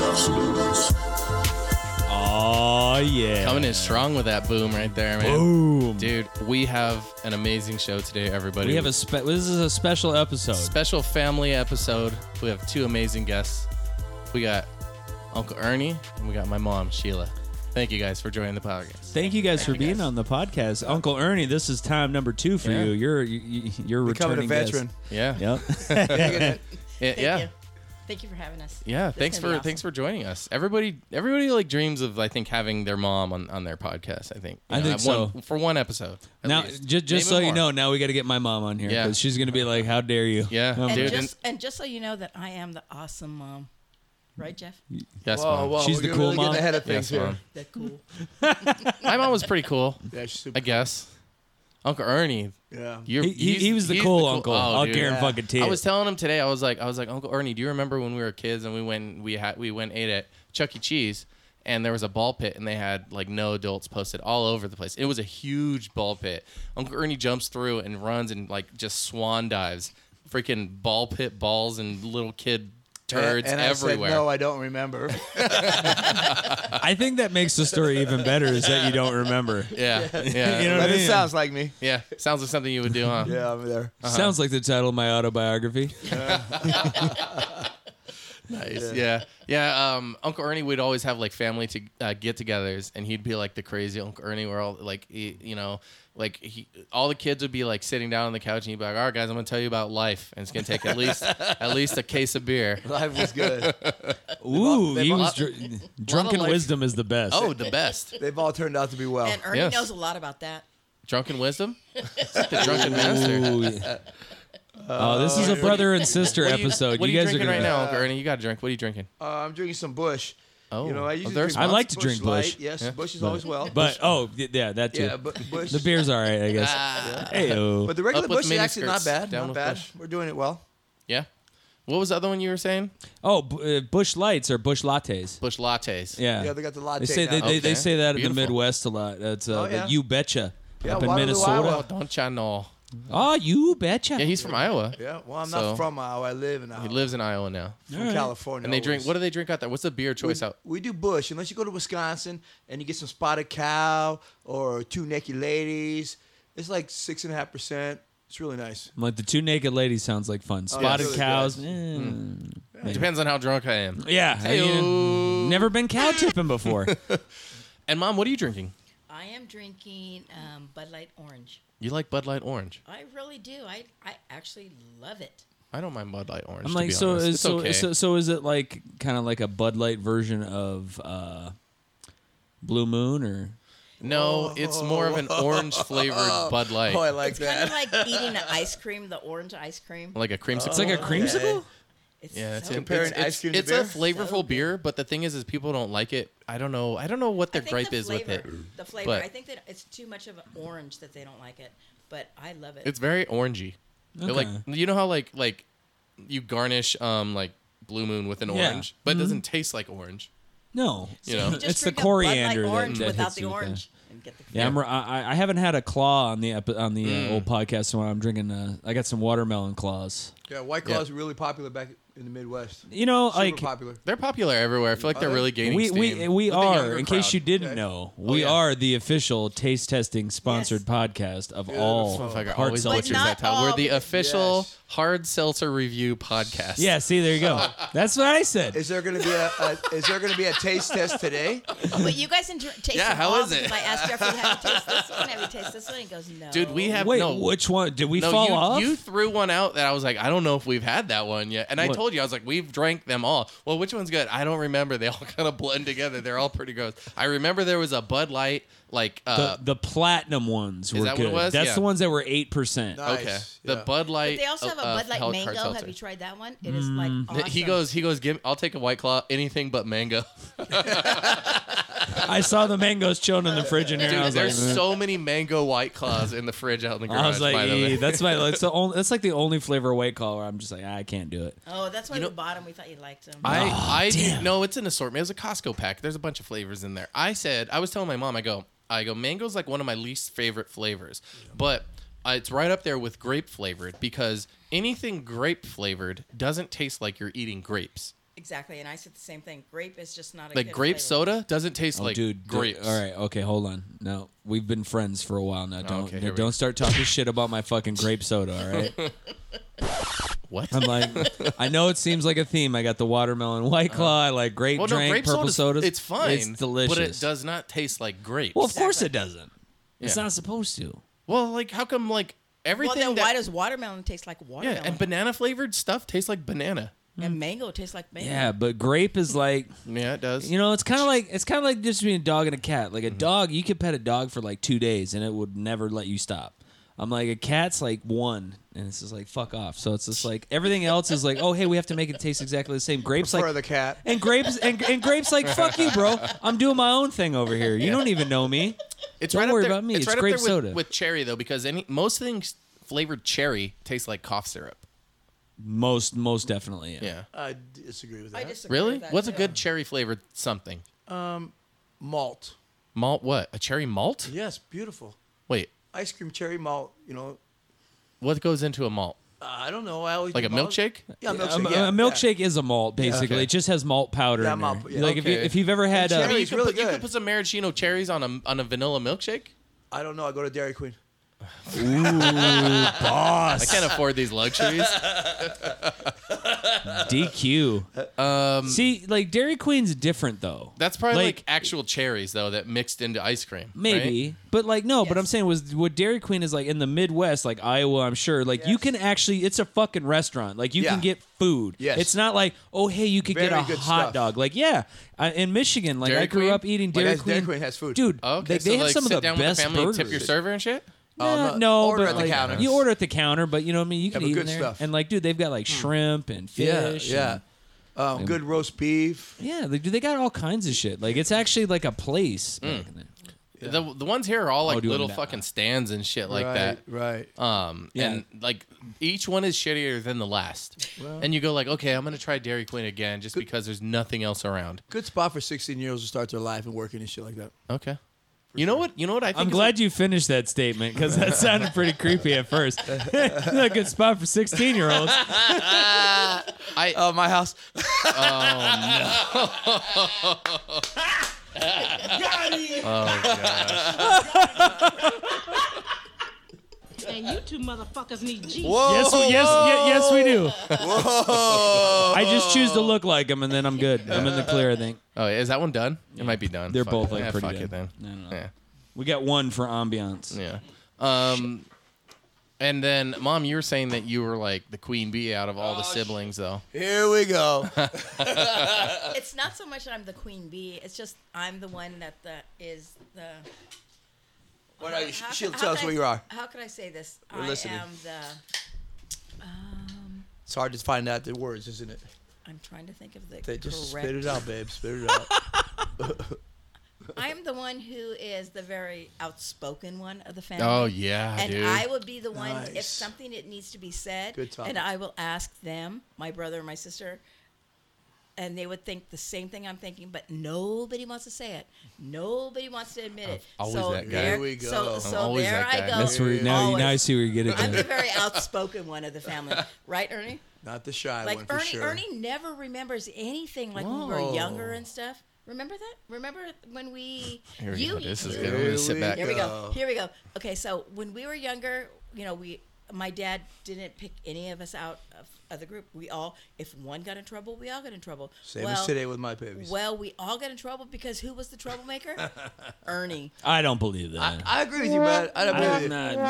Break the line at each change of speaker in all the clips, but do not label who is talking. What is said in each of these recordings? Absolutes.
Oh yeah.
Coming in strong with that boom right there, man.
Boom.
Dude, we have an amazing show today, everybody.
We have a spe- this is a special episode.
special family episode. We have two amazing guests. We got Uncle Ernie and we got my mom, Sheila. Thank you guys for joining the podcast.
Thank you guys for
you
being
guys.
on the podcast, Uncle Ernie. This is time number two for
Yeah.
you. You're you- you, you're
Becoming a
returning guest.
veteran.
Yeah.
Yep.
Yeah.
Thank
yeah.
you. Thank you for having us.
Yeah,
This is
thanks for
gonna be awesome.
thanks for joining us. Everybody, everybody like dreams of I think having their mom on, on their podcast. I think You
I
know,
think
at one-
so.
for one episode. at
now,
least.
just just
Maybe
so you
more.
know, now we got to get my mom on here
Yeah.
because she's gonna be like, "How dare you?"
Yeah.
Um,
And
Dude,
just and just so you know that I am the awesome mom, right, Jeff?
yes,
Whoa,
mom.
whoa,
She's
we're
the
really
cool
getting
mom.
ahead of things
yes,
here.
mom.
That cool.
My mom was pretty cool,
Yeah, she's super.
I guess. Uncle Ernie,
yeah.
you
he, he, he was the cool uncle. I'll
oh, dude.
guarantee fucking
I was telling him today. I was like, I was like, Uncle Ernie, do you remember when we were kids and we went we had we went and ate at Chuck E. Cheese and there was a ball pit and they had like no adults posted all over the place. It was a huge ball pit. Uncle Ernie jumps through and runs and like just swan dives, freaking ball pit balls and little kid turds
and, and
everywhere.
I said, no, I don't remember.
I think that makes the story even better is that you don't remember.
yeah, yeah,
You know what
but
I
it
mean?
sounds like me.
yeah. Sounds like something you would do, huh?
Yeah, I'm there.
Uh-huh.
Sounds like the title of my autobiography.
Nice. Yeah. Yeah. Um, Uncle Ernie would always have like family to uh, get-togethers, and he'd be like the crazy Uncle Ernie, where all like he, you know, like he, all the kids would be like sitting down on the couch, and he'd be like, "All right, guys, I'm gonna tell you about life, and it's gonna take at least at least a case of beer."
Life was good.
Ooh,
they've
he
all-
was dr- drunken
life-
wisdom is the best.
Oh, the best.
They've all turned out to be well.
And er- Ernie
oh, Yes.
knows a lot about that.
Drunken wisdom. It's like the drunken master.
Ooh. Oh, this is a brother and sister
What are you-
episode.
What are
you,
you,
guys are gonna,
drinking right now, Uncle Ernie? You got to drink. What are you drinking?
Uh, I'm drinking some Bush.
Oh,
you know, I usually
there's
drink
I
lots
like
of
to drink Bush.
Light. Yes,
Yeah.
Bush is always well.
But oh, y- yeah, that too.
yeah, but Bush. Ah.
the beer's all right, I guess. Hey-o.
but the regular
Up with
Bush is
mini
actually not
skirts,
bad.
down
Not
with
bad.
Busch.
We're doing it well.
Yeah. What was the other one you were saying?
oh, b- uh, Bush Lights or Bush Lattes.
Bush lattes.
Yeah.
Yeah, they got the latte.
They say
now.
they, they,
Okay.
they say that in the
Beautiful.
Midwest a lot. That's uh,
Oh,
the
yeah.
you betcha
Yeah,
up in
Waterloo,
Minnesota.
Iowa.
Don't you know?
Oh, you betcha.
Yeah, he's from Iowa.
yeah, well, I'm
So-
not from Iowa. I live in Iowa.
He lives in Iowa now.
from California.
And they drink.
always.
What do they drink out there? What's the beer choice out?
We do Bush unless you go to Wisconsin and you get some spotted cow or two naked ladies. It's like six and a half percent. It's really nice.
I'm like the two naked ladies sounds like fun.
Oh, yeah,
Spotted
really
cows.
does.
eh.
Mm. It depends on how drunk I am.
Yeah. I mean, never been cow tipping before.
And mom, what are you drinking?
I am drinking um, Bud Light Orange.
You like Bud Light Orange.
I really do. I I actually love it.
I don't mind Bud Light Orange.
I'm
to
like,
be
so
honest.
is,
It's
so,
okay.
so so is it like kind of like a Bud Light version of uh, Blue Moon or
no, it's more of an orange flavored Bud Light,
Oh, I like
It's kind
that.
of like eating the ice cream, the orange ice cream.
like a creamsicle.
it's like
Oh,
a creamsicle?
It's
Yeah, it's
so
it's,
Comparing
it's-
ice cream to
It's a
beer?
flavorful
So good.
beer, but the thing is, is people don't like it. I don't know. I don't know what
I
their
think
gripe
the
is with
flavor,
it.
The flavor.
but-
I think that it's too much of an orange that they don't like it, but I love it.
It's very orangey. They're Like
Okay.
you know how like like you garnish um like Blue Moon with an
Yeah. Mm-hmm.
orange, but it doesn't taste like orange.
No,
You know.
Just
it's the
drink a Bud Light
coriander that,
orange
that
without
hits
the
you with that.
orange. And get the
Yeah, I'm, I, I haven't had a claw on the epi- on the uh, old podcast, so I'm drinking. Uh, I got some watermelon claws.
yeah, White Claws were really popular back in the Midwest.
You know,
Super
like
popular.
They're popular everywhere. I feel like they're
they?
really gaining
we, we
steam
we
with the
are.
younger
In case
crowd. Oh,
you didn't
Okay.
know, we
yeah.
are the official taste testing sponsored
Yes.
podcast of
Beautiful.
all
Fuck, I
hard
always
seltzers.
butchers that
Oh, But not
title. We're
all,
the
because-
official
Yes.
hard seltzer review podcast.
Yeah, see, there you go.
Oh.
That's what I said.
Is there gonna be a, a is there gonna be a taste test today?
But Oh, you guys enjoy taste
Yeah,
them
how
all
is it?
because I asked Jeffrey, have you taste this one? Have you taste this one? He goes, no.
Dude, we have
Wait,
no
which one did we
no,
fall
you,
off?
you threw one out that I was like, I don't know if we've had that one yet. And I
What?
told you, I was like, we've drank them all. Well, which one's good? I don't remember. They all kind of blend together. They're all pretty gross. I remember there was a Bud Light, like uh,
the, the platinum ones were
that what
good.
it was?
That's
Yeah.
the ones that were eight percent.
Nice.
okay,
Yeah.
the Bud Light.
But they also have a
uh,
Bud Light
hard
mango.
seltzer.
Have you tried that one? It is like awesome.
He goes, he goes. Give, I'll take a white claw, anything but mango.
I saw the mangoes chilling in the fridge in here.
Dude,
and I was like, "Mm."
there's so many mango white claws in the fridge out in the garage.
I was like,
by the way.
"Eh, that's my that's the only that's like the only flavor of white collar. I'm just like, "Ah, I can't do it.
Oh, that's why
know-
we bought them. We thought you liked them.
I, I do,
damn.
no, it's an assortment. It was a Costco pack. There's a bunch of flavors in there. I said, I was telling my mom, I go, I go, mango's like one of my least favorite flavors, but uh, it's right up there with grape flavored because anything grape flavored doesn't taste like you're eating grapes.
exactly. And I said the same thing. Grape is just not a
Like
good
grape
flavor.
soda doesn't taste
Oh,
like
dude, dude,
grapes. Oh,
all right, okay, hold on. No, we've been friends for a while now. Don't
okay, here we
don't
go.
start talking shit about my fucking grape soda. All right,
What?
I'm like, I know it seems like a theme. I got the watermelon white claw. I like grape
Uh-huh. well,
drink,
no, grape
purple
soda.
sodas.
It's fine.
It's delicious.
but it does not taste like grapes.
Well, of course it
Exactly.
doesn't. It's
Yeah.
not supposed to.
Well, like how come like
Well,
everything
then
that-
why does watermelon taste like
yeah,
watermelon?
and banana flavored stuff tastes like banana.
And mango tastes like mango.
Yeah, but grape is like.
Yeah, it does.
You know, it's kind of like it's kind of like just between a dog and a cat.
Mm-hmm.
Like a dog, you could pet a dog for like two days and it would never let you stop. I'm like a cat's like one, and it's just like fuck off. So it's just like everything else is like, oh hey, we have to make it taste exactly the same. Grapes
Prefer
like
the cat.
and grapes and, and grapes like fuck you, bro. I'm doing my own thing over here. You don't even know me.
it's
Don't
right up
worry
there-
about me. It's
right up
grape
there with,
soda.
with cherry though, because any most things flavored cherry taste like cough syrup.
Most most definitely. Yeah.
Yeah.
I disagree with that.
I disagree
Really?
with that,
What's a
too.
good cherry flavored something?
malt.
Malt? What? A cherry malt?
Yes, beautiful.
Wait,
Ice cream cherry malt. You know,
what goes into a malt?
uh, I don't know. I always
Like
do
a
malt.
milkshake?
Yeah, a
A-
milkshake.
a-
yeah,
a milkshake is a malt, basically.
Okay.
It just has malt powder.
Yeah,
in
malt-
there.
yeah.
Like if, you,
Okay.
if you've ever had,
cherry
uh,
Cherry's
you could
really
put, You
good.
could put some maraschino cherries on a on a vanilla milkshake.
Yeah. I don't know. I go to Dairy Queen.
I can't afford these luxuries.
DQ.
Uh, um,
See, like Dairy Queen's different though.
That's probably like, actual cherries though that mixed into ice cream.
maybe,
right?
but like no. But
Yes.
I'm saying was what Dairy Queen is like in the Midwest, like Iowa. I'm sure. Like you
Yes.
can actually, it's a fucking restaurant. Like you
Yeah.
can get food.
Yes.
It's not like oh hey you could get
Very
a
good
hot
stuff.
dog. Like yeah, I, in Michigan, like
Dairy
I grew
Queen?
up eating
Like,
Dairy
that's-
Queen.
Dairy Queen has food.
Dude,
Oh, Okay,
they,
so
they have
like
some of
sit
the
down
best
with the family,
burgers.
tip your server and shit.
Nah,
no,
no,
order
but
at the
like,
counter.
you order at the counter, but you know what I mean. You
Yeah,
can
but
eat
good
in there,
stuff. Hmm.
and like, dude, they've got like shrimp and
Yeah,
fish.
yeah.
and-
Um, good roast beef.
yeah. Like, dude, they got all kinds of shit. Like, it's actually like a place.
Mm.
back in there.
The the ones here are all like
do you
little
mean that?
fucking stands and shit like
right,
that.
Right.
Um,
Yeah.
and like each one is shittier than the last. and you go like, okay, I'm gonna try Dairy Queen again just because there's nothing else around.
Good spot for 16 year olds to start their life and working and shit like that.
Okay. You know what? You know what I think.
I'm
is
glad you finished that statement because that sounded pretty creepy at first. Not a good spot for 16 year olds.
a- I
Oh, my house.
And you two motherfuckers need Jesus.
Yes, we, yes, ye- yes, we do. I just choose to look like them, and then I'm good. I'm in the clear. I think
oh, is that one done? It might be done.
They're
Fuck
both,
it.
like,
Yeah,
pretty
fuck
good.
it then. Yeah.
we got one for ambiance.
Yeah. Um, and then, mom, you were saying that you were like the queen bee out of all
Oh,
the siblings, though.
Here we go.
It's not so much that I'm the queen bee. It's just I'm the one that the is the.
What are you?
How-
She'll
how
tell
could
us
I-
where you are.
How could I say this?
We're
I
listening.
am the.
It's hard to find out the words, isn't it?
I'm trying to think of the
They
correct.
just spit it out, babe. Spit it out.
I am the one who is the very outspoken one of the family.
Oh yeah,
and
dude.
I would be the one if
Nice.
something it needs to be said.
Good topic.
And I will ask them, my brother and my sister, and they would think the same thing I'm thinking, but nobody wants to say it. Nobody wants to admit it.
always
so
that guy.
There
Here we go.
So,
I'm
so
always
there
that guy.
I go.
That's where now you now I
Oh, Always.
see where you get it.
I'm the
Dave.
very outspoken one of the family, right, Ernie?
Not the shy
Like
one for
Ernie,
sure.
Ernie never remembers anything like when we
Whoa.
were younger and stuff. Remember that? Remember when we
Here we
you
go. This is
you-
good. I'm gonna sit
Here
back.
here we
go.
go. Here we go. Okay, so when we were younger, you know, we my dad didn't pick any of us out of, of the group. We all, if one got in trouble, we all got in trouble.
Same as today with my babies.
Well, we all got in trouble because who was the troublemaker? Ernie.
I don't believe that.
I agree with you, man. I don't believe
I'm
it.
not-
No,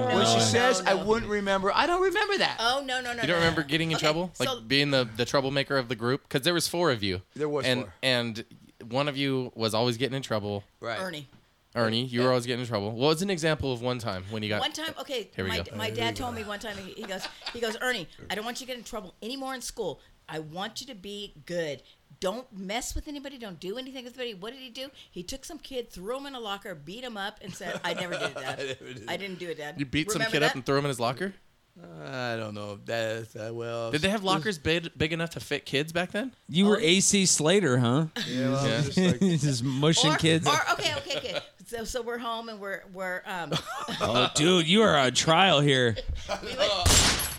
no.
no,
When she
no,
says,
no,
I
no.
wouldn't remember. I don't remember that.
Oh no no no!
You don't
no,
remember
no.
getting in
Okay,
trouble, like
so-
being the the troublemaker of the group, because there was four of you.
There was
and
four.
and one of you was always getting in trouble.
right.
Ernie.
Ernie, you were always getting in trouble. What was an example of one time when you got
One time, okay,
Uh, Here we
my,
go.
my dad told me one time he, he goes he goes Ernie, I don't want you to get in trouble anymore in school. I want you to be good. Don't mess with anybody. Don't do anything with anybody. What did he do? He took some kid, threw him in a locker, beat him up, and said, "I never did that. I, didn't do it, Dad."
you beat some
Remember
kid up
that?
and threw him in his locker?
I don't know. That, that well.
Did they have lockers big, big enough to fit kids back then?
You were AC Slater, huh?
Yeah, well,
Yeah.
Just like,
Just mushing
or,
kids.
Or, okay, okay, okay. So, so we're home and we're we're um,
oh, dude, you are on trial here.
we would,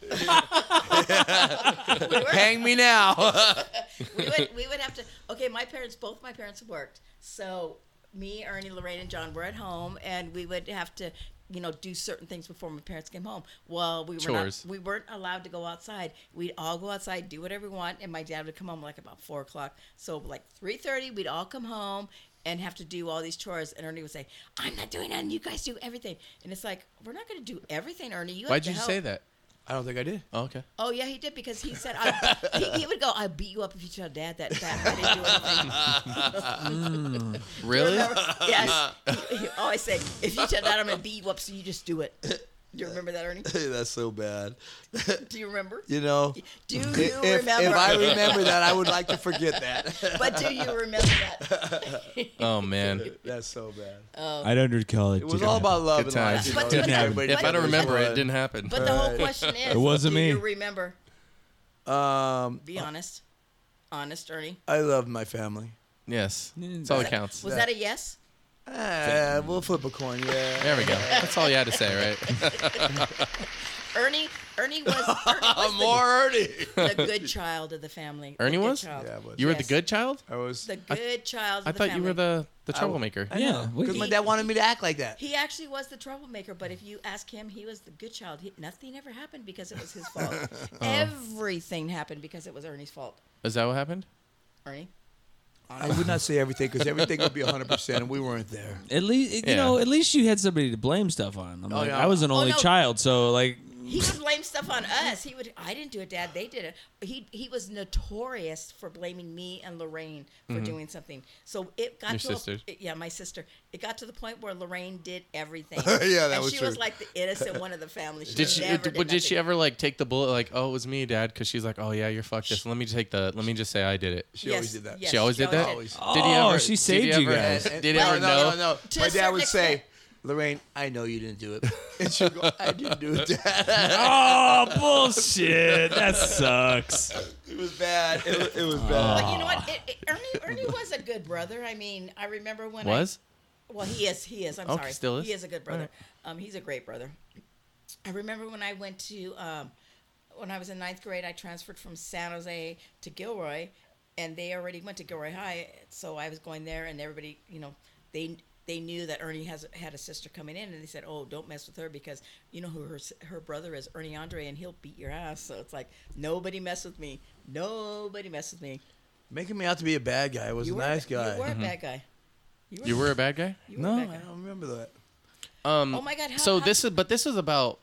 Hang me now.
we would we would have to. Okay, my parents, both my parents worked, so me, Ernie, Lorraine, and John were at home, and we would have to, you know, do certain things before my parents came home. Well, we were
Chores.
not we weren't allowed to go outside. We'd all go outside, do whatever we want, and my dad would come home like about four o'clock. So like three thirty, we'd all come home. And have to do all these chores, and Ernie would say, "I'm not doing that, and you guys do everything." And it's like, we're not going to do everything, Ernie. You have
Why'd
to
you
help.
say that?
I don't think I did.
Oh, okay.
Oh yeah, he did because he said I, he, he would go. I will beat you up if you tell dad that. that I didn't do anything."
Really?
Remember? Yes. He, he always say, if you tell dad I'm gonna beat you up, so you just do it. Do you remember that, Ernie?
That's so bad.
Do you remember?
You know,
Do you
if, if
remember?
I remember that, I would like to forget that.
but do you remember that?
Oh man.
That's so bad.
I'd undercall
It was all about love
Good
and life.
times.
you
But-
know,
but-
and everybody
If I don't
knows
remember, it
what.
didn't happen.
But the whole question is,
It wasn't
do
me.
you remember?
Um,
Be honest, honest, Ernie.
I love my family.
yes, that's all that counts.
Was that a yes?
Ah, we'll flip a coin. Yeah.
There we go. That's all you had to say, right?
Ernie, Ernie was, Ernie was
Ernie.
the, the good child of the family. The
Ernie
good
was?
child.
Yeah, I was.
You were the
Yes.
good child.
I was.
the good child. Of
I
the
thought you were
family.
the the troublemaker.
Yeah,
Because my
He-
dad wanted me to act like that.
He actually was the troublemaker, but if you ask him, he was the good child. He, nothing ever happened because it was his fault.
Oh.
Everything happened because it was Ernie's fault.
Is that what happened?
Ernie,
I would not say everything because everything would be 100%, and we weren't there.
At least you
Yeah.
know. At least you had somebody to blame stuff on. I'm like,
yeah.
I was an
Oh,
only
no.
child, so like,
he would blame stuff on us. He would. I didn't do it, Dad. They did it. He he was notorious for blaming me and Lorraine for doing something. So it got
Mm-hmm. Your
to
sisters.
A, yeah, my sister. It got to the point where Lorraine did everything.
Yeah, that
and
was
she
true.
was like the innocent one of the family. She
Did she?
Never
Did,
did,
did she
nothing.
ever like take the bullet? Like, oh, it was me, Dad. Because she's like, oh yeah, you're fucked. Just let me take the. Let me just say I did it.
She always did that.
yes,
she always did that.
Always.
oh,
Did he ever?
she
did
saved
he
you
ever-
guys.
And-
Did he
no,
ever
no,
know?
no, no.
To
My
a
dad would
certain
say,
extent.
Lorraine, I know you didn't do it. And she'd go, I didn't do it, Dad.
Oh bullshit! That sucks.
It was bad. It, it was bad.
But you know what? It, it, Ernie Ernie was a good brother. I mean, I remember when I-
Was?
Well, he is. He is. I'm
Oh,
sorry.
still is?
He is a good
All
brother.
right.
Um, he's a great brother. I remember when I went to um, when I was in ninth grade, I transferred from San Jose to Gilroy, and they already went to Gilroy High, so I was going there, and everybody, you know, they they knew that Ernie has had a sister coming in, and they said, "Oh, don't mess with her because you know who her s- her brother is, Ernie Andre, and he'll beat your ass." So it's like nobody mess with me. Nobody mess with me.
Making me out to be a bad guy. I was
You
a
were
nice
you
guy.
were a bad guy.
You were a bad guy.
Mm-hmm. You were
no,
a
I
bad guy.
don't remember that.
Um,
Oh my God, how-
so
how-
this is, but this is about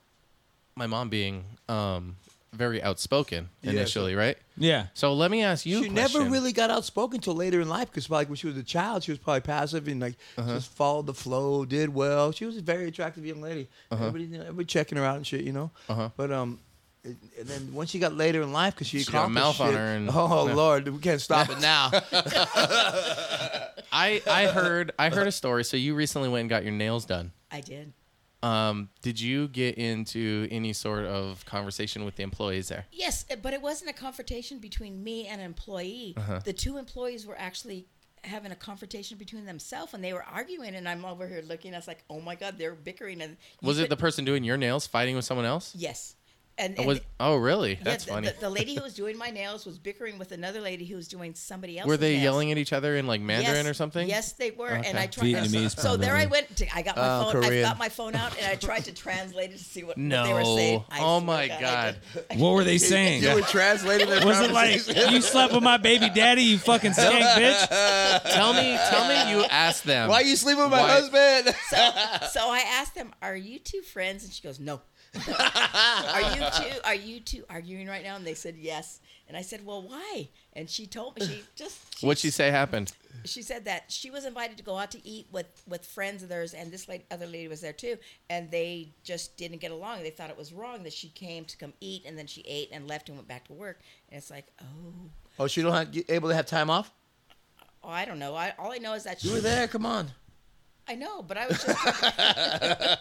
my mom being um, very outspoken
Yes.
initially, right?
Yeah.
So let me ask you. a
she never
question.
really got outspoken until later in life because like when she was a child she was probably passive and like just followed the flow did well she was a very attractive young lady everybody, you know, everybody checking her out and shit you know
Uh-huh.
but um it- and then once she got later in life because she,
She got a mouth
accomplished
on
shit-
her and-
oh
yeah.
lord we can't stop it now
I I heard I heard a story. So you recently went and got your nails done.
I did.
Um, did you get into any sort of conversation with the employees there?
Yes, uh, but it wasn't a confrontation between me and an employee.
Uh-huh.
The two employees were actually having a confrontation between themselves, and they were arguing. And I'm over here looking. I was like, "Oh my god, they're bickering." And you
Was it
could-
the person doing your nails fighting with someone else?
yes? And,
Oh,
and
was oh really? That's
the,
funny.
The, the lady who was doing my nails was bickering with another lady who was doing somebody else.
Were they yelling at each other in like Mandarin or something?
Yes, they were. And
Okay.
I tried.
Vietnamese,
so there I
probably.
went. To, I got my
Oh,
phone. I
Korean.
got my phone out, and I tried to translate it to see what,
No.
what they were saying. I
oh
swear
my
to I
god.
did.
What were they saying?
you were translating their
Was it like
conversation.
you slept with my baby daddy? You fucking skank bitch.
tell me tell me you asked them.
why you sleeping with my
Why-
husband
so I asked them, "Are you two friends?" And she goes, "No." are you two? Are you two arguing right now? And they said yes. And I said, "Well, why?" And she told me she just
What'd she say happened?
she said that she was invited to go out to eat with with friends of theirs, and this lady, other lady was there too, and they just didn't get along. They thought it was wrong that she came to come eat, and then she ate and left and went back to work. And it's like, oh,
oh she don't have, get, able to have time off
oh I don't know. I, all I know is that she
you were there come on
I know, but I was just trying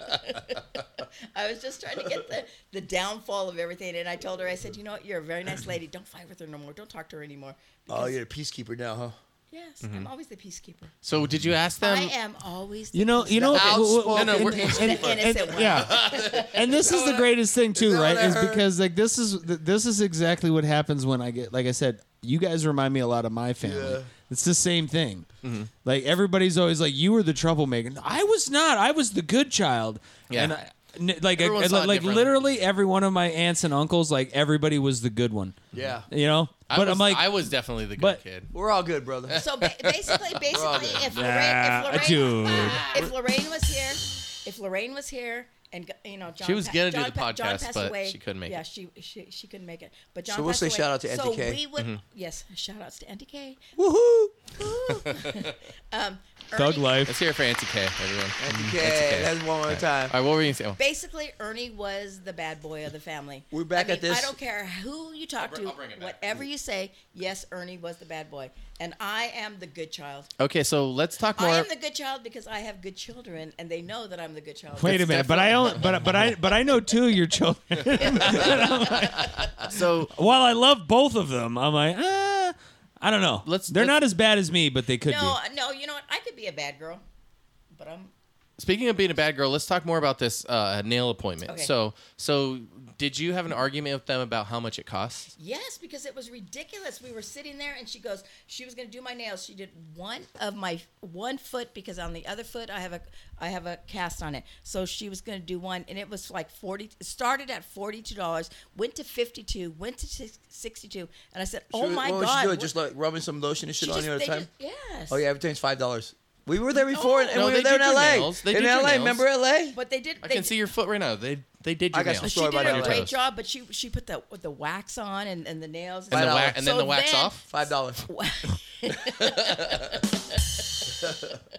I was just trying to get the, the downfall of everything. And I told her, I said, you know what, you're a very nice lady. Don't fight with her no more. Don't talk to her anymore.
oh
Because-
you're a peacekeeper now huh
Yes, I'm always the peacekeeper.
Mm-hmm. So did you ask them?
I am always the
You know, you know,
The
what- what- what-
outspoken
No, no,
and-
we're-
and-
The innocent
and-
one.
yeah. And this is the greatest thing too,
that
right?
what I
Is
heard?
because like this is th- this is exactly what happens when I get like I said, you guys remind me a lot of my family.
Yeah.
It's the same thing.
Mm-hmm.
Like everybody's always like, "You were the troublemaker." No, I was not. I was the good child.
Yeah.
And I, n- like, I,
Everyone saw it
like
differently.
literally every one of my aunts and uncles, like everybody was the good one.
Yeah.
You know.
I
but
was,
I'm like,
I was definitely the good
but-
kid.
We're all good, brother.
So ba- basically, basically, if
Nah,
Lorraine, if, Lorraine
dude.
if Lorraine was here, if Lorraine was here, and you know, John
She was
pa-
gonna do
John
the
pa- John
podcast,
passed
but
away.
she couldn't make
yeah,
it.
she she she couldn't make it. But John
So we'll
passed
say
away.
shout out to
So
NTK.
we would
Mm-hmm.
yes, shout outs to NTK.
Woohoo!
thug
Um, Ernie-
life.
Let's hear it for Auntie K, everyone. Mm-hmm.
Okay, that's one more time.
All right, what were you saying?
Basically, Ernie was the bad boy of the family.
We're back
I mean,
at this.
I don't care who you talk
br-
to,
I'll bring it back.
whatever you say. Yes, Ernie was the bad boy, and I am the good child.
Okay, so let's talk more.
I am the good child because I have good children, and they know that I'm the good child.
Wait a
It's
minute, but I only, but but I but I know two of your children.
so
While I love both of them, I'm like, ah, I don't know.
Let's-
They're
let's-
not as bad as me, but they could
No, no, you know what? I could be a bad girl, but I'm.
Speaking of being a bad girl, let's talk more about this uh, nail appointment.
Okay.
So, so did you have an argument with them about how much it costs?
Yes, because it was ridiculous. We were sitting there, and she goes, she was going to do my nails. She did one of my one foot because on the other foot I have a I have a cast on it. So she was going to do one, and it was like forty. It started at forty two dollars, went to fifty two, went to sixty two, and I said, oh
Should we-
my
what
god,
Was she doing?
what-
Just like rubbing some lotion and
she
shit on
just-
you at
they
a time.
just- yes. Oh.
Oh yeah, everything's five dollars. We were there before, and, and
No,
we
they
were there in
do your
LA.
nails. They
in
do your
LA,
nails.
remember LA?
But they did.
I
they
can see your foot right now. They they did your
I got
nails.
some
She
Sorry
did
about
a
that.
great
Toes.
job, but she she put the the wax on and, and the nails
and,
Five
the wa-
dollars.
and then
So
the wax
then-
off.
Five dollars.
Mhm.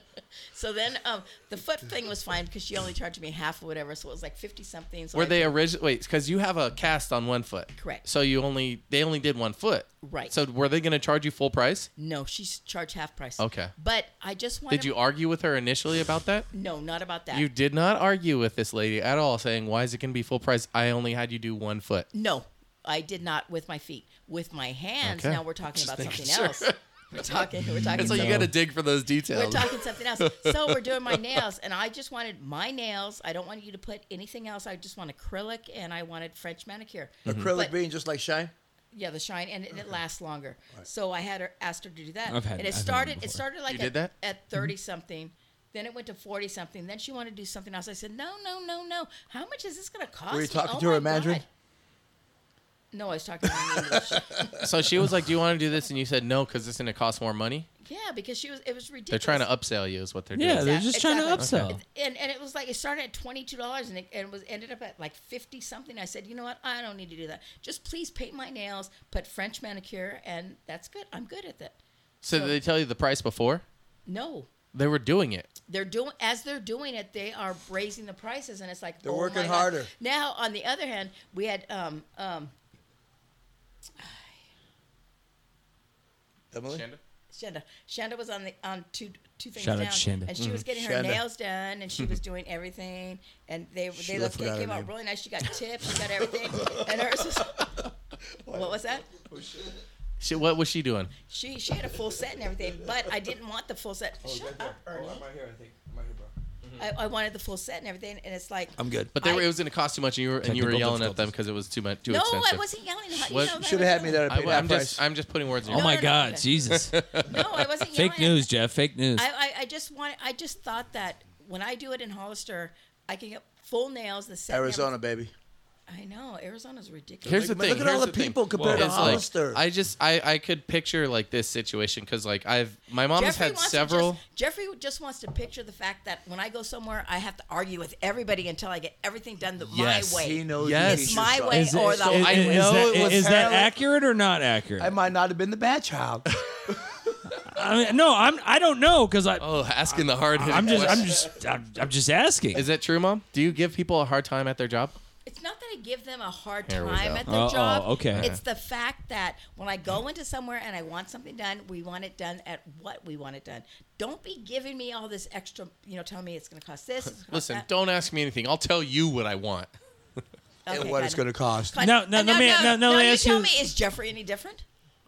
So then um, the foot thing was fine because she only charged me half or whatever, so it was like fifty something. So
Were
I-
they original? Wait, because you have a cast on one foot.
Correct.
So you only they only did one foot.
Right.
So were they going to charge you full price?
No, she s- charged half price.
Okay.
But I just wanted.
Did you argue with her initially about that?
No, not about that.
You did not argue with this lady at all, saying, "Why is it going to be full price? I only had you do one foot."
No, I did not with my feet. With my hands.
Okay.
Now we're talking about
making
something
sure.
else. We're talking. We're talking.
That's why you
something-
got to dig for those
We're
details.
talking something else. So we're doing my nails, and I just wanted my nails. I don't want you to put anything else. I just want acrylic, and I wanted French manicure.
Acrylic
But-
being just like shine.
Yeah, the shine, and it, and it lasts longer. So I had her asked her to do that,
I've had-
and
I've had
it
one
started.
before.
It started like
You
at,
did that?
at
Mm-hmm.
30 something. Then it went to forty something. Then she wanted to do something else. I said, no, no, no, no. How much is this going to cost?
Were
me?
you talking
Oh
to her
my
in Mandarin?
God." No, I was talking to her in English.
so she was like, "Do you want to do this?" And you said, "No, because it's going to cost more money."
yeah, because she was. It was ridiculous.
They're trying to upsell you, is what they're
do. Yeah,
doing.
they're
Exact-
just trying
exactly.
to upsell.
and and it was like it started at twenty two dollars and it and it was ended up at like fifty something. I said, you know what, I don't need to do that. Just please paint my nails, put French manicure, and that's good. I'm good at that.
So did they tell you the price before?
No,
They were doing it.
they're doing as they're doing it, they are raising the prices, and it's like
They're
oh
working
my God.
harder.
Now, on the other hand, we had um um
Emily.
Shanda. Shanda was on the on two two things
Shout out
down,
to Shanda.
and she was getting her
Mm-hmm. Shanda.
nails done, and she was doing everything, and they they
I
looked
forgot
they
her
came
name.
out really nice. She got tips, she got everything, and hers was. What was that?
She, what was she doing?
She she had a full set and everything, but I didn't want the full set.
Oh,
Shut up, Ernie.
right here, I think. I'm right here, bro.
I, I wanted the full set and everything, and it's like
I'm good.
But they were,
I-
it was going to cost too much, and you were and you were
Technical
yelling at them because it was too much, too
no,
expensive.
I wasn't yelling. How do
What-
You know that
Should
I
have had me
wasn't?
there.
I,
I,
am
that price.
just I'm just putting words in
Oh
your
No,
my
no, no,
God,
okay.
Jesus!
No, I wasn't.
Fake
yelling.
news, Jeff. Fake news.
I, I, I just want. I just thought that when I do it in Hollister, I can get full nails. The set and
Arizona,
everything.
baby.
I know Arizona's ridiculous.
Here's the
Look-
thing.
look at all
here's
the
thing.
people compared
to
It's
Hollister.
Like, I just I I could picture like this situation because like I've my mom has had
wants to
several.
just- Jeffrey just wants to picture the fact that when I go somewhere, I have to argue with everybody until I get everything done the,
Yes.
my way.
He knows
Yes.
the
It's
teacher's
my
son.
way. or the
is,
I
is
know
that-
it was
is that
apparently-
accurate or not accurate?
I might not have been the bad child.
I mean, no, I'm. I don't know because I.
Oh, asking the hard.
I'm just. I'm just. I'm, I'm just asking.
Is that true, mom? Do you give people a hard time at their job?
It's not that I give them a hard
Here we
time
go.
at their
Oh, oh,
job.
okay.
It's the fact that when I go into somewhere and I want something done, we want it done at what we want it done. Don't be giving me all this extra, you know, telling me it's going to cost this. it's gonna cost
Listen,
that.
don't ask me anything. I'll tell you what I want.
Okay,
and what it's
fine.
going to cost.
Fine.
No, no,
Uh,
let me- no, no, let me
you
ask
tell
you-
me, is Jeffrey any different?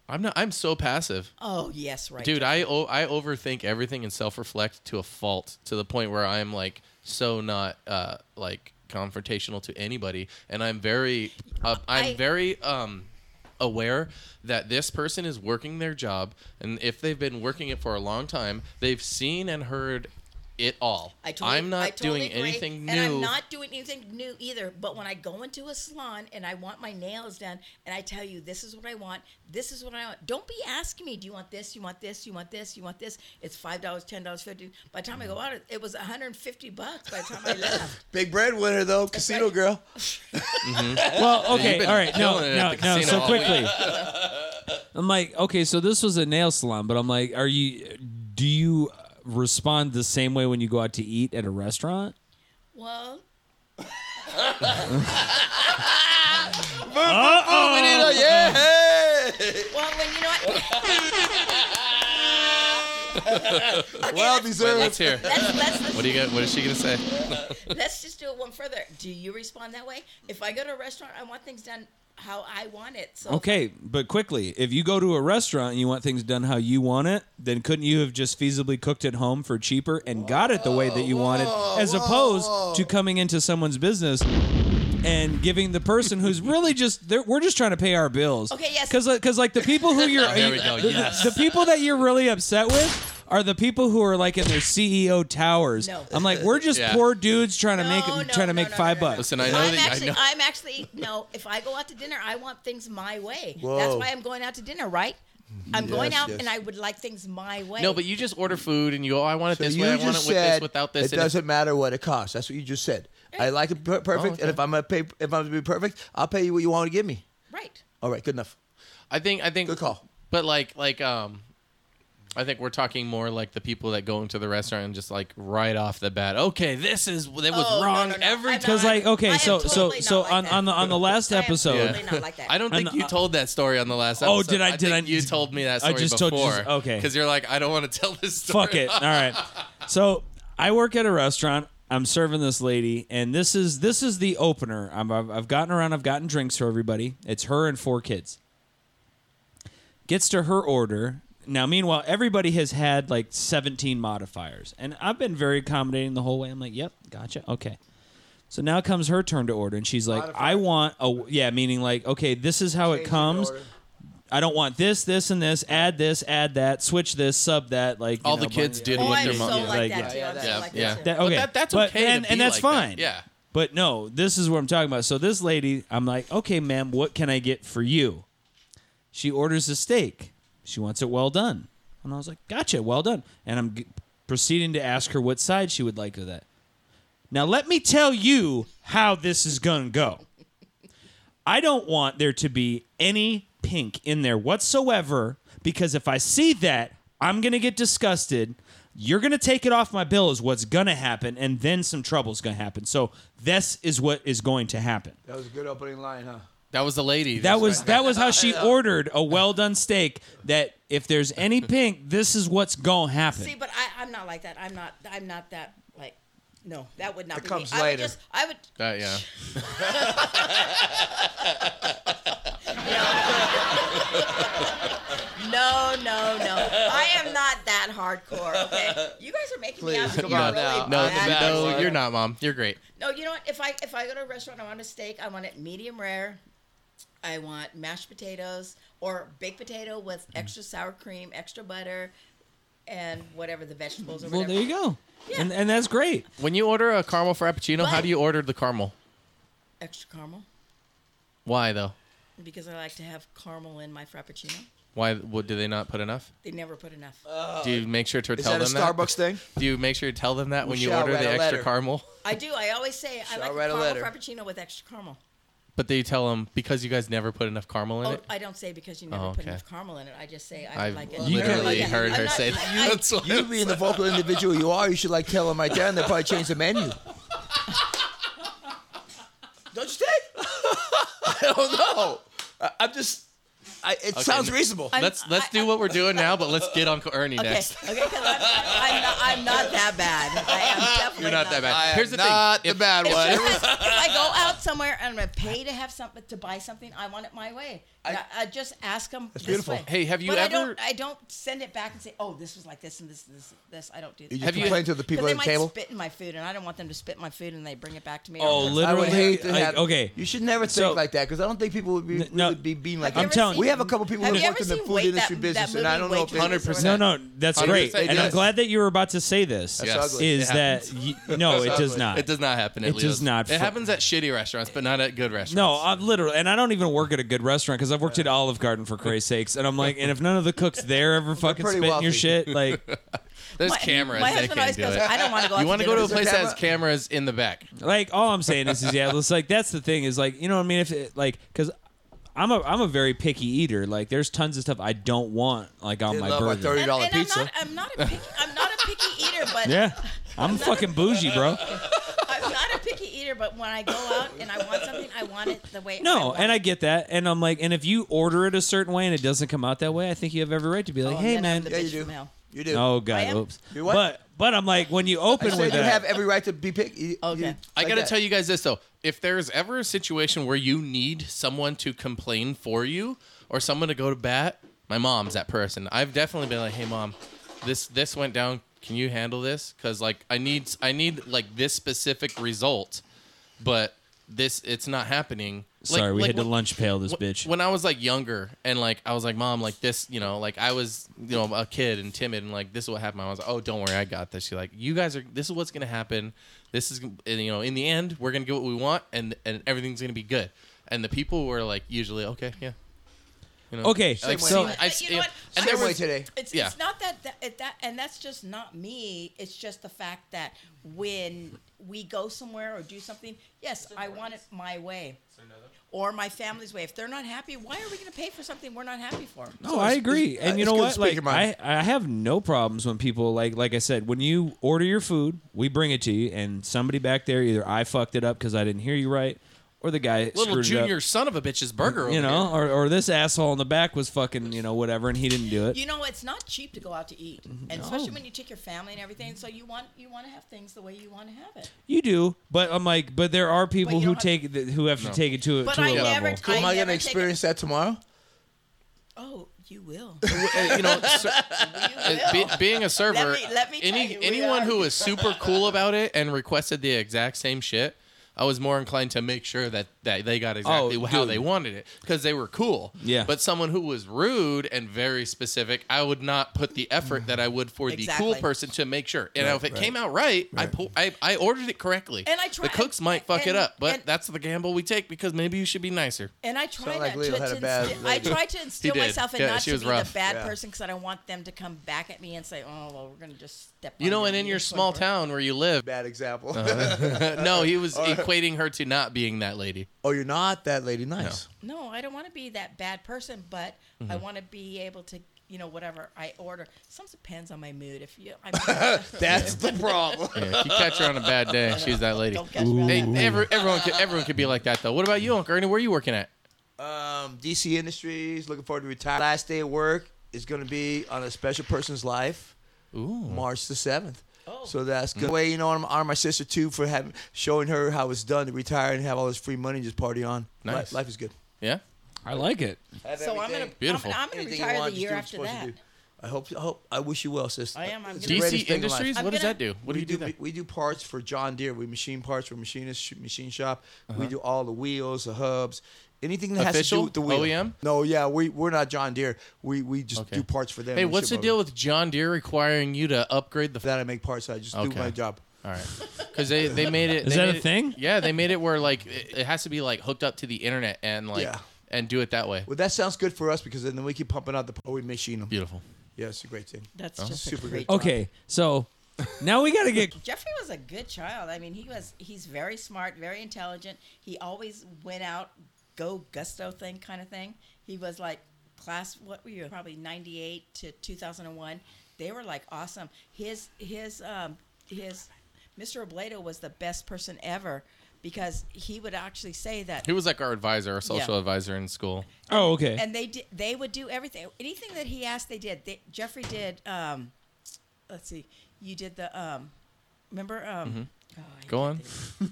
I'm not. I'm so passive,
Oh yes, right.
dude. I o- I overthink everything and self reflect to a fault to the point where I'm like so not uh like confrontational to anybody, and I'm very uh, I'm
I-
very um aware that this person is working their job, and if they've been working it for a long time, they've seen and heard it all.
I totally,
am not
I totally
doing
agree,
anything new.
and I'm not doing anything new either. But when I go into a salon and I want my nails done, and I tell you this is what I want, this is what I want. Don't be asking me, do you want this? You want this? You want this? You want this? It's five dollars, ten dollars, fifty. By the time I go out, it- it was 150 bucks. By the time I left,
Big breadwinner though, casino
right.
girl.
Well,
you've
okay,
been
all right, no,
killing it
no,
at the
no.
casino
So
all
quickly, I'm like, okay, so this was a nail salon, but I'm like, are you? Do you respond the same way when you go out to eat at a restaurant?
well, well, when you know what. Okay,
Well
Wait,
let's-
deserved.
let's hear.
let's- let's- let's-
What do you got? What is she gonna say?
Let's just do it one further. Do you respond that way? If I go to a restaurant, I want things done how I want it. So
Okay, but quickly, if you go to a restaurant and you want things done how you want it, then couldn't you have just feasibly cooked it home for cheaper and got it the way that you wanted, as opposed to coming into someone's business and giving the person who's really just they're, we're just trying to pay our bills.
Okay, yes.
Because because like the people who you're
There we go,
the- the-
yes.
the people that you're really upset with. Are the people who are like in their CEO towers?
No.
I'm like, we're just
Yeah.
poor dudes trying to make
No, no,
trying to
no,
make
no,
five
no, no, no.
bucks.
Listen, I know
I'm
that
actually,
I know.
am actually no. If I go out to dinner, I want things my way. That's
Whoa.
why I'm going out to dinner, right? I'm going
Yes,
out
yes.
and I would like things my way.
No, but you just order food and you go, oh, I want it
So
this
you
way, I
just
want it with
said
this, without this. and
It
it's-
doesn't matter what it costs. That's what you just said. I like it per- perfect,
Oh,
and if I'm gonna pay, if I'm gonna be perfect, I'll pay you what you want to give me.
right.
All right, good enough.
I think I think
Good call.
But like like um I think we're talking more like the people that go into the restaurant and just like right off the bat, okay, this is that was
Oh, no,
wrong
no, no.
every time.
I'm
Because
not-
like, okay,
I am
so so
totally
so
not like
on
that.
on the on the last
I am
episode,
totally not like that.
I don't
And
think you
I-
told that story on the last episode.
Oh, did I- did
think
I-
you told me that
I
story
just told you-
before.
okay.
Because you're like, I don't want to tell this story.
Fuck it. All right. So I work at a restaurant. I'm serving this lady, and this is this is the opener. I'm, I've, I've gotten around. I've gotten drinks for everybody. It's her and four kids. Gets to her order. Now, meanwhile, everybody has had like 17 modifiers, and I've been very accommodating the whole way. I'm like, "Yep, gotcha, okay." So now comes her turn to order, and she's like, "I want a yeah," meaning like, "Okay, this is how it comes." I don't want this, this, and this. Add this, add that. Switch this, sub that. Like you
All the
know,
kids
but-
did
Oh,
what
I'm
their
so
mom.
like,
like,
that
yeah.
too. I'm so
Yeah,
like
yeah.
that too.
That, okay,
But that, that's
But-
okay. to
and,
be
and that's
like that.
fine.
Yeah.
But no, this is what I'm talking about. So this lady, I'm like, okay, ma'am, what can I get for you? She orders a steak. She wants it well done, and I was like, gotcha, well done. And I'm g- proceeding to ask her what side she would like of that. Now let me tell you how this is gonna go. I don't want there to be any pink in there whatsoever because if I see that, I'm going to get disgusted. You're going to take it off my bill, is what's going to happen, and then some trouble's going to happen. So, this is what is going to happen.
That was a good opening line, huh?
That was the lady.
That was that was how she ordered a well done steak. That if there's any pink, this is what's gonna happen.
See, but I, I'm not like that. I'm not. I'm not that. Like, no, that would not
It
be
comes
me. I would
later.
just. I would.
That, yeah.
No, no, no. I am not that hardcore. Okay, you guys are making me out
Please,
to
come
be
on
really
now.
No,
bad.
back,
no,
Laura.
you're not, mom. You're great.
No, you know what? If I if I go to a restaurant, I want a steak. I want it medium rare. I want mashed potatoes or baked potato with extra sour cream, extra butter, and whatever the vegetables or
well,
whatever.
there you go, and and that's great.
When you order a caramel frappuccino, how
But-
do you order the caramel?
Extra caramel
Why though?
because I like to have caramel in my frappuccino.
Why what, do they not put enough?
They never put enough.
do you make sure to
Uh, Is
tell
that a
them that?
Starbucks thing?
Do you make sure to tell them that when you
shall
order
write
the
a
extra
letter.
caramel?
I do. I always say I
Shall I
like a
write a
caramel
letter?
frappuccino with extra caramel.
But they tell them because you guys never put enough caramel in
Oh,
it.
I don't say because you never
Oh,
put
okay.
enough caramel in it. I just say I
I've
like it.
literally
Yeah.
heard
I'm
her
not-
say
I-
that. That's why-
You being the vocal individual you are, you should like tell them right there, and they probably change the menu. Don't you think? I don't know. I, I'm just. I, it sounds reasonable.
I'm-
let's let's
I-
do what we're doing now, but let's get Uncle Ernie
Okay,
next.
okay, 'cause I'm, I'm, not, I'm not that bad. I am definitely
You're not that bad.
bad.
Here's the thing.
the bad
It's just that if I go somewhere and I'm gonna pay to have something to buy something. I want it my way. I, I, just ask them. That's
beautiful.
Hey, have you
but I
ever-
don't, I don't send it back and say, "Oh, this was like this and this this this." I don't do that.
You
Have
have
you-
you complain to the
'Cause
people
they
at the
might
table?
spit in my food, and I don't want them to spit in my food, and they bring it back to me.
Oh,
I've
I would
literally.
hate to
like,
have.
okay.
you should never think
So-
like that because I don't think people would be
N- no.
really be being like.
you
I'm
ever
telling-
seen-
we have a couple people
have
who
you
worked
ever
in the
seen
food
Wait,
industry
that,
business,
that
and I
movie,
don't know if they-
Waitress or
No,
100%.
whatever?
no, that's great,
100%
and I'm
yes.
glad that you were about to say this.
That's
Yes.
ugly.
Is
It
that y- no? It
That's
does
ugly.
not.
It does not happen. At
It does
Leo's.
not.
It happens at shitty restaurants, but not at good restaurants.
No, I'm literally, and I don't even work at a good restaurant because I've worked at Olive Garden for Christ's sakes, and I'm like, and if none of the cooks there ever fucking
pretty
spit in your
wealthy.
shit, like,
there's
My-
cameras.
My
they can't
husband always
do
goes,
it.
"I don't want to go." out
you want to
dinner
go to a
with
There's a
place that has
camera.
cameras in the back.
like all I'm saying is, is yeah, it's like that's the thing is like, you know what I mean? If it, like, because I'm a I'm a very picky eater. Like, there's tons of stuff I don't want like on
They
my
love our
burger.
thirty
And,
dollar
and
pizza.
I'm not, I'm not a picky, I'm not a picky eater, but
Yeah, I'm fucking bougie, bro.
I'm not a picky eater. But when I go out and I want something, I want it the way. I
No,
want
and
it.
I get that, and I'm like, and if you order it a certain way and it doesn't come out that way, I think you have every right to be like,
Oh,
hey
then I'm
man,
the
yeah, you
bitch
do.
from hell.
You do.
oh
I
god,
am-
oops.
You what?
But but I'm like, when you open
I said
with
you
that,
have every right to be picky.
Okay.
I gotta tell you guys this though. If there's ever a situation where you need someone to complain for you or someone to go to bat, my mom's that person. I've definitely been like, "Hey, mom, this this went down. Can you handle this? Because like I need I need like this specific result, but this it's not happening." Like-
sorry, we
like
had to
when-
lunch pail this
Wh-
bitch.
When I was like younger, and like I was like, "Mom, like this, you know, like I was, you know, a kid and timid, and like this is what happened." I was like, "Oh, don't worry, I got this." She's like, "You guys are. This is what's gonna happen. This is, and, you know, in the end, we're gonna get what we want, and and everything's gonna be good." And the people were like, usually, okay, yeah. You know?
Okay,
Like,
so-
seen-
But
I've
you
seen-
know what?
and
Same
there
way
was-
today.
It's,
Yeah.
it's not that, that it- that and that's just not me. It's just the fact that when we go somewhere or do something, yes, I want it my way or my family's way. If they're not happy, why are we going to pay for something we're not happy for?
No, Oh, I agree,
it's-
and you
it's
know
good to
what?
speak
Like,
your
I,
mind.
I have no problems when people like, like I said, when you order your food, we bring it to you, and somebody back there either I fucked it up because I didn't hear you right, or the guy
Little
screwed
junior
it up,
son of a bitch's burger, over
you know,
here.
or, or this asshole in the back was fucking, you know, whatever, and he didn't do it.
You know, it's not cheap to go out to eat, and especially when you take your family and everything. So you want you want to have things the way you want to have it.
You do, but I'm like, but there are people
you
who
don't have-
take th- who have to take it to, a-
But
to
I
a
never
level.
t-
Cool. Am I
never
gonna
take
experience that tomorrow?
Oh, you will.
Uh, you know, cer-
You
Uh,
will.
be, being a server,
Let me- let me
any,
tell you, we
anyone
are-
who was super cool about it and requested the exact same shit, I was more inclined to make sure that, that they got exactly
Oh,
how
dude.
they wanted it because they were cool.
Yeah.
But someone who was rude and very specific, I would not put the effort that I would for the
Exactly.
cool person to make sure. And if it came out right, I, pu- I I ordered it correctly.
And I
The
tried-
cooks might
and-
fuck it
and-
up, but
and-
that's the gamble we take because maybe you should be nicer.
And I try
Sound
not
like
to,
Leo
to
had a
instill,
bad
I
night.
try to instill
did.
myself and
Yeah,
not
she
to
was
be
rough.
the bad
Yeah.
person because I don't want them to come back at me and say, "Oh, well, we're gonna just step."
You
on
know,
you
and in
you
your
just
small
went for it."
town where you live,
Bad example.
no, he was equating her to not being that lady.
oh, you're not that lady. Nice.
No, I don't want to be that bad person, but I want to be able to, you know, whatever I order. Some depends on my mood. If you, I mean,
That's the problem.
Yeah, if you catch her on a bad day, she's that lady.
don't catch me on
Hey,
that one.
every, everyone, could, everyone could be like that though. What about you, Uncle Ernie? Where are you working at?
Um, DC Industries looking forward to retire. Last day of work is going to be on a special person's life,
Ooh,
March the seventh.
Oh.
So that's good. Way you know, I'm honor my sister too for having showing her how it's done to retire and have all this free money and just party on. Li-
Nice.
life is good.
yeah.
I like it.
so I'm gonna,
Beautiful.
I'm, I'm gonna
Anything you
retire
want,
the
just do
year
what
after
you're supposed
that.
to do. I hope. I hope. I wish you well, sis.
I am, I'm
It's
gonna-
the greatest
DC
thing in life.
Industries.
I'm
What does
gonna-
that do? What do
we
you do? there?
We, we do parts for John Deere. We machine parts for machinists, sh- machine shop. We do all the wheels, the hubs, anything that has to
Uh-huh. Official? E
do with the wheel.
OEM?
No, yeah, we we're not John Deere. We we just do parts for them.
Hey,
and
what's the
ship
deal
over.
with John Deere requiring you to upgrade the? F-
that? I make parts. I just do
Okay.
my job.
All right, because they they made it.
Is
they
that a
made it-
thing?
yeah, they made it where like it, it has to be like hooked up to the internet and like
Yeah.
and do it that way.
Well, that sounds good for us because then we keep pumping out the oh, we machine them. Yeah,
Beautiful.
it's a great thing.
That's just
Super
a
good.
great job.
Okay, so now we gotta get.
Jeffrey was a good child. I mean, he was he's very smart, very intelligent. He always went out go gusto thing kind of thing. He was like class what were you probably 98 to 2001. They were like awesome. His his um his Mr. Oblato was the best person ever because he would actually say that
He was like our advisor, our social
Yeah.
advisor in school.
Oh, okay.
and they did, they would do everything anything that he asked they did they,
Mm-hmm.
jeffrey did um let's see you did the um remember um
Go on.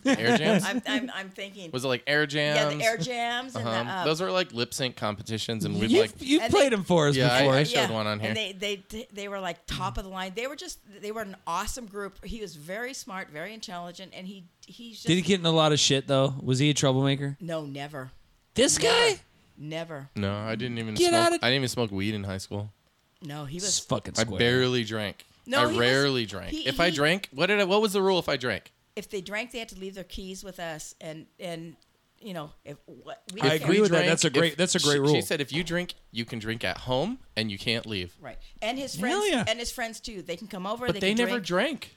Air jams.
I'm, I'm, I'm thinking.
Was it like air jams?
yeah, the air jams and
Um,
the uh,
those are like lip sync competitions, and we'd
You've,
like
you've
and
played
they-
them for us
Yeah, I-
before.
I showed one on here.
And they they they were like top of the line. They were just they were an awesome group. He was very smart, very intelligent, and he he's just
Did he get in a lot of shit though? Was he a troublemaker?
no never
This guy?
never
no, I didn't even
Get
smoke.
out of-
I didn't even smoke weed in high school.
no he
This
was
fucking
I
square.
barely drank.
No, he
I
was-
rarely drank.
he-
if I
he-
drank, what did I? What was the rule if I drank?
if they drank they had to leave their keys with us and and you know if what we
I
didn't
agree
care.
with that. That's a great- that's a great
she,
rule.
She said if you drink, you can drink at home and you can't leave.
right and his
Hell
friends
yeah.
and his friends too. They can come over.
But
they,
they,
can
never
drink.
drank.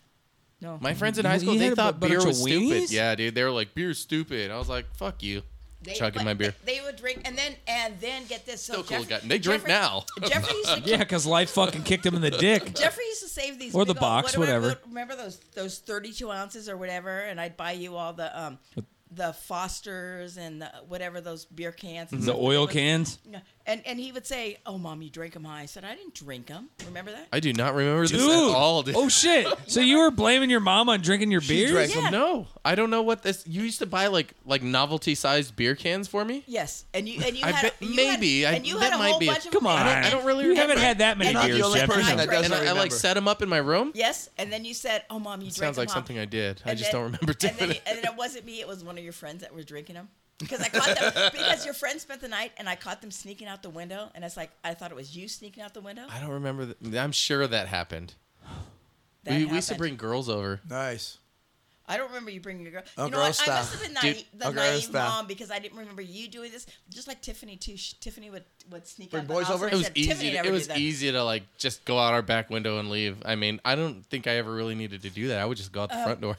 No,
My friends in
You-
high
you
school, they
had a
thought
bu- bunch
beer
of
was
weenies?
stupid. Yeah, dude, they were like beer's stupid. I was like, fuck you,
They-
chugging
but
my beer.
They, they would drink and then and then get this. So
Still cool
Jeffrey-
guy. They drink
Jeffrey-
now.
Jeffrey used to
Yeah, because life fucking kicked him in the dick.
Jeffrey used to save these
Or the
big old-
box, whatever.
Remember those those thirty two ounces or whatever, and I'd buy you all the um the Fosters and the whatever those beer cans. And
The
stuff.
oil
But-
cans.
Yeah. And and he would say, "Oh, mom, you drink them high." I said, "I didn't drink them." Remember that?
I do not remember
Dude.
this at all. Dude.
Oh shit. So you were blaming your mom on drinking your
She
beer?
drank
Yeah.
No, I don't know what this. You used to buy like like novelty sized beer cans for me.
yes. And you and you
I
had
bet
a, you
maybe.
had,
I-
and you
that
had a
might
whole
be it.
bunch of
Come on.
And,
I don't really
You haven't
remember.
had that many
You're not the
beers,
only
Jeffrey.
person that
drink.
doesn't
and I, I like
remember.
set them up in my room.
yes, and then you said, "Oh, mom, you drink
Sounds
'em
like
high."
something I did. I
And
just
then-
don't remember doing
and then,
it.
and then it wasn't me; it was one of your friends that was drinking them. Because I caught them. because your friend spent the night, and I caught them sneaking out the window. And it's like I thought it was you sneaking out the window.
I don't remember. That. I'm sure that happened.
That
we, we used to
happened.
bring girls over.
Nice.
I don't remember you bringing your girl.
Oh,
you know
girl,
what? I
stop.
must have been
Dude,
naive, the
oh, girl,
naive
stop.
mom because I didn't remember you doing this. Just like Tiffany too. Sh- Tiffany would, would sneak
Bring
out
boys
the house
over?
and
It
I
was
said,
easy.
Tiffany
To,
never
it
did
was
that.
easy to like just go out our back window and leave. I mean, I don't think I ever really needed to do that. I would just go
Uh,
out the front door.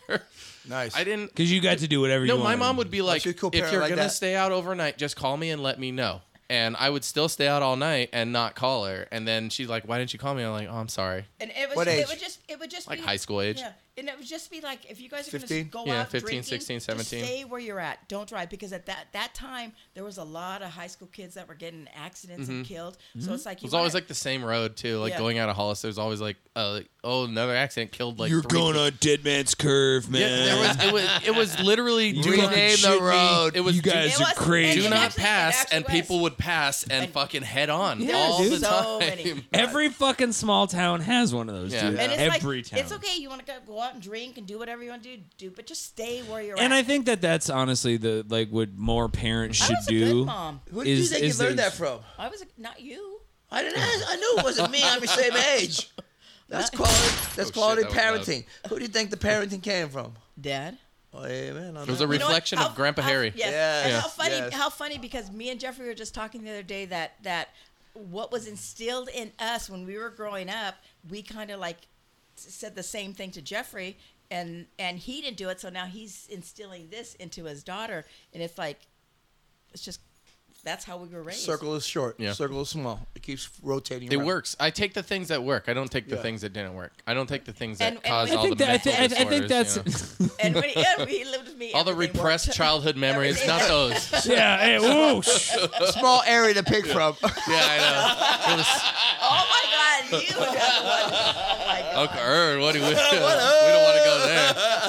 Nice.
I didn't.
Because you got to do whatever you
No,
wanted.
my mom would be like,
she's a cool
if
parent
you're
like
gonna
that."
stay out overnight, just call me and let me know. And I would still stay out all night and not call her. And then she's like, why didn't you call me? I'm like, oh, I'm sorry.
And it was
What
it
age?
would just it would just
Like
be,
high school age.
Yeah, and it would just be like if you guys are going
15?
to go
Yeah,
out
15,
drinking,
16,
just
17.
stay where you're at. Don't drive because at that that time there was a lot of high school kids that were getting in accidents and killed.
Mm-hmm.
So it's like
Mm-hmm. It
you
was always
wanna-
like the same road too. Like
Yeah.
going out of Hollis, there's always like, uh, like, oh, another accident killed like. three people.
on Dead Man's Curve,
Yeah, there was it was it was literally do
fucking
not name
shoot
the
me.
road. It was
You guys
It
are
was-
crazy.
do, do
It
not
actually- it
pass,
actually
and
was.
people would pass and,
And-
fucking head on
Yeah,
all
dude.
the
So
time.
many.
Every fucking small town has one of those,
Yeah.
dude.
And it's
Every
like,
town.
It's okay. You want to go, go out and drink and do whatever you want to do, do, but just stay where you're
And
at.
I think that that's honestly the like what more parents
I
should
was a
do.
good mom.
Who did you
Is-
think you
is
learned
there's-
that from?
I was a, not you.
I didn't ask. I knew it wasn't me. I'm the same age. That's quality. That's
Oh, shit,
quality
that was loud.
parenting. Who do you think the parenting came from?
Dad.
Oh, amen.
It was a
You know what?
reflection
How-
of Grandpa
how-
Harry.
Yes.
Yes,
And how
yes.
funny!
yes.
How funny because me and Jeffrey were just talking the other day that that what was instilled in us when we were growing up, we kind of like s- said the same thing to Jeffrey, and and he didn't do it, so now he's instilling this into his daughter, and it's like it's just that's how we were raised.
Circle is short.
Yeah.
Circle is small. It keeps rotating.
It
around.
works. I take the things that work. I don't take the
Yeah.
things that didn't work. I don't take the things
And-
that
and
cause
we-
I
all the
think that I,
mental
think I, I think
disorders,
that's
you know?
And we, yeah, he lived with me.
all the
everything
repressed
worked.
childhood memories.
Everything
Not
worked.
those. Yeah,
yeah, hey, whoosh.
Small area to pick from.
I know. It was-
Oh my God! You. have one. Oh my God!
Uncle Ern, er, what do we? we don't
er?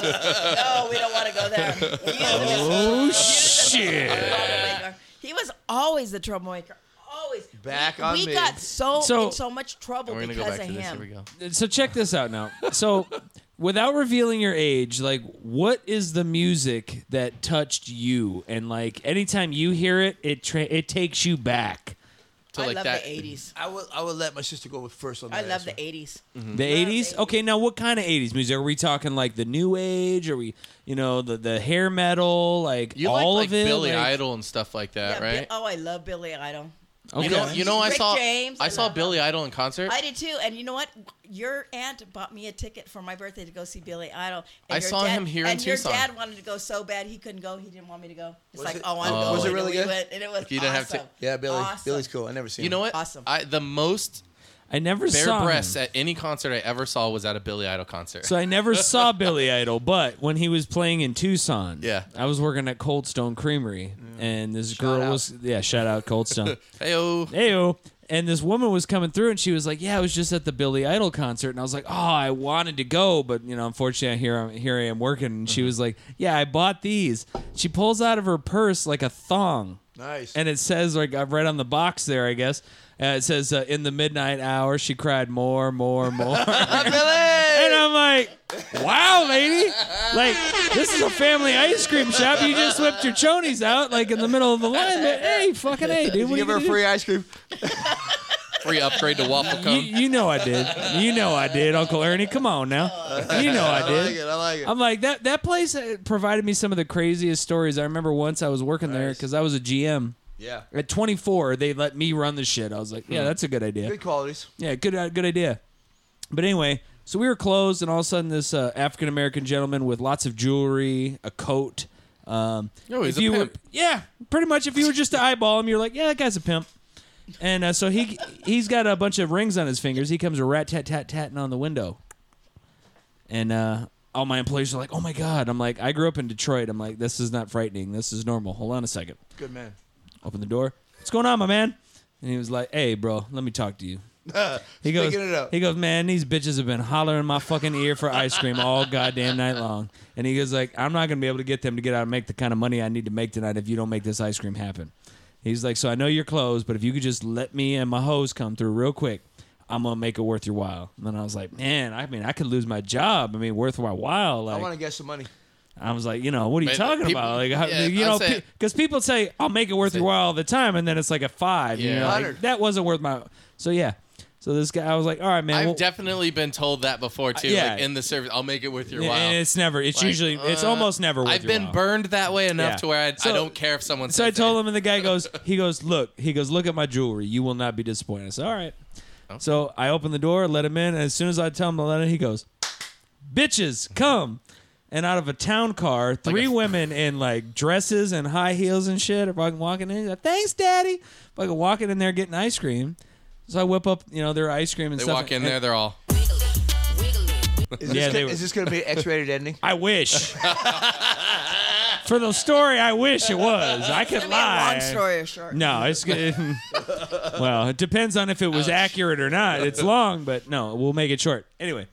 want to go there.
No, we don't want to go there. You-
Oh shit.
troublemaker. He was always the troublemaker. Always.
Back
we,
on
we
me.
got so
So-
in so much trouble
We're gonna
because
go back
of
to this. Here
him.
we go.
So check this out now. So without revealing your age, like what is the music that touched you and like anytime you hear it, it tra- it takes you back.
So
I
like
love
that.
the '80s.
I will. I will let my sister go with first on that.
I love
answer.
the '80s.
Mm-hmm.
The eighties?
80s.
Okay, now what kind of eighties music? Are we talking like the new age? Are we you know, the the hair metal, like
You
all
like,
of
like
it?
Billy
like-
Idol and stuff like
Yeah,
that,
Bi-
right?
oh, I love Billy Idol.
Okay.
You know, you know, I
Rick
saw
James,
I
I
saw
love
Billy Idol in concert.
I did too. And you know what? Your aunt bought me a ticket for my birthday to go see Billy Idol. And
I
your
saw
dad-
him here in
and your
Tucson.
dad wanted to go so bad he couldn't go. He didn't want me to go. It's
Was
like,
it-
oh, I'm
Oh.
going.
Was it
And
really
we
good?
went, and it was
You didn't have
awesome.
to-
Yeah, Billy.
Awesome.
Billy's cool. I never seen.
you know
him.
what?
Awesome.
I, the most
I never
bare
saw
breasts
him.
at any concert I ever saw was at a Billy Idol concert.
So I never saw Billy Idol, but when he was playing in Tucson,
Yeah.
I was working at Cold Stone Creamery, and this girl
out.
was yeah, shout out Cold Stone,
hey, oh,
heyo, and this woman was coming through, and she was like, "Yeah, I was just at the Billy Idol concert," and I was like, "Oh, I wanted to go, but you know, unfortunately, here I'm here I am working." And she was like, "Yeah, I bought these." She pulls out of her purse like a thong.
Nice.
And it says like I've read on the box there, I guess. Uh, it says uh, in the midnight hour, she cried more, more, more. And I'm like, wow, lady. Like, this is a family ice cream shop. You just whipped your chonies out, like, in the middle of the line. But, hey, fucking hey, dude.
you
What
give
are
her
you
free ice cream.
Free upgrade to waffle
gonna do?
cone.
You, you know I did. You know I did, Uncle Ernie. Come on now. You know I
I like
did.
it. I like it.
I'm like that. That place uh, provided me some of the craziest stories. I remember once I was working there because I was a GM.
yeah.
At 24, they let me run the shit. I was like,
Hmm.
yeah, that's a good idea.
Good qualities.
Yeah, good uh, good idea. But anyway, so we were closed, and all of a sudden, this uh, African American gentleman with lots of jewelry, a coat. Um,
Oh, he's
if
a
you were-
pimp.
yeah, pretty much. If you were just to eyeball him, you're like, yeah, that guy's a pimp. And uh, so he he's got a bunch of rings on his fingers. He comes rat tat tat tatting on the window, and uh, all my employees are like, "Oh my god!" I'm like, "I grew up in Detroit. I'm like, this is not frightening. This is normal." Hold on a second
Good man.
open the door. What's going on, my man? And he was like, "Hey, bro, let me talk to you." he goes,
Speaking it up.
he goes, man, these bitches have been hollering in my fucking ear for ice cream all goddamn night long. And he goes like, I'm not gonna be able to get them to get out and make the kind of money I need to make tonight if you don't make this ice cream happen. He's like, so I know you're closed, but if you could just let me and my hoes come through real quick, I'm gonna make it worth your while. And then I was like, man, I mean, I could lose my job. I mean, worth my while.
I
Like,
want to get some money.
I was like, you know, what are you
Man,
talking
people-
about? Like, how,
yeah,
you
I'd
know,
say-
because people say I'll make it worth your while all the time, and then it's like a five. you
Yeah.
know, like,
Hundred.
that wasn't worth my. So yeah, so this guy, I was like, all right, man.
I've
well-
definitely been told that before too.
Yeah.
Like in the service, I'll make it worth your
and
while.
it's never. It's
Like,
usually. it's
uh,
almost never. Worth
I've
your
been
while.
burned that way enough
Yeah.
to where I,
So-
I don't care if someone.
So
says
I told
it.
him, and the guy goes, he goes, look, he goes, look at my jewelry. You will not be disappointed. I said, all right. So I opened the door, let him in, and as soon as I tell him to let in, he goes, bitches, come. And out of a town car, three women in like dresses and high heels and shit are fucking walking in. He's like, Thanks, daddy. Fucking walking in there getting ice cream. So I whip up, you know, their ice cream and
They
stuff.
walk in
and-
there, they're all.
Is this,
Yeah,
gonna-
they were-
is this going to be an X-rated ending?
I wish. For the story, I wish it was. I could lie.
Long story or short.
No, it's good. well, it depends on if it was accurate or not. It's long, but no, we'll make it short. Anyway,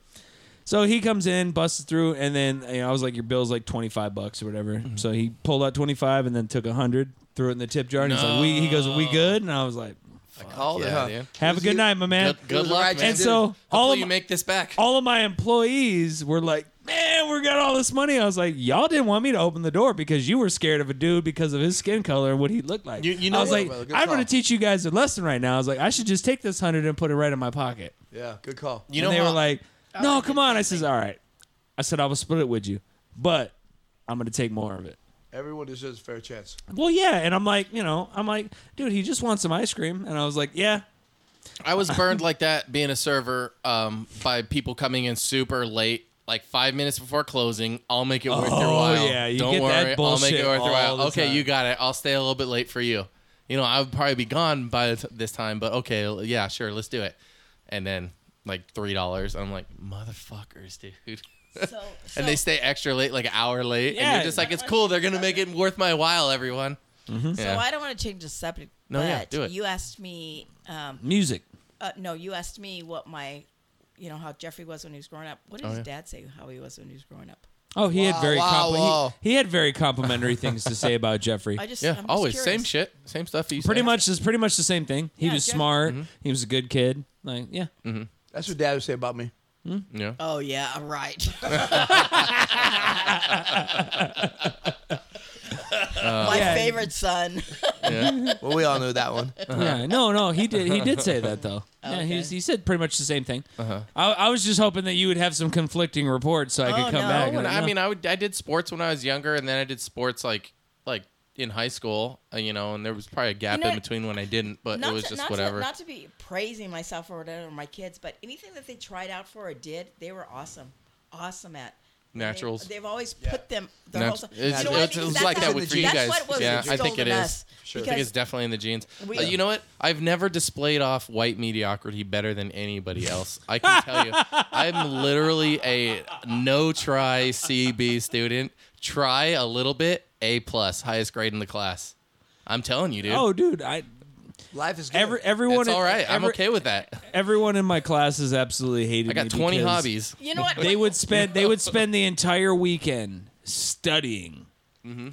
so he comes in, busts through, and then you know, I was like, "Your bill's like twenty five bucks or whatever." So he pulled out twenty five and then took a hundred, threw it in the tip jar, and he's like, "We," he goes, "We good?" And I was like,
Called it,
yeah,
huh?
dude.
"Have a
Was
good
he-
night, my man."
Good, good
the right
luck, man.
and so all
Hopefully
of
you
my,
make this back.
all of my employees were like, "Man, we got all this money." I was like, "Y'all didn't want me to open the door because you were scared of a dude because of his skin color and what he looked like."
You- you
I
know
was
what?
like,
Well, good
"I'm
call.
going to teach you guys a lesson right now." I was like, "I should just take this hundred and put it right in my pocket."
Yeah, good call.
you
and
know
they
how-
were like, "No, come on." I says, "All right." I said, "I will split it with you, but I'm going to take more of it."
Everyone deserves a fair chance.
Well, yeah, and I'm like, you know, I'm like, dude, he just wants some ice cream, and I was like, yeah,
I was burned like that being a server um, by people coming in super late, like five minutes before closing. I'll make it worth your
Oh,
while.
yeah, you
Don't
get
worry,
that
I'll make
bullshit
it worth
all
your while.
the
Okay,
time.
you got it. I'll stay a little bit late for you. You know, I would probably be gone by th- this time, but okay, l- yeah, sure, let's do it. And then like three dollars, I'm like, motherfuckers, dude.
So, so
And they stay extra late, like an hour late, and
Yeah.
you're just like, it's cool. They're gonna make it worth my while, everyone.
Mm-hmm.
Yeah.
So I don't want to change the subject.
No,
but
yeah, do it.
You asked me. Um,
music.
uh, no, you asked me what my, you know, how Jeffrey was when he was growing up. What did
Oh,
his dad say? How he was when he was growing up?
Oh, he had
Wow,
very
wow,
compli- he-
wow.
He, had very complimentary things to say about Jeffrey.
I just
yeah,
I'm just
always
curious.
same shit, same stuff. You
pretty
say.
much is pretty much the same thing. He
Yeah,
was
Jeff-
smart.
Mm-hmm.
He was a good kid. Like yeah,
That's what Dad would say about me.
Yeah.
Oh yeah, right. My
Yeah.
favorite son.
Well, we all know that one.
Mm-hmm.
yeah. No, no, he did. He did say that though. Yeah,
Oh, Okay.
he, was- he said pretty much the same thing.
Uh-huh.
I, I was just hoping that you would have some conflicting reports so I could
Oh,
come
no.
back.
when
Like,
I
no.
mean, I would I did sports when I was younger, and then I did sports like like in high school, uh, you know, and there was probably a gap
You know,
in between when I didn't, but it was just
not
whatever.
To, not to be praising myself or whatever, or my kids, but anything that they tried out for or did, they were awesome, awesome at. And they-
Naturals.
they've always put them. Their
Nat-
whole self-
it's-
you know what I mean?
it's- it was
That's
like
what-
that with
that's
you guys.
what was
Yeah, I think it
stolen
is.
us,
Sure. I
I think
because
it's definitely in the genes.
We-
But you know what? I've never displayed off white mediocrity better than anybody else. I can tell you, I'm literally a no try CB student. Try a little bit, A plus, highest grade in the class. I'm telling you, dude.
oh, dude, I
Life is good.
Every, everyone,
That's all right. I'm
every-
okay with that.
Everyone in my classes absolutely hated.
I got
me
20
because
hobbies.
You know what?
They would spend. They would spend the entire weekend studying.
Mm-hmm.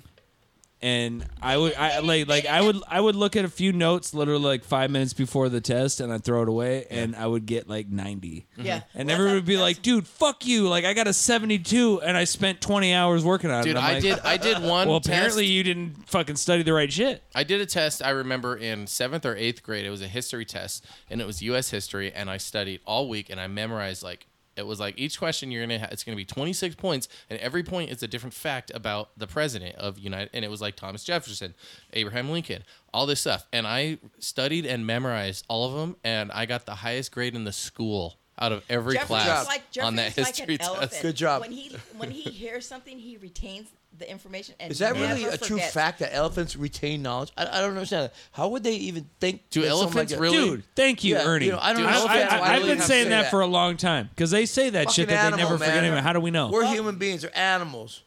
And I would, I like, like I would, I would look at a few notes literally like five minutes before the test, and I'd throw it away, and I would get like ninety.
Mm-hmm. Yeah.
And
Well,
everyone
that-
would be
that's-
like, "Dude, fuck you! Like, I got a seventy-two, and I spent twenty hours working on it."
Dude,
And I'm
I
like,
did. I did one.
Well,
test.
apparently you didn't fucking study the right shit.
I did a test. I remember in seventh or eighth grade, it was a history test, and it was U.S. history, and I studied all week, and I memorized like it was like each question you're gonna ha- it's gonna be 26 points, and every point is a different fact about the president of United, and it was like Thomas Jefferson, Abraham Lincoln, all this stuff, and I studied and memorized all of them, and I got the highest grade in the school out of every
Jeffrey's
class
like,
on that
Jeffrey's like an
history test.
elephant.
Good job.
When he when he hears something, he retains the information and
Is that really
never
a true
forgets.
fact that elephants retain knowledge? I, I don't understand that. How would they even think?
Do
that something
elephants
like that-
really-
Dude, thank you,
Yeah,
Ernie.
you know, I don't
Dude,
I,
know.
elephants
if
I,
why
I, have
would
been
they
saying
say
that, for a long time because they say that shit
Fucking
that they
animal,
never forget.
man.
Anymore. How do we know?
We're human beings. We're animals.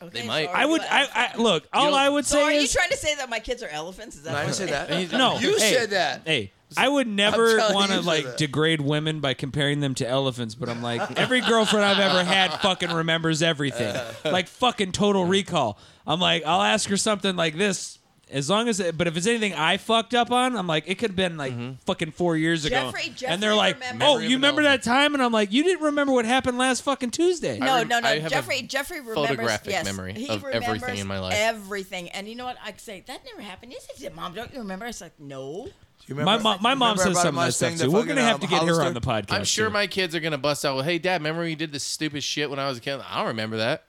Okay,
They might.
so are
I
you
would.
an
I, I look. All
don't-
I would
So are
say
you
is
trying to say that my kids are elephants? Is that
No, I
what
didn't say that.
no.
You
hey,
said that.
Hey. I would never
telling
want
you
to
said
like
that.
degrade women by comparing them to elephants, but I'm like every girlfriend I've ever had fucking remembers everything,
Uh.
like fucking Total Recall. I'm like I'll ask her something like this as long as, it, but if it's anything I fucked up on, I'm like it could have been like
Mm-hmm.
fucking four years ago,
Jeffrey-
and they're
Jeffrey
like,
remembers-
oh,
Memory of
you
an
remember that
elephant.
time, and I'm like you didn't remember what happened last fucking Tuesday.
I
No,
rem-
no,
I
no.
have a
Jeffrey, Jeffrey remembers.
photographic
yes,
memory
he
of everything
remembers
in my life.
Everything, and you know what? I say that never happened. Yes, it did, Mom. Don't you remember? It's like no.
You
My
remember-
mom, my
you
mom
remember
says
about
some of
my
that stuff
thing,
too.
the
We're gonna
fucking,
have to
um,
get her on
Hollister?
the podcast.
I'm sure
too.
my kids are gonna bust out. Well, hey, Dad, remember you did this stupid shit when I was a kid? I don't remember that.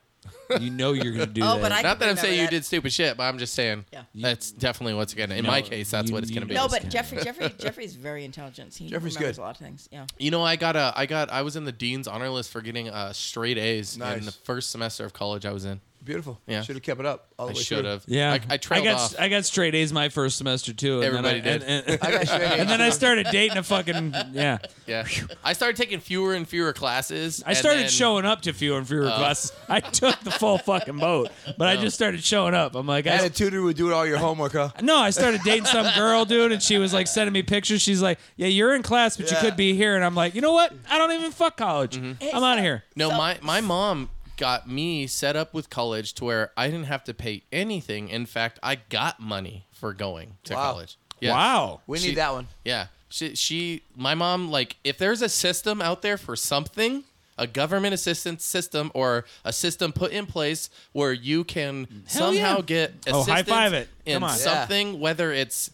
you know you're gonna do
Oh,
that.
but I
Not that I'm
remember
saying you
that.
did stupid shit, but I'm just saying
Yeah.
that's definitely what's gonna. In my
No,
case, that's
you
what it's gonna
need
be.
to-
No,
Yes,
but
Karen.
Jeffrey, Jeffrey, Jeffrey's very intelligent. He
Jeffrey's
remembers
good.
a lot of things. Yeah.
You know, I got a, I got, I was in the dean's honor list for getting uh, straight A's in
Nice.
the first semester of college I was in.
Beautiful.
Yeah.
Should have kept it up.
Oh,
All the
I
way
should
through.
have.
yeah,
I, I trailed
got
off.
I got straight A's my first semester too. And
Everybody
then I,
did.
And, and-
I got straight A's.
and then I started dating a fucking yeah.
yeah, I started taking fewer and fewer classes.
I
and
started
then- Oh.
showing up to fewer and fewer classes. I took the full fucking boat, but I just started showing up. I'm like,
And
I,
a tutor would do all your homework, huh?
no, I started dating some girl, dude, and she was like sending me pictures. She's like, yeah, you're in class, but you
Yeah.
could be here. And I'm like, you know what? I don't even fuck college.
Mm-hmm.
I'm out of here.
No,
So-
my my mom got me set up with college to where I didn't have to pay anything. In fact, I got money for going to
Wow.
college. Yes.
Wow.
We
She-
need that one.
Yeah. She, she, my mom, like, if there's a system out there for something, a government assistance system or a system put in place where you can
Hell yeah.
somehow get
Oh,
assistance
high five it.
in
Come on. Yeah.
something, whether it's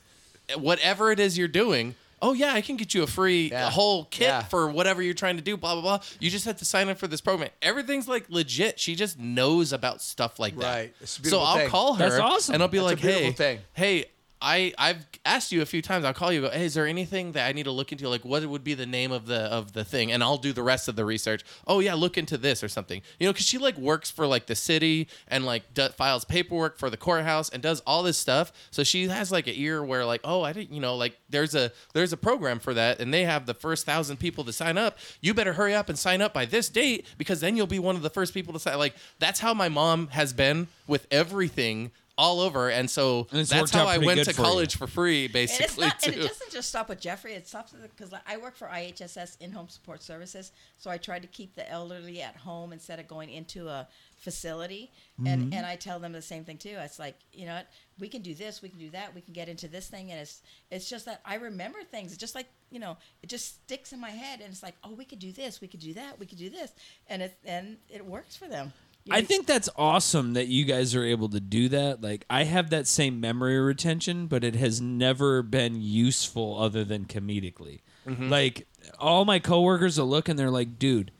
whatever it is you're doing. Oh yeah, I can get you a free
Yeah.
a whole kit
Yeah.
for whatever you're trying to do. Blah blah blah. You just have to sign up for this program. Everything's like legit. She just knows about stuff like that.
Right. It's
so
a beautiful
I'll
thing.
call her.
That's awesome.
And I'll be
That's a
like,
beautiful
hey,
thing.
hey, I I've asked you a few times. I'll call you. Go, hey, is there anything that I need to look into? Like, what would be the name of the of the thing? And I'll do the rest of the research. Oh yeah, look into this or something. You know, because she like works for like the city and like d- files paperwork for the courthouse and does all this stuff. So she has like an ear where like, oh, I didn't. You know, like there's a there's a program for that, and they have the first thousand people to sign up. You better hurry up and sign up by this date because then you'll be one of the first people to sign. Like that's how my mom has been with everything. All over, and so
And it's
that's
worked
how
out
I
pretty
went
good
to
for you.
college for free,
And it's
basically.
not, and it
too.
doesn't just stop with Jeffrey. It stops because like, I work for IHSS in home support services, so I tried to keep the elderly at home instead of going into a facility.
Mm-hmm.
And and I tell them the same thing too. It's like you know what we can do this, we can do that, we can get into this thing, and it's it's just that I remember things. It's just like you know, it just sticks in my head, and it's like oh, we could do this, we could do that, we could do this, and it and it works for them. You
I
know,
think that's awesome that you guys are able to do that. Like I have that same memory retention, but it has never been useful other than comedically. Like all my coworkers will look and they're like, "Dude,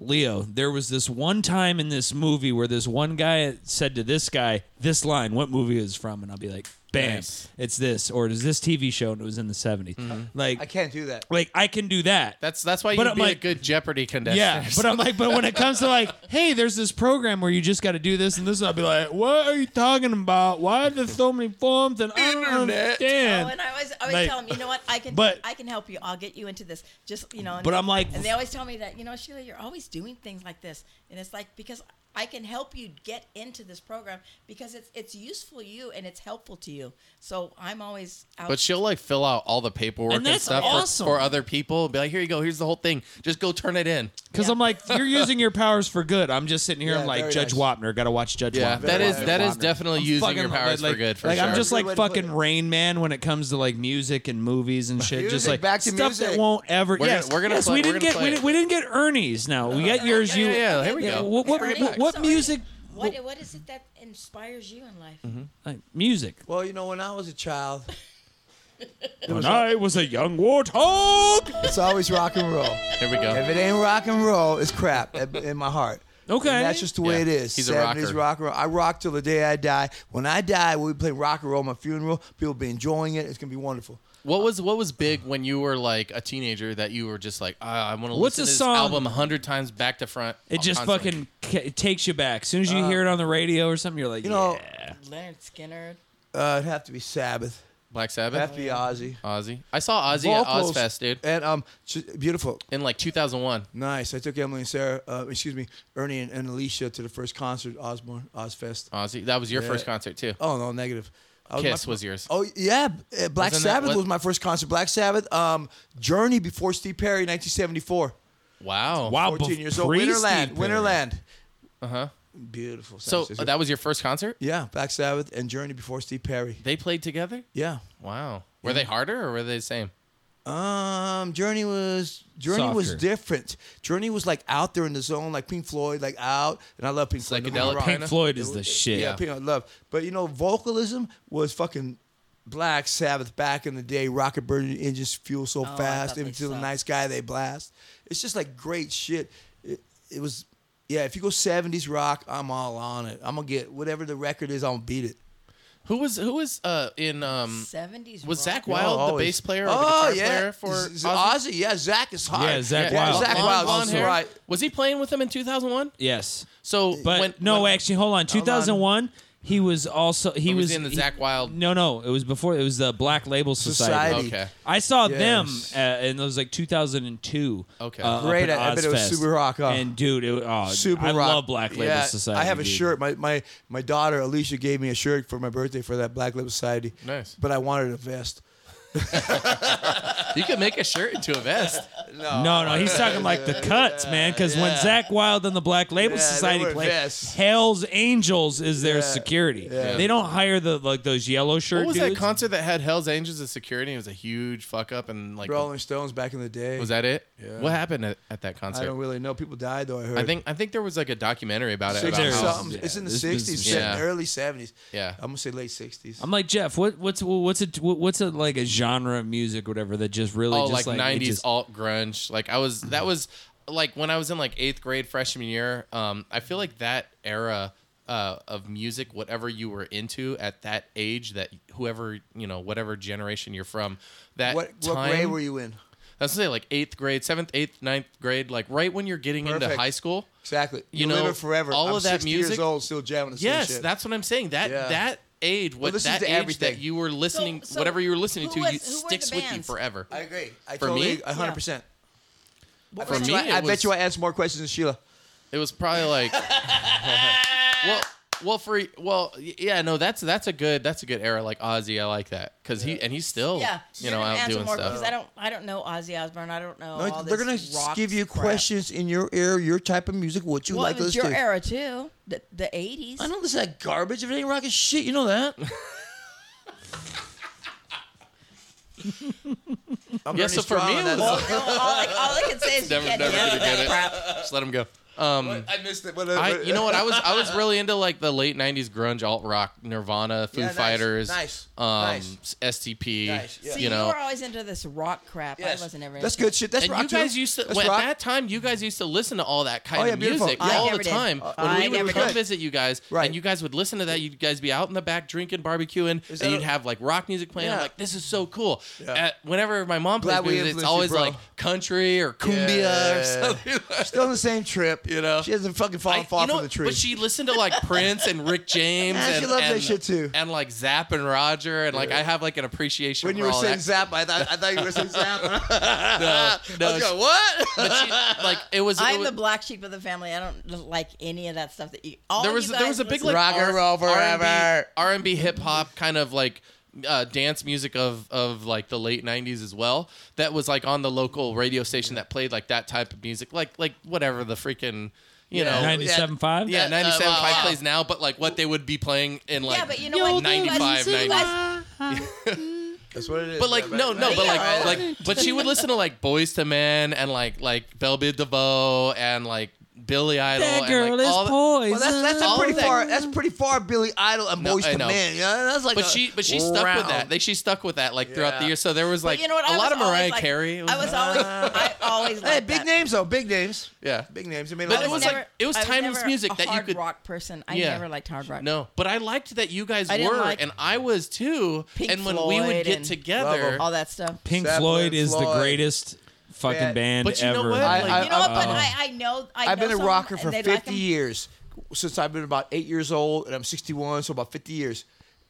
Leo, there was this one time in this movie where this one guy said to this guy this line, what movie is it from?" And I'll be like, "Bam,
Nice.
it's this," or "It's this TV show?" And it was in the '70s. Like
I can't do that.
Like I can do that.
That's that's why
But
you'd
I'm
be a
like-
good Jeopardy contestant.
Yeah, but I'm like, but when it comes to like, hey, there's this program where you just got to do this and this, I'll be like, what are you talking about? Why are there so many forms and I don't
Oh, and
understand?
I always, I always
Like-
tell them, you know what? I can,
But-
I can help you. I'll get you into this. Just you know. And,
But I'm like-
and they always tell me that, you know, Sheila, you're always doing things like this, and it's like because I can help you get into this program because it's it's useful to you and it's helpful to you. So I'm always out.
But she'll like fill out all the paperwork
And
and,
that's
stuff for-
awesome.
for, other people. Be like, here you go. Here's the whole thing. Just go turn it in.
Because
Yeah.
I'm like, you're using your powers for good. I'm just sitting here.
Yeah,
I'm like,
very
Judge
nice.
Wapner. Got to watch Judge
Yeah,
Wapner.
that is
Judge
that is
Wapner.
definitely
I'm
using
fucking-
your powers
like-
for good. For
like
sure.
I'm just
Good
like
way to put
fucking
it.
Rain Man when it comes to like music and movies and shit. just
Music,
like
back to
stuff that
music.
won't ever.
We're gonna-
yes,
we're gonna
yes,
play-
we
we're
didn't
gonna
get
play
we
it. Uh,
didn't, we didn't get Ernie's. Now we got yours.
yeah,
you
yeah, yeah, here we
yeah,
go.
What what,
Bring it
what,
back.
what
So,
music?
What, what is it that inspires you in life?
Like, music.
Well, you know, when I was a child,
When I was a young warthog.
it's always rock and roll.
here we
If
go.
it ain't rock and roll, it's crap in in my heart.
Okay.
And that's just the way
Yeah.
it is.
He's a
70s
rocker.
rock and roll. I rock till the day I die. When I die, we'll be playing rock and roll at my funeral. People will be enjoying it. It's going to be wonderful.
What was what was big when you were like a teenager that you were just like, ah, I want to
What's
listen
a
to this
song-
album a hundred times back to front.
It just
constantly.
fucking ca- it takes you back. As soon as you hear it on the radio or something, you're like,
you know-
yeah.
Mm-hmm.
Leonard Skinner.
Uh, it'd have to be Sabbath.
Black
It'd have
Sabbath,
to be Ozzy.
Ozzy. I saw Ozzy
Vocals.
at Ozfest, dude,
And um, sh- beautiful.
in like 2001.
Nice. I took Emily and Sarah, uh, excuse me, Ernie and, and Alicia to the first concert, Osborne, Ozfest.
Ozzy, that was your
Yeah.
first concert too.
Oh, no, negative. I
Kiss
my-
was yours.
Oh yeah, uh, Black
Wasn't that
Sabbath
what-
was my first concert. Black Sabbath, um, Journey before Steve Perry, 1974.
Wow.
Wow,
14
bef-
years old.
pre-Steve
Winterland,
Oh, Perry.
Winterland.
Uh huh.
Beautiful.
So
Sabbath.
uh, that was your first concert.
yeah, Black Sabbath and Journey before Steve Perry.
They played together.
Yeah.
Wow. Were they harder or were they the same?
Um, Journey was Journey was
Softer.
different. Journey was like out there in the zone, like Pink Floyd, like out. And I love Pink Floyd. don't get me
Psychedelic
wrong.
Pink
Pink Floyd is the shit.
Yeah, Pink I love. But you know, vocalism was fucking Black Sabbath back in the day. Rocket burning engines fuel so
Oh, I
fast.
thought
Even
they
to the
sucked.
nice guy, they blast. It's just like great shit. It, it was, yeah. If you go '70s rock, I'm all on it. I'm gonna get whatever the record is. I'm gonna beat it.
Who was who was uh in um
70s.
was
rock.
Zach Wild the
always.
bass player or the guitar
oh yeah,
player for
Z- Z-
Ozzy?
Ozzy? Yeah, Zach is hot.
Yeah, Zach
yeah,
Wild.
Zach
Long
Wild.
blonde
Also
hair.
right.
Was he playing with them in 2001?
Yes.
So
But
when,
no,
when,
actually, hold on. 2001, he was also he
He
was,
was in the
he-
Zakk Wylde-
No, no, it was before. It was the Black Label Society.
Society.
Okay.
I saw
Yes.
them, uh, and it was like 2002.
Okay.
uh, up
Great,
at
I bet it was
Ozfest.
super rock, huh?
And dude, it, oh,
Super
I
rock.
love Black Label
Yeah,
Society.
I have a
dude.
shirt. My, my my daughter Alicia gave me a shirt for my birthday for that Black Label Society.
Nice.
But I wanted a vest.
you could make a shirt into a vest.
No, no, he's talking like the cuts, man. Because when Zach Wild and the Black Label
Yeah, they
Society
wear
play,
vests.
Hell's Angels is their security. They don't hire the like those yellow shirt
What was that
dudes.
concert that had Hell's Angels as security? It was a huge fuck up and like
Rolling Stones back in the day.
was that it?
Yeah.
What happened at, at that concert?
I don't really know. People died though. I heard.
I think I think there was like a documentary about it.
sixty
About how-
something.
Yeah,
it's in the
there's been
sixties,
some
shit. Yeah.
early seventies.
Yeah.
I'm gonna say late sixties.
I'm like Jeff. What what's what's it what's it like a genre of music, whatever that just really
oh,
just
like,
like, it
90s
just-
alt grunge. Like I was that was like when I was in like 8th grade freshman year, um I feel like that era uh, of music, whatever you were into at that age, that whoever you know, whatever generation you're from, that
What
time,
what grade were you in?
That's to say, like eighth grade, seventh, eighth, ninth grade, like right when you're getting into
Perfect.
high school.
Exactly.
You
live
know,
it forever.
all
I'm
of that
60 Years
music-
old, still jamming the same
Yes,
shit.
that's what I'm saying. That
Yeah.
that age, what that
listens to
age that
everything.
you were listening,
So- so
whatever you were listening
who
to,
was-
you
who were the
sticks with you
bands?
forever.
I agree. I
For
totally,
me?
100. percent
What
For
was
me,
that?
it
I
was-
bet you I asked more questions than Sheila.
It was probably like well, well for well, y- yeah, no, that's that's a good that's a good era like Ozzy. I like that because he and he's still
Yeah,
you know
you're gonna
out
answer
doing
more
stuff.
Because I don't, I don't know Ozzy Osbourne. I don't know.
No,
all
they're
this
gonna
rock
give you
crap.
questions in your era, your type of music, what you
Well,
like
it was
listening.
your
to.
era too. The the eighties.
I don't listen to that garbage. If it ain't rocking shit, you know that. I'm
Yeah, so for me, it was-
All, I, all I can say is
Never-
you can't
never
get
gonna get
that
it.
crap.
Just let him go. Um,
I missed it.
I, you know what? I was I was really into like the late '90s grunge, alt rock, Nirvana, Foo
Yeah, nice,
Fighters,
nice,
um,
nice.
STP.
Nice, yeah.
So
You
you,
know,
were always into this rock crap. I wasn't ever.
That's
into
good shit. That's
and
rock
you guys
too.
used to
That's
well,
rock.
at that time you guys used to listen to all that kind
Oh, yeah,
of
beautiful.
music
I
all
never
the
did.
time
Uh,
when
I
we
never
would come
did.
visit you guys
Right.
and you guys would listen to that you'd guys be out in the back drinking barbecuing
Is
and
that
you'd
a-
have like rock music playing I'm
Yeah.
like this is so cool
Yeah.
At- whenever my mom plays
Glad we
music it's
influenced you,
always
bro.
like country or cumbia or
Yeah.
something like
Still on the same trip.
You know,
She doesn't fucking fall
I-
far
you know
from the
what?
tree.
But she listened to like Prince and Rick James.
Yeah, she
and,
loves that
and-
shit, too.
And like Zapp and Roger, and like I have like an appreciation
when
for
you were
all
saying
that.
Zappa, I thought I thought you were saying Zappa.
no,
I was
she-
going, what?
but she, like it was. it
I'm
was-
the black sheep of the family. I don't like any of that stuff that you. All
there
you
was
guys
there was a big
listen-
like
Rock and
R-
roll forever.
R and B hip hop kind of like uh, dance music of of like the late '90s as well. That was like on the local radio station that played like that type of music, like like whatever the freaking you
Yeah.
know.
97.5?
Yeah,
uh,
97.5
wow.
plays now, but like what they would be playing in like
yeah, but you know what? You
95,
guys- you guys-
90s.
That's what it is.
But like no no but
Yeah.
like like but she would listen to like Boys to Men and like like Belle Biv DeVoe and like Billy Idol
That
and
girl
like all
is
the-
poised.
Well, that's that's
All
a
of
pretty
that-
far. That's pretty far. Billy Idol and
No,
Boys
I
to
know.
Men. Yeah, that's like.
But
a
she but she stuck with
round.
that. They she stuck with that like throughout the
Yeah.
year. So there was
but
like
you know what?
a
I
lot
was
of Mariah
always, like-
Carey.
I was always. I always.
Hey,
liked
big
that.
names though. Big names.
yeah.
Big names. I mean,
But
I
it was like-
never-
it was
I
timeless
never
music
a
that you
hard
could-
rock person. I
Yeah.
never liked hard rock.
No, but I liked that you guys
I didn't
were,
like-
and I was too.
Pink
and when we would
Floyd
get
and-
together,
all that stuff.
Pink
Zeppelin,
Floyd is the
Floyd.
greatest fucking
Yeah.
band
But you know
ever.
what?
I-
Like,
I-
you know what? But
uh,
I, I know. I
I've
know
been a
some,
rocker for
and they like
50
them.
years since I've been about eight years old, and I'm 61, so about 50 years.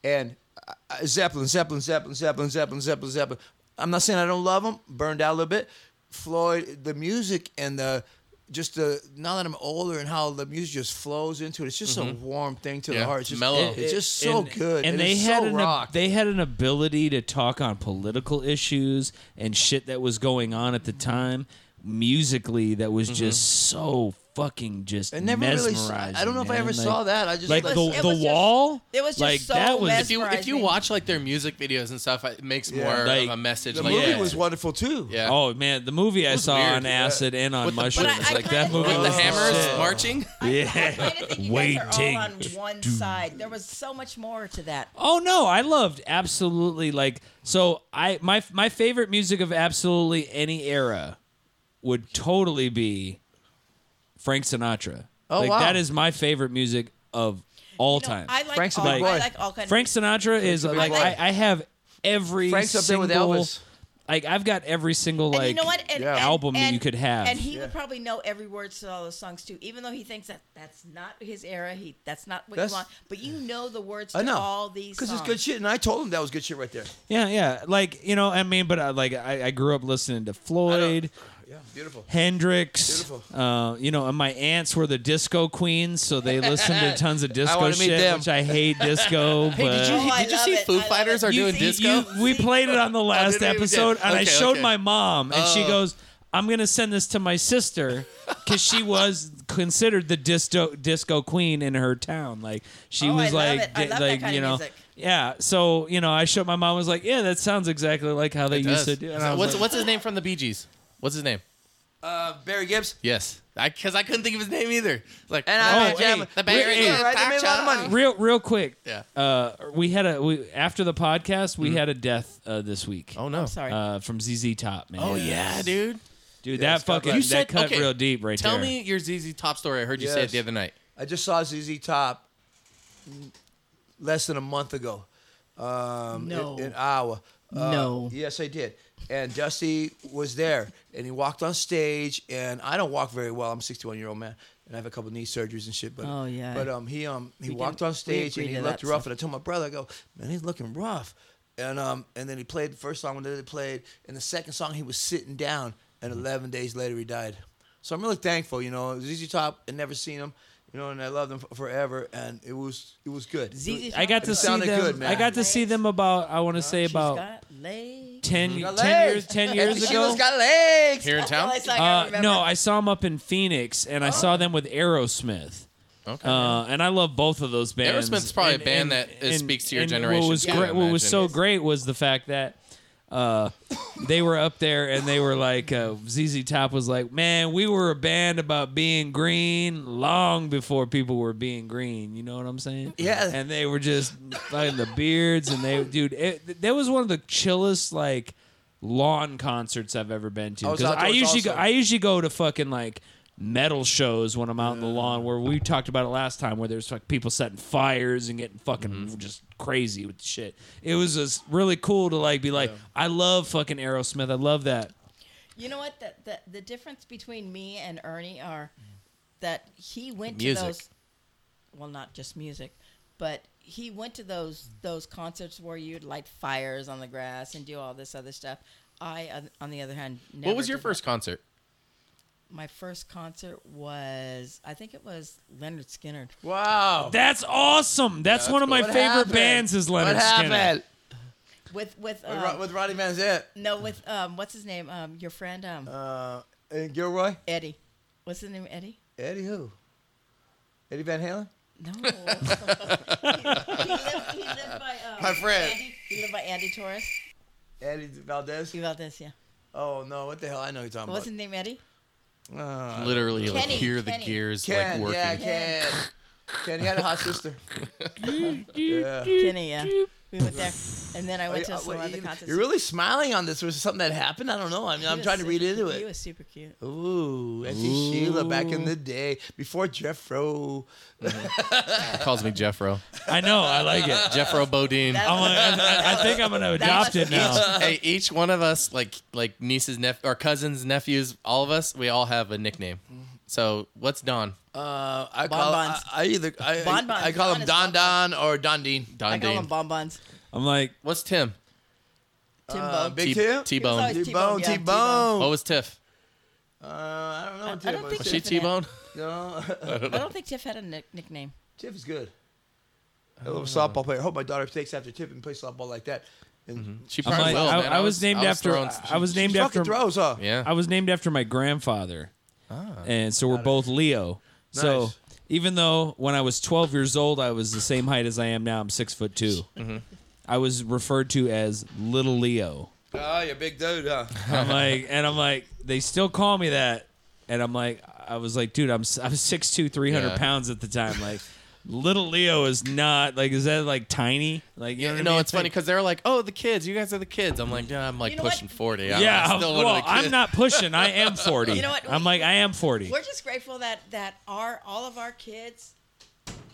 And uh, uh, Zeppelin, Zeppelin, Zeppelin, Zeppelin, Zeppelin, Zeppelin, Zeppelin. I'm not saying I don't love them. Burned out a little bit. Floyd, the music and the just the now that I'm older and how the music just flows into it. It's just a warm thing to
Mm-hmm. Yeah,
the heart. It's just
mellow.
It's just so
and,
good.
And
it
they
is
had
so
an
rock.
they had an ability to talk on political issues and shit that was going on at the time musically that was just so fucking just
I never really
mesmerizing.
saw- I don't know if I
man.
ever
like,
saw that. I just
like
like-
the,
It was
the
just-
wall.
it was just
like
so
that was
if you if you
mesmerizing.
watch like their music videos and stuff, it makes
Yeah.
more
Like,
of a message.
the
like,
movie
yeah.
was wonderful too.
Yeah.
Oh man, the movie I
was
saw
weird.
on acid and on
With the-
mushrooms,
But I- I
like
kinda
that movie.
with
Oh,
the
was
hammers
shit.
marching.
I
Yeah.
kinda think you guys are
Waiting.
all on one side. There was so much more to that.
Oh no, I loved absolutely like so I my my favorite music of absolutely any era would totally be Frank Sinatra.
Oh,
like
wow.
that is my like music of all
You know,
time.
I like
Frank's a
all.
big
I
boy.
like all kinds. of-
Frank Sinatra is
a big
like
boy.
I, I have every
Frank's up there
single
with Elvis.
like I've got every single
And
like
you know what? And,
yeah.
and-
album that
and-
you could have.
And he
Yeah.
would probably know every word to all those songs too, even though he thinks that that's not his era. He that's not what
That's-
you want. But you know the words to
I know.
all these
because
songs.
it's good shit, and I told him that was good shit right there.
yeah, yeah. Like, you know, I mean, but I, like I, I grew up listening to Floyd.
Yeah, beautiful.
Hendrix.
Beautiful.
Uh, you know, and my aunts were the disco queens, so they listened to tons of disco
wanna meet
shit,
them.
which I hate disco. but
Did you,
Oh, I
did you
love
see
it. I
Foo
love
Fighters
it.
are
You-
doing
you-
disco?
we played it on the last
did we? We did.
episode, and I
Okay,
showed
okay.
my mom, and she
Oh.
goes, "I'm gonna send this to my sister." Because she was considered the disco disco queen in her town, like she
Oh, I
was
love
like,
it. I
di-
love that
like
kind
you
of
know,
music.
yeah. So you know, I showed my mom was like, yeah, that sounds exactly like how they
It
used
does.
to do. And I
So
was
what's
like,
what's his name from the Bee Gees? What's his name?
Uh, Barry Gibbs.
Yes, because I, couldn't think of his name either. Like
And I'm
Oh,
a gentleman.
hey,
the Barry
hey,
Gibbs
right, they made a lot of
Pacha.
money.
real real quick
Yeah. Mm-hmm.
uh we had a we after the podcast we had a death uh this week
Oh no!
I'm sorry.
uh from ZZ Top man
Oh yeah, dude.
dude
Yeah,
that
it's got
fucking
that-
you
You
said,
said-
that cut
okay,
real deep right
Tell
there
me your ZZ Top story. I heard you say it
Yes.
the other night.
I just saw ZZ Top less than a month ago. Um,
No.
In, in Iowa. Uh,
No.
Yes, I did. And Dusty was there, and he walked on stage. And I don't walk very well. I'm a 61 year old man, and I have a couple knee surgeries and shit. But
Oh, yeah.
But um, he um he
We
walked
can-
on
we
stage
agree
and he
to
looked
that
rough.
stuff.
And I told my brother, I go, man, he's looking rough. And um and then he played the first song that they played, and the second song he was sitting down. And
Mm-hmm.
11 days later he died. So I'm really thankful, you know. ZZ Top, I never seen him, you know, and I loved him f- forever. And it was it was good.
ZZ
I got
Top
to
is
see them
sounded good, man.
I got to see them about I want to say
She's
about
got legs.
10,
Got
10 years
legs.
10
And
years
she
ago
was got legs.
Here in town.
That's the only song I
uh,
remember. Oh.
no I saw them up in Phoenix and I saw them with Aerosmith
Okay.
Uh, and I love both of those bands.
Aerosmith's probably a band that is- speaks to your
What
generation,
was
too,
great,
I
what was so
imagine.
great was the fact that uh, they were up there and they were like, uh, ZZ Top was like, "Man, we were a band about being green long before people were being green." You know what I'm saying?
Yeah.
And they were just fucking the beards, and they, dude, it, that was one of the chillest like lawn concerts I've ever been to.
I was
Because I
outdoors
usually go,
also.
I usually go to fucking like metal shows when I'm out in the lawn where we talked about it last time where there's like people setting fires and getting fucking just crazy with shit. It was just really cool to like be like, I love fucking Aerosmith. I love that.
You know what? The, the the difference between me and Ernie are that he went
Music.
to those well not just music but he went to those those concerts where you'd light fires on the grass and do all this other stuff i on- on the other hand never
What was your
did
first
that.
concert?
my first concert was i think it was leonard skinner
Wow.
That's awesome. That's one of my
What
favorite
happened?
bands is Leonard
what
Skinner. Oh.
Happened?
with with
With Ro-
um,
With Roddy Van Zant.
no with um what's his name um your friend um
Uh, and Gilroy?
eddie what's his name eddie
Eddie who? Eddie Van Halen?
No. he, lived, he lived by um,
My friend.
Andy, he lived by Andy Torres.
Eddie Valdez?
You about this, yeah.
Oh, no. What the hell? I know who you're talking
What's his name, Eddie?
about. Uh,
Literally, you, like
Kenny,
hear the
Kenny.
gears
Ken.
like working.
yeah, Ken. Ken, he had a hot sister. yeah.
Kenny, yeah. We went there, and then I
Oh,
went
yeah,
to some
wait,
other
you-
concerts.
You're really smiling on this. Was it something that happened? I don't know. I mean,
He
I'm
was
trying to
super
read into
cute. He
it.
was super cute.
Ooh, Auntie Sheila back in the day, before Jeffro.
Calls me Jeffro.
I know. I like it.
Jeffro Bodine.
I'm like, I, I think I'm going to adopt it now.
hey, each one of us, like like nieces, nep- or cousins, nephews, all of us, we all have a nickname. So what's Don?
Uh, I call I,
Bonbons.
I either I,
Bonbons.
I call him Don
Mine is
Don or Don Dean.
Don
I call
Dean.
him bonbons.
I'm like,
what's Tim?
Timbo.
Uh, Big
T-
Tim.
He was
T-Bone.
always-
T-Bone.
Oh, T-Bone, yeah,
What
T-Bone.
was Tiff?
Uh, I don't know.
I- I
Tiff,
don't
but
think
Was
Tiff-
she
Tiffany.
T-Bone?
No,
I don't think Tiff had a nick- nickname.
Tiff is good. I love a softball player. I hope my daughter takes after Tiff and plays softball like that. And
She
I'm like
probably will.
I,
man.
I was named after.
throwing-
I was named
she
after.
fucking throws, huh?
yeah. Ah.
I was named after my grandfather, and so we're both Leo. So
Nice.
even though when I was 12 years old, I was the same height as I am now. I'm six foot 2
Mm-hmm.
I was referred to as Little Leo.
Oh, you're a big dude, huh?
I'm like, and I'm like, they still call me that, and I'm like, I was like, dude, I'm I'm six two, three hundred
Yeah.
pounds at the time, like. Little Leo is not like is that like tiny like you know what I
no,
mean?
it's funny because they're like, "Oh, the kids. You guys are the kids." I'm like, "Yeah, I'm like
You know what?
pushing 40. I'm,
yeah
I'm still one
well
of the kids.
I'm not pushing I am 40
You know what?
I'm like I am 40
We're just grateful that that our all of our kids,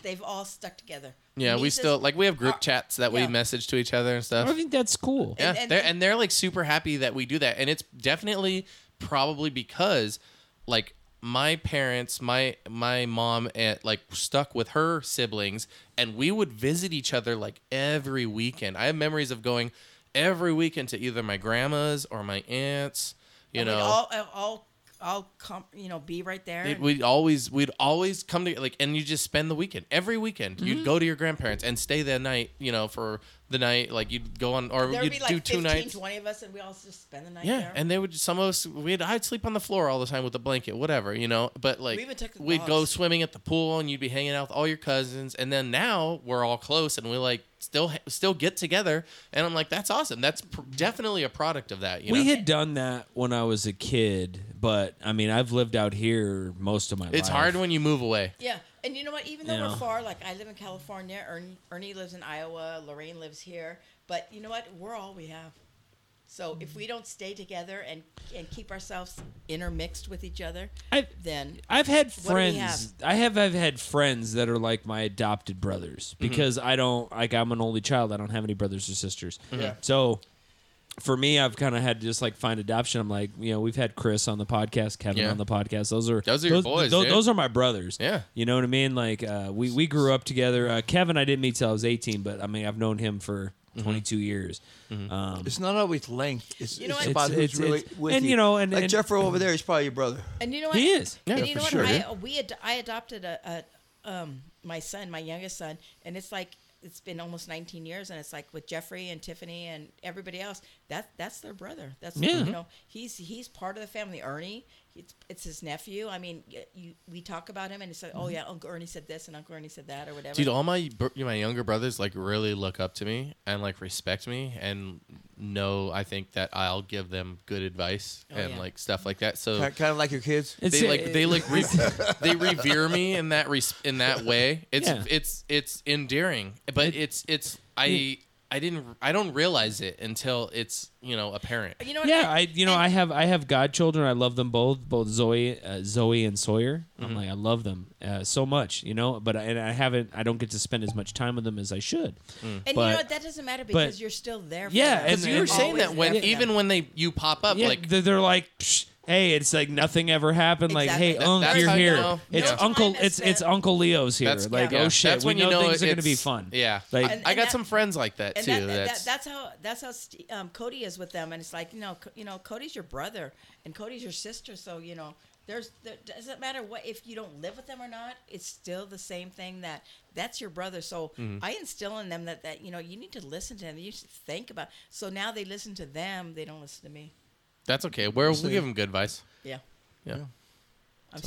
they've all stuck together.
Yeah, we
Nieces-
still like we have group
Our-
chats that
yeah.
we message to each other and stuff.
I think that's cool
Yeah,
And- and-
they're, and they're like super happy that we do that, and it's definitely probably because like my parents, my my mom, and like stuck with her siblings, and we would visit each other like every weekend. I have memories of going every weekend to either my grandma's or my aunt's. You
and we'd
know,
all uh, all all come, you know, be right there.
It,
and-
we'd always we'd always come to like and you just spend the weekend every weekend
Mm-hmm.
you'd go to your grandparents and stay that night you know for the night like you'd go on or
There'd
you'd
be like
do two
15,
nights
20 of us, and we all just spend the night
yeah
there.
and they would some of us we'd I'd sleep on the floor all the time with a blanket whatever you know but like
We even took the
we'd go
dogs.
swimming at the pool and you'd be hanging out with all your cousins and then now we're all close and we like still ha- still get together and I'm like that's awesome that's pr- definitely a product of that you
We
know?
had done that when I was a kid, but I mean, I've lived out here most of my life.
it's hard when you move away
yeah, and you know what? Even though
Yeah.
we're far, like I live in California, Ernie, Ernie lives in Iowa, Lorraine lives here, but you know what? We're all we have. So
Mm-hmm.
if we don't stay together and and keep ourselves intermixed with each other,
I-
then
I've had
What do we
friends. I have. I've had friends that are like my adopted brothers
Mm-hmm.
because I don't like. I'm an only child. I don't have any brothers or sisters.
Yeah.
So. For me, I've kind of had to just like find adoption. I'm like, you know, we've had Chris on the podcast, Kevin
Yeah.
on the podcast. Those are
Those are your boys,
tho-
dude.
those are my brothers.
Yeah.
you know what I mean. Like, uh, we we grew up together. Uh, Kevin, I didn't meet till I was 18, but I mean, I've known him for
Mm-hmm.
22 years. Um,
It's not always length. It's,
You know
it's
what?
about
It's-
who's really
it's-
with
and, you know, and-
like
and-
Jeffro over there, he's probably your brother.
and you know what?
He is.
And
Yeah,
you
for
know what?
sure.
I, uh, we ad- I adopted a, a um, my son, my youngest son, and it's like it's been almost 19 years, and it's like with Jeffrey and Tiffany and everybody else. That that's their brother. That's
Yeah.
you know he's he's part of the family. Ernie, it's it's his nephew. I mean, y- you we talk about him, and it's like,
Mm-hmm.
oh yeah, Uncle Ernie said this, and Uncle Ernie said that, or whatever.
Dude, all my br- my younger brothers like really look up to me and like respect me and know I think that I'll give them good advice
Oh,
and
yeah.
like stuff like that. So
Kind of like your kids.
It's-
they like they like re- they revere me in that res- in that way. It's
Yeah.
it's it's endearing, but it's it's I I didn't I don't realize it until it's you know apparent.
you know what?
Yeah,
And-
I you know
and-
I have I have godchildren. I love them both, both Zoe, uh, Zoe and Sawyer.
Mm-hmm.
I'm like I love them uh, so much, you know. But I, and I haven't I don't get to spend as much time with them as I should.
Mm.
and you
but-
know what? That doesn't matter because you're still there. For them.
and
Because you
and-
were saying
Always
that when
there for them.
even when they you pop up
Yeah,
like
they're, they're like, Psh, Hey, it's like nothing ever happened. Like,
Exactly.
hey,
That-
Unc,
that's
you're
how you
here.
know.
It's
Yeah.
Uncle.
Time is
It's it's
spent.
Uncle Leo's here.
That's-
like,
yeah.
oh
Yeah.
shit,
That's
we
when you
know,
know
things are gonna be
it's-
fun.
yeah.
like
And-
I got
that-
some friends like that
and
too.
that, and that-
that's
that's how that's how Ste um, Cody is with them, and it's like you know, Co- you know, Cody's your brother and Cody's your sister, so you know, there's there, doesn't matter what if you don't live with them or not, it's still the same thing that that's your brother. So
Mm-hmm.
I instill in them that that you know you need to listen to them, you should think about. So now they listen to them, they don't listen to me.
that's okay. We're, we'll give them good advice.
Yeah,
Yeah.
I'm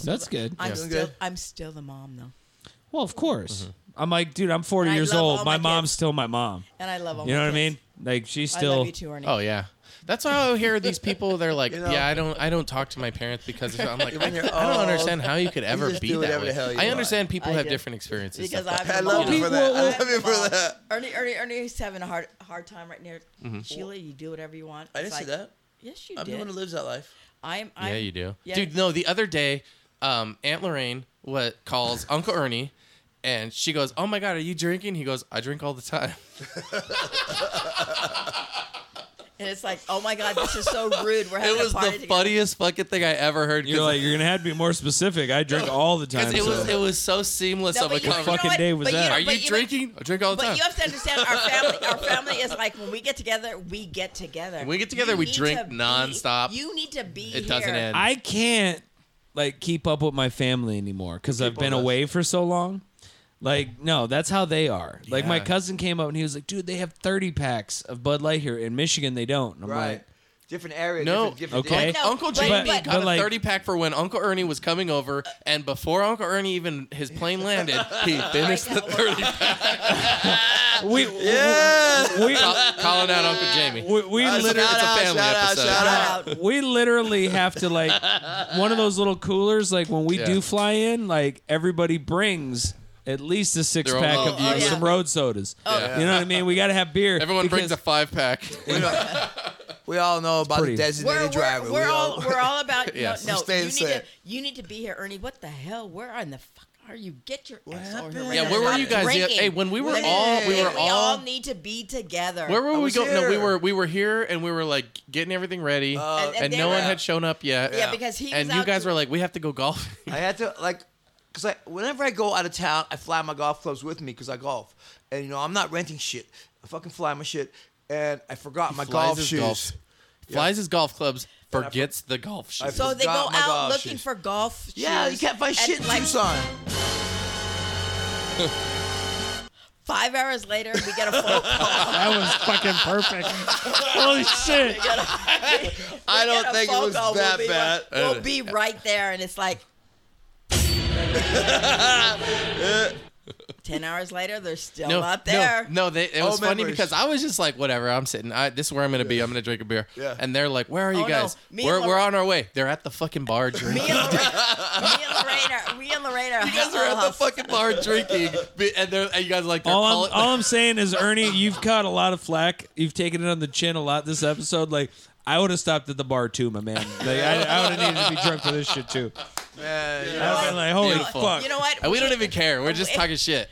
That's
the-
good.
I'm
Yeah.
still
Doing good.
I'm still the mom though,
Well, of course.
Mm-hmm.
I'm like, dude, I'm 40
And I
years
love
old.
all
My,
my
mom's
kids.
still my mom.
and I love all
You know
my
what I
kids.
mean? Like, she's
I
still.
love you too, Ernie.
Oh yeah. That's why I hear these people. They're like,
You know?
yeah, I don't, I don't talk to my parents because I'm like, I,
When you're
I don't
old,
understand how you could ever
just
be
do
that
whatever the
way.
hell you
I
want.
understand people
I
have
do.
different experiences.
because
stuff like
I'm
I
the
love
mom.
you for that.
I'm
I love you
the
for
mom.
that.
Ernie, Ernie, Ernie's having a hard hard time right now.
Mm-hmm.
Sheila, you do whatever you want.
I
It's
didn't say
like-
that.
Yes, you
I'm the
did.
one who lives that life.
I'm,
that.
I'm.
yeah, you do,
yeah.
dude. No, the other day, um, Aunt Lorraine what calls Uncle Ernie, and she goes, "Oh my God, are you drinking?" He goes, "I drink all the time."
And it's like, oh my God, this is so rude. We're having
It was
a party
the
together.
funniest fucking thing I ever heard.
You're like, you're going to have to be more specific. I drink all the time.
'cause it was
so-
it was so seamless
No,
of a
but you- you know
conversation.
Fucking
what?
day was
But
that.
know-
Are you
but know-
drinking? I drink all the
But
time.
you have to understand, our family, our family is like when we get together, we get together.
we get together,
You
we
need
drink
to be-
nonstop.
you need to be.
It doesn't
here.
end.
I can't like keep up with my family anymore because I've
up
been
with us.
away for so long. Like, no, that's how they are. Like, my
Yeah.
cousin came up and he was like, dude, they have 30 packs of Bud Light here. In Michigan, they don't. And I'm
Right.
like,
Different area.
No.
Different, different
Okay.
day.
But no,
Uncle
but-
Jamie
but-
got
but like-
a 30 pack for when Uncle Ernie was coming over, and before Uncle Ernie even his plane landed, he finished the 30 pack.
we,
Yeah.
we,
Call- Calling out Uncle Jamie.
we, we
Shout
literally.
it's a
out,
family
shout out,
episode.
shout out.
Shout out.
we literally have to like one of those little coolers like when we
Yeah.
do fly in like everybody brings at least a six
Their own
pack
little- Oh,
of
Oh,
like,
yeah.
some road sodas
Yeah.
you know what i mean we gotta have beer
Everyone brings a
because-
five pack.
We know- we all know about
pretty-
the designated
We're, we're,
driver.
we're
We
all we're all about no,
Yes.
no
We're
you
staying
need to
safe.
you need to be here Ernie what the hell where in the fuck are you get your ass over here
happened?
right
Yeah,
now.
where were
Stop
you guys the-
drinking.
hey, when we were
Listen,
all- we were
we all
all-
need to be together
Where were
I
we
was
going? No, we
here.
were we were here and we were like getting everything ready,
And-
and,
and they
no
were-
one had shown up yet.
Yeah, because he was
and you
out
guys
to-
were like, we have to go golfing.
I had to like, cause I whenever I go out of town, I fly my golf clubs with me because I golf, and you know I'm not renting shit. I fucking fly my shit, and I forgot my
Flies
golf
his
shoes.
golf- Flies his golf clubs,
And I for-
forgets the golf shoes.
So they go
forgot my
out
golf
looking
shoes.
for golf.
Yeah, you
shoes
can't find
and,
shit in
like
Tucson.
five hours later, we get a phone call.
that was fucking perfect holy shit
I
We
don't
get a
think it
phone
was
call,
that
we'll be
bad.
like- we'll be right there, and it's like. Ten hours later, they're still not there.
No, no they, it
Oh,
was funny
memories.
because I was just like, whatever, I'm sitting. I, this is where I'm going to be. I'm going to drink a beer.
Yeah.
And they're like, where are you
Oh, no.
guys?
Me and
We're, we're
Lorraine-
on our way. They're at the fucking bar drinking.
Me and Lorraine, me and Lorraine are, we and Lorraine are.
you guys are at the fucking bar drinking. Be- And, they're, and you guys are like, they're
all
calling.
I'm, all I'm saying is, Ernie, you've caught a lot of flack. You've taken it on the chin a lot this episode. Like, I would have stopped at the bar too, my man. Like, I, I would have needed to be drunk for this shit too.
Man, you
I would have been like, holy
Beautiful.
fuck.
You know what?
and we don't even care. We're just
we-
talking shit.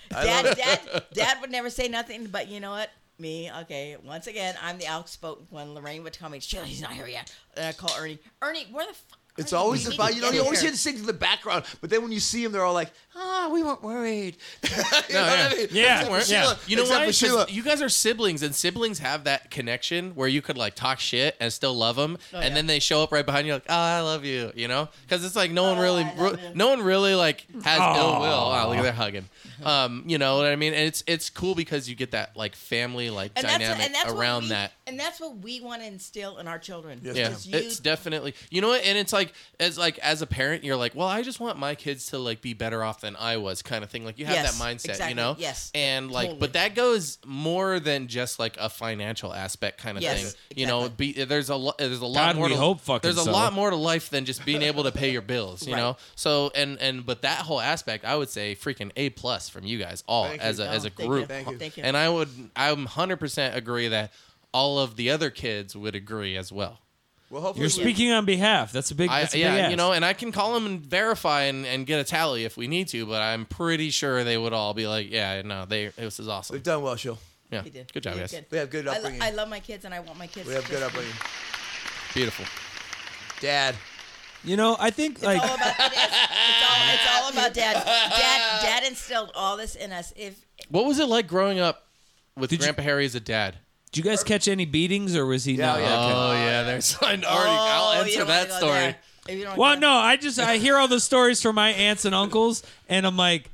Dad, dad, dad would never say nothing, but you know what? Me, okay. Once again, I'm the outspoken one. Lorraine would tell me, "Shit, he's not here yet." And I call Ernie. Ernie, where the fuck?
It's
are
always
We need
about
to
you know
get
you always
here."
hear the things in the background, but then when you see them, they're all like, "Ah, we weren't worried." you know
yeah.
what I mean?
Yeah.
Except for
Yeah.
Sheila.
You know
Except
why?
for
'Cause
Sheila.
You guys are siblings, and siblings have that connection where you could like talk shit and still love them, and
Oh, yeah.
then they show up right behind you, like, "Oh, I love you," you know? Because it's like no one
Oh,
really,
I love you.
no one really like has ill
Aw.
will. Oh, look at they're hugging. Um, you know what I mean? And it's it's cool because you get that like family like dynamic
what
around
we-
that.
And that's what we want to instill in our children.
Yeah,
Is you-
it's definitely you know what, and it's like as like as a parent, you're like, well, I just want my kids to like be better off than I was, kind of thing. Like you have
Yes,
that mindset,
exactly,
you know.
yes,
and like,
totally.
but that goes more than just like a financial aspect, kind of
Yes,
thing. You know, be, there's a lot, there's a lot
God,
more.
we
to,
hope fucking
there's a
so.
lot more to life than just being able to pay your bills. You
Right.
know, so and and but that whole aspect, I would say, freaking a plus from you guys all
Thank
as
you.
a as a
Oh, thank you.
group.
Thank you. Thank you.
And I would, I'm hundred percent agree that all of the other kids would agree as well.
Well, hopefully
You're
we-
speaking on behalf. That's a big,
I,
that's a big
yeah,
ask.
you know, and I can call them and verify and, and get a tally if we need to, but I'm pretty sure they would all be like, yeah, no, they this is awesome.
We've done well, Sheila.
Yeah,
we did.
good job,
We did
guys.
good.
We have good
I, lo-
upbringing.
I love my kids and I want my kids
We have
to
good
just-
upbringing.
Beautiful.
Dad,
You know, I think like
all about this. It's all, it's all about dad. Dad, dad instilled all this in us. If
What was it like growing up with
Did you-
Grandpa Harry as a dad?
Did you guys catch any beating? or was he
Yeah,
not?
yeah.
Okay.
Oh yeah, there's I already.
oh,
I'll
you
answer
don't wanna
that
go
story.
there. If you don't
Well,
wanna go
no, I just I hear all the stories from my aunts and uncles, and I'm like,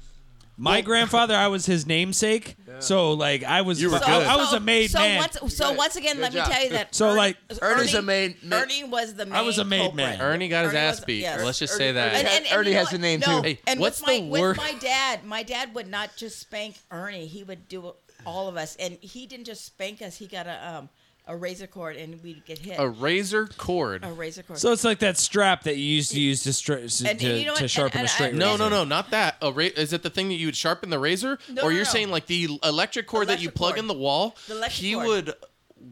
my grandfather, I was his namesake, so like I was,
You were
I-
good.
I, was a made
so
man.
Once, so
Good.
once again,
Good
let
job.
me tell you that.
So, like,
Ernie's a main- ma-
Ernie was the main.
was a maid
culprit.
man.
Ernie got his
Ernie
ass
was-
beat.
yes.
Let's just
Ernie-
say that.
Ernie- Ernie
you know
has
what?
a name,
No,
too.
Hey,
and
what's
with my,
the wor-
With my dad, my dad would not just spank Ernie. He would do all of us, and he didn't just spank us. He got a um a razor cord, and we'd get hit.
a razor cord.
A razor cord.
so it's like that strap that you used to use to stra- to,
and you know
to
what?
sharpen
And-
a
and
straight.
I-
No,
razor.
no, no, not that. A ra- is it the thing that you would sharpen the razor,
No,
or
no,
you're
no.
saying like the electric cord that you
Electric
plug
cord.
in the wall?
The electric
he
cord.
would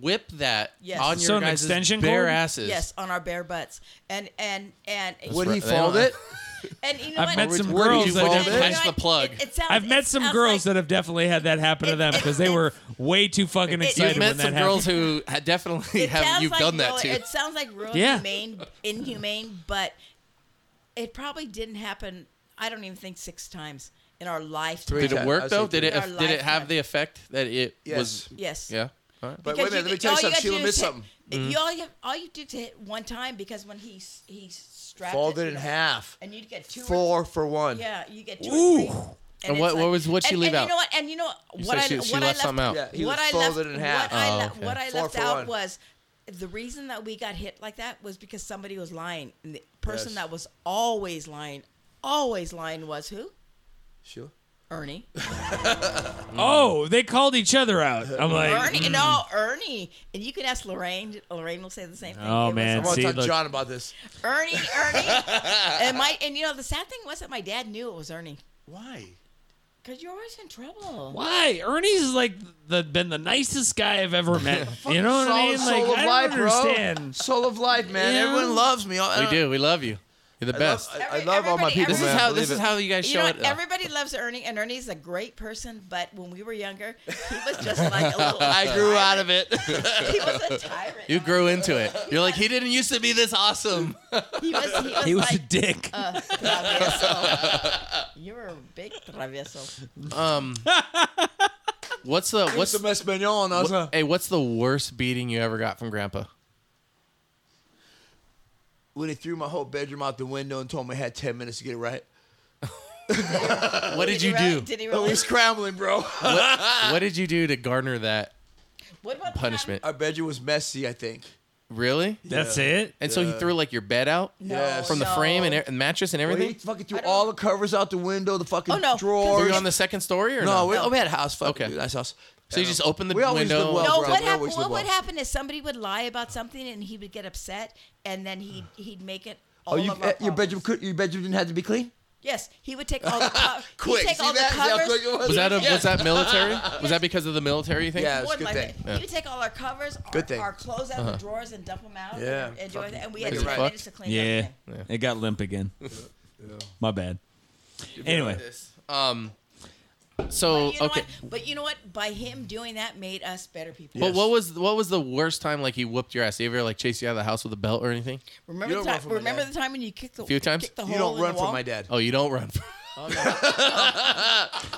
whip that
Yes.
on your
So an
guys'
extension
bare
cord?
asses.
yes, on our bare butts, and and and
Would he
right. They don't-
fold it?
and you know
I've
what?
met some
Would
girls
you
that
fold
have
it?
You know
Catch
what?
the plug.
It- it sounds-
I've
it
met some
sounds
girls
like-
that have definitely had that happen to them because they were way too fucking excited
You've
when
met
that
some
happened.
girls who ha- definitely
It
have
sounds
you've
like
done that
really-
to.
It sounds like real
Yeah.
humane, inhumane, but it probably didn't happen. I don't even think six times in our lifetime.
Three
Did it
times. I
work
see
though? Did it
that.
did it have the effect that it
Yes.
was?
Yes.
Yeah. All right.
But wait a
Because
minute, let me tell
all
you something.
got to
She'll
Oh, do
miss
is hit-
something. Mm-hmm.
You all you have, all you did to hit one time because when he s- he strapped
Fold
it
it in half.
and you'd get two or-
Four for one.
yeah, you get two.
Ooh.
Or three,
And
it's
what- what was- what'd she
and-
leave
and
out?
You know what? And you know
You
what?
said
I
she,
what
she
I
left
left
something out.
Yeah. he
what
was
I
folded
left,
in half.
What, I, le-
Oh, okay.
what I
Four
left
for
out
one.
was the reason that we got hit like that was because somebody was lying. And the person
Yes.
that was always lying, always lying was who?
Sure.
Ernie.
Oh, they called each other out. I'm like,
Ernie. No,
Mm.
Ernie. And you can ask Lorraine. Lorraine will say the same thing.
Oh,
It was
man.
I want
See,
to talk to
look-
John about this.
Ernie, Ernie. and my and you know the sad thing was that my dad knew it was Ernie.
Why?
Cause you're always in trouble.
why? Ernie's is like the been the nicest guy I've ever met. You know what I
Solid
mean?
soul
Like,
of
I don't
life, bro.
understand.
Soul of life, man.
Yeah.
Everyone loves me. I-
We
uh,
I-
do. We love you. You're the
I love,
best.
I, I
Every-
love all my
everybody-
people.
this is
everyone-
man.
how
Believe
this is
it.
how you guys
You
show
know
it.
what? Everybody loves Ernie, and Ernie's a great person. But when we were younger, he was just like a little.
I grew out of it.
He was a tyrant.
You grew into it. You're like he didn't used to be this awesome.
He was. He was,
He was a
like
dick.
travieso. you were a big travieso.
Um, what's the
What's
what's
the best mignon? And I was
what-
like,
hey? What's the worst beating you ever got from Grandpa?
when he threw my whole bedroom out the window and told me I had 10 minutes to get it right.
What did
he
you
really-
do?
Uh, Did uh, he
Oh,
really?
we scrambling, bro.
What did you do to garner that
What about
punishment?
Our bedroom was messy, I think.
Really?
That's it.
And so he threw like your bed out
No,
Yes.
from the
no.
frame and, e- and mattress and
Well, he
everything.
fucking threw
I don't-
all the covers out the window, the fucking
Oh, no, 'cause
drawers.
we
Were you on the second story or
No,
no?
we, oh, we had a house. Fuck,
Okay.
dude, nice house.
So you just opened the
We always
window.
live well,
No,
bro.
what
We
happened?
always live
What would
well.
happen is somebody would lie about something, and he would get upset, and then he he'd make it. All
Oh, you,
of our
uh, your bedroom
problems.
could your bedroom didn't have to be clean.
Yes, he would take all the co-
Quick,
He'd take
see
all
that?
the
See how
covers.
quick it was?
Was that a, was that military? Was that because of the military thing?
Yeah. That's
More
a good
than
thing.
likely.
Yeah.
You would take all our covers, our,
Good thing.
our clothes out
Uh-huh.
of the drawers and dump them out.
Yeah,
And, enjoy
fucking
that. and we had
make
two
it right.
minutes to clean
Yeah.
everything.
It got limp again. My bad. Anyway,
Um. So
You know
okay.
what? But you know what? By him doing that made us better people.
But what was what was the worst time like he whooped your ass? He ever like chased you out of the house with a belt or anything?
Remember,
You
the
don't run
time,
from my
remember
dad.
the time when you kicked the
Few times?
kicked the
You
hole
don't
in
run
the wall?
from my dad.
Oh, you don't run. From-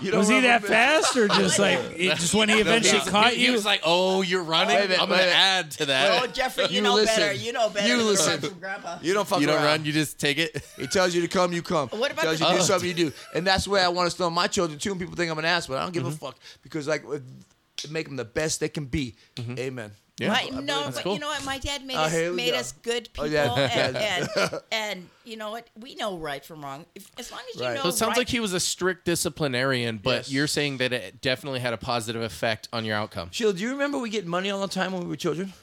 You don't
was he
run
that
from me.
fast or just like it, just when he eventually
He-
caught
He
you?
was like, "Oh, you're running.
Wait a minute,
I'm gonna
wait a minute.
add to
Oh,
that.
Jeffrey, you,
You
know better.
listen.
You know better.
You
than to
listen.
run From grandpa.
You don't fuck
you don't
around.
run. You just take it."
He tells you to come, you come.
What about
tells
the- Uh.
you to do
Oh.
something, you do. And that's where I want to tell my children too. And people think I'm an ass, but I don't give a fuck because like if- make them the best they can be. Amen.
Yeah.
My, no,
that's
but
cool.
you know what? My dad made
Oh,
us
here we
made
go.
us good
Oh,
people,
yeah.
and, and and you know what? We know right from wrong. If, as long as you
Right.
know,
So
So it sounds
right,
like he was a strict disciplinarian, but
Yes.
you're saying that it definitely had a positive effect on your outcome.
Sheila, do you remember we get money all the time when we were children?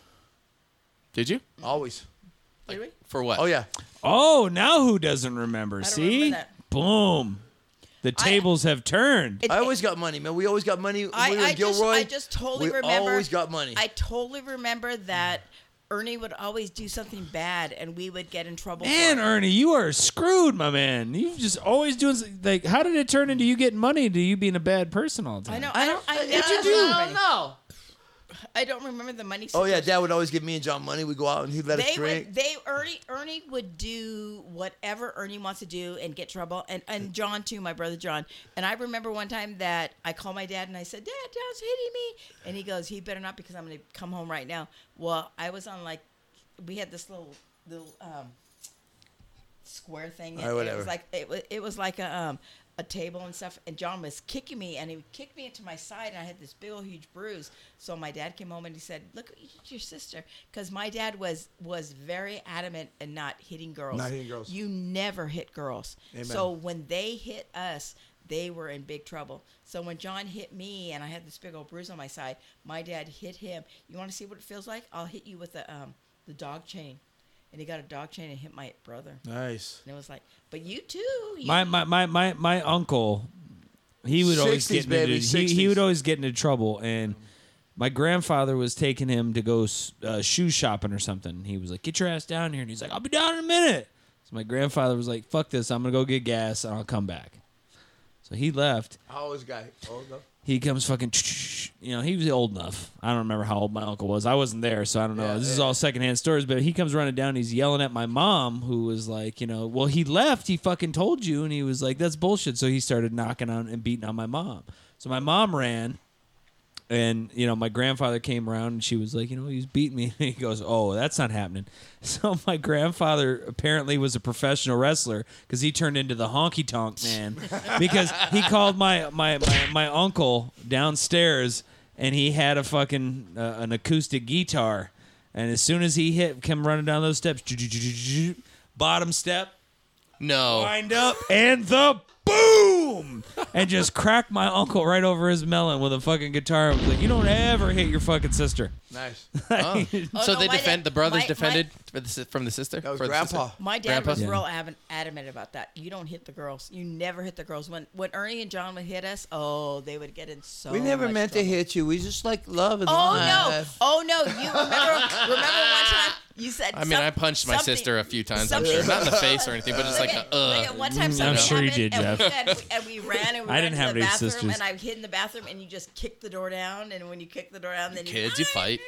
Did you?
Always.
Did we?
For what?
Oh yeah.
oh, now who doesn't remember?
don't
See,
remember that.
boom, the tables have turned.
It-
I always got money, man. We always got money. when
I,
we were
I
in Gilroy.
just, I just totally
we
remember.
always got money.
I totally remember that Ernie would always do something bad, and we would get in trouble.
Man,
for it.
Ernie, you are screwed, my man. You just always doing s- like. How did it turn into you getting money to you being a bad person all the time?
I know. I don't. I,
What'd you
never-
do? I don't know.
I don't remember the money.
Oh yeah,
stickers.
Dad would always give me and John money. We go out and he'd let us
they
drink.
would. They Ernie. Ernie would do whatever Ernie wants to do and get trouble. And and John too, my brother John. And I remember one time that I called my dad and I said, "Dad, John's hitting me," and he goes, "He better not because I'm going to come home right now." Well, I was on like, we had this little little um, square thing. and
All right,
It
whatever.
was like it was it was like a um a table and stuff. And John was kicking me, and he kicked me into my side, and I had this big old huge bruise. So my dad came home and he said, "Look what you did to your sister," because my dad was was very adamant and not hitting girls.
Not hitting girls.
You never hit girls.
Amen.
So when they hit us. They were in big trouble. So when John hit me and I had this big old bruise on my side, my dad hit him. You want to see what it feels like? I'll hit you with the um, the dog chain, and he got a dog chain and hit my brother.
nice.
And it was like, but you too. You,
my my my my, my uncle he would always
60s,
get into,
baby,
he, he
60s.
would always get into trouble and my grandfather was taking him to go s- uh, shoe shopping or something he was like get your ass down here and he's like i'll be down in a minute so my grandfather was like fuck this i'm gonna go get gas and i'll come back so he left
How old is guy? Old enough?
he comes fucking you know he was old enough i don't remember how old my uncle was i wasn't there so i don't know
Yeah,
this is
yeah.
all secondhand stories but he comes running down he's yelling at my mom who was like you know well he left he fucking told you and he was like that's bullshit so he started knocking on and beating on my mom so my mom ran and you know my grandfather came around and she was like you know he's beating me and he goes oh that's not happening so my grandfather apparently was a professional wrestler because he turned into the honky tonk man because he called my, my my my uncle downstairs and he had a fucking uh, an acoustic guitar and as soon as he hit come running down those steps bottom step
No.
wind up and the boom and just cracked my uncle right over his melon with a fucking guitar and was like you don't ever hit your fucking sister
Nice.
Oh.
Oh,
so
no,
they
my
defend
dad-
the brothers
my-
defended for the si- from the sister.
That was
for the sister?
grandpa.
My dad was
Grandpa?
real av- adamant about that. You don't hit the girls. You never hit the girls. When when Ernie and John would hit us, oh, they would get in so.
We never
much
meant to
trouble.
hit you. We just like love and
Oh no!
life.
Oh no! You remember? remember one time you said.
I mean,
some-
I punched my
something-
sister a few times. I'm
something-
sure, not in the face or anything, but just like
Look at-
the
look at
uh.
one time
Mm,
something
I'm sure you
happened
did,
and
Jeff.
We said, and we ran and we
I
ran
didn't
to
have
the
any
bathroom
sisters.
and I hid in the bathroom and you just kicked the door down and when you kick the door down then
Kids, you fight.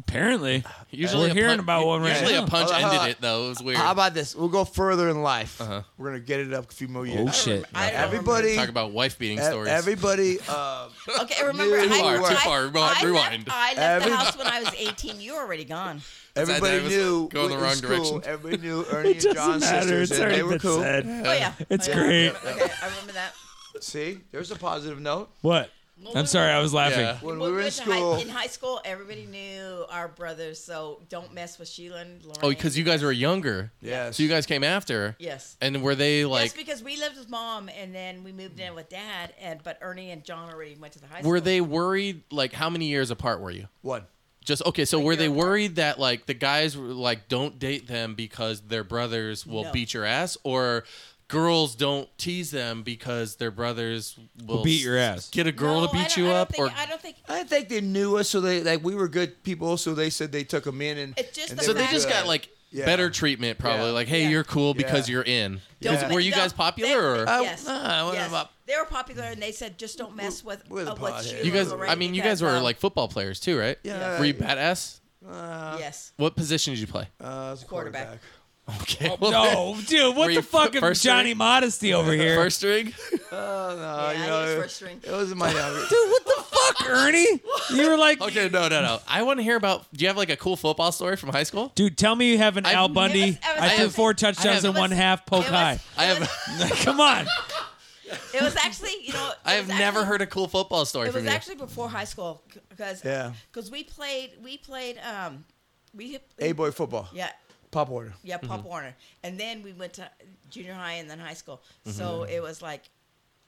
apparently
Usually,
we're
a
hearing
punch-
about one right
Usually,
now.
a punch
Hold on, hold on.
ended it though. It was weird.
Uh, How about this? We'll go further in life. We're gonna get it up a few more years.
oh shit
I don't
Everybody,
Talk about wife beating
e-
stories.
everybody. Uh,
Okay, remember
Too
I,
far,
I,
too
far.
I,
Rewind, rewind.
Left, I left
Every-
the house when I was 18. You were already gone.
everybody
I was
knew.
going the
it was
wrong
cool.
direction.
Everybody knew Ernie and John's sisters, and they were cool.
Oh yeah,
It's
Oh, yeah.
great.
Okay, I remember that.
See, there's a positive note.
what
Well,
i'm
we-
sorry i was laughing
Yeah.
When
Well,
we were in
went to high-
school,
in high school, everybody knew our brothers, so don't mess with Sheila and Lauren.
Oh, because you guys were younger.
Yes.
So you guys came after.
Yes.
And were they
Yes,
like?
because we lived with mom, and then we moved in with dad, and but Ernie and John already went to the high school.
Were they worried? Like, how many years apart were you?
one.
Just okay. So were
year
they
apart.
worried that like the guys were like, don't date them because their brothers will
No.
beat your ass, or girls don't tease them because their brothers will
beat your
s-
ass.
Get a girl
No,
to
I
beat
don't-
you
I don't
up,
think-
or
I don't think.
I think they knew us, so they like we were good people, so they said they took them in, and
It's just
and
the
so they
fact-
just
were
got
good.
like
Yeah.
better treatment probably.
Yeah.
Like, hey,
Yeah.
you're cool because
Yeah.
you're in.
Don't-
'Cause Were you
don't-
guys popular?
They,
or?
Uh,
yes,
no, I wasn't
yes.
about-
they were popular, and they said just don't mess with
We're the
uh, with
potheads.
Sheila.
You guys,
and Lorraine
I mean, you guys were
because, um,
like football players too, right?
Yeah.
Were you badass?
yes,
What position did you play?
Uh, as a
Quarterback.
quarterback.
Okay.
oh, no dude
Were
what
you
the fuck
f- first
johnny
string?
modesty over here
First string.
Oh, no,
Yeah,
you
I
know,
was
it-
first string.
It was in my younger.
dude what the fuck ernie you were like
Okay, no, no, no. I want to hear about. Do you have like a cool football story from high school?
Dude, tell me you have an
I've-
Al
It was-
Bundy.
it was-
I threw
I've-
four
I
touchdowns
have-
in one half, poke
it
high.
was-
I have.
Come on.
It was actually, you know,
I have never heard a cool football story
It
from
was
you.
actually before high school because
Yeah.
because we played we played um we
A boy football.
yeah
Pop Warner.
yeah Pop
Mm-hmm.
Warner and then we went to junior high and then high school
Mm-hmm.
so it was like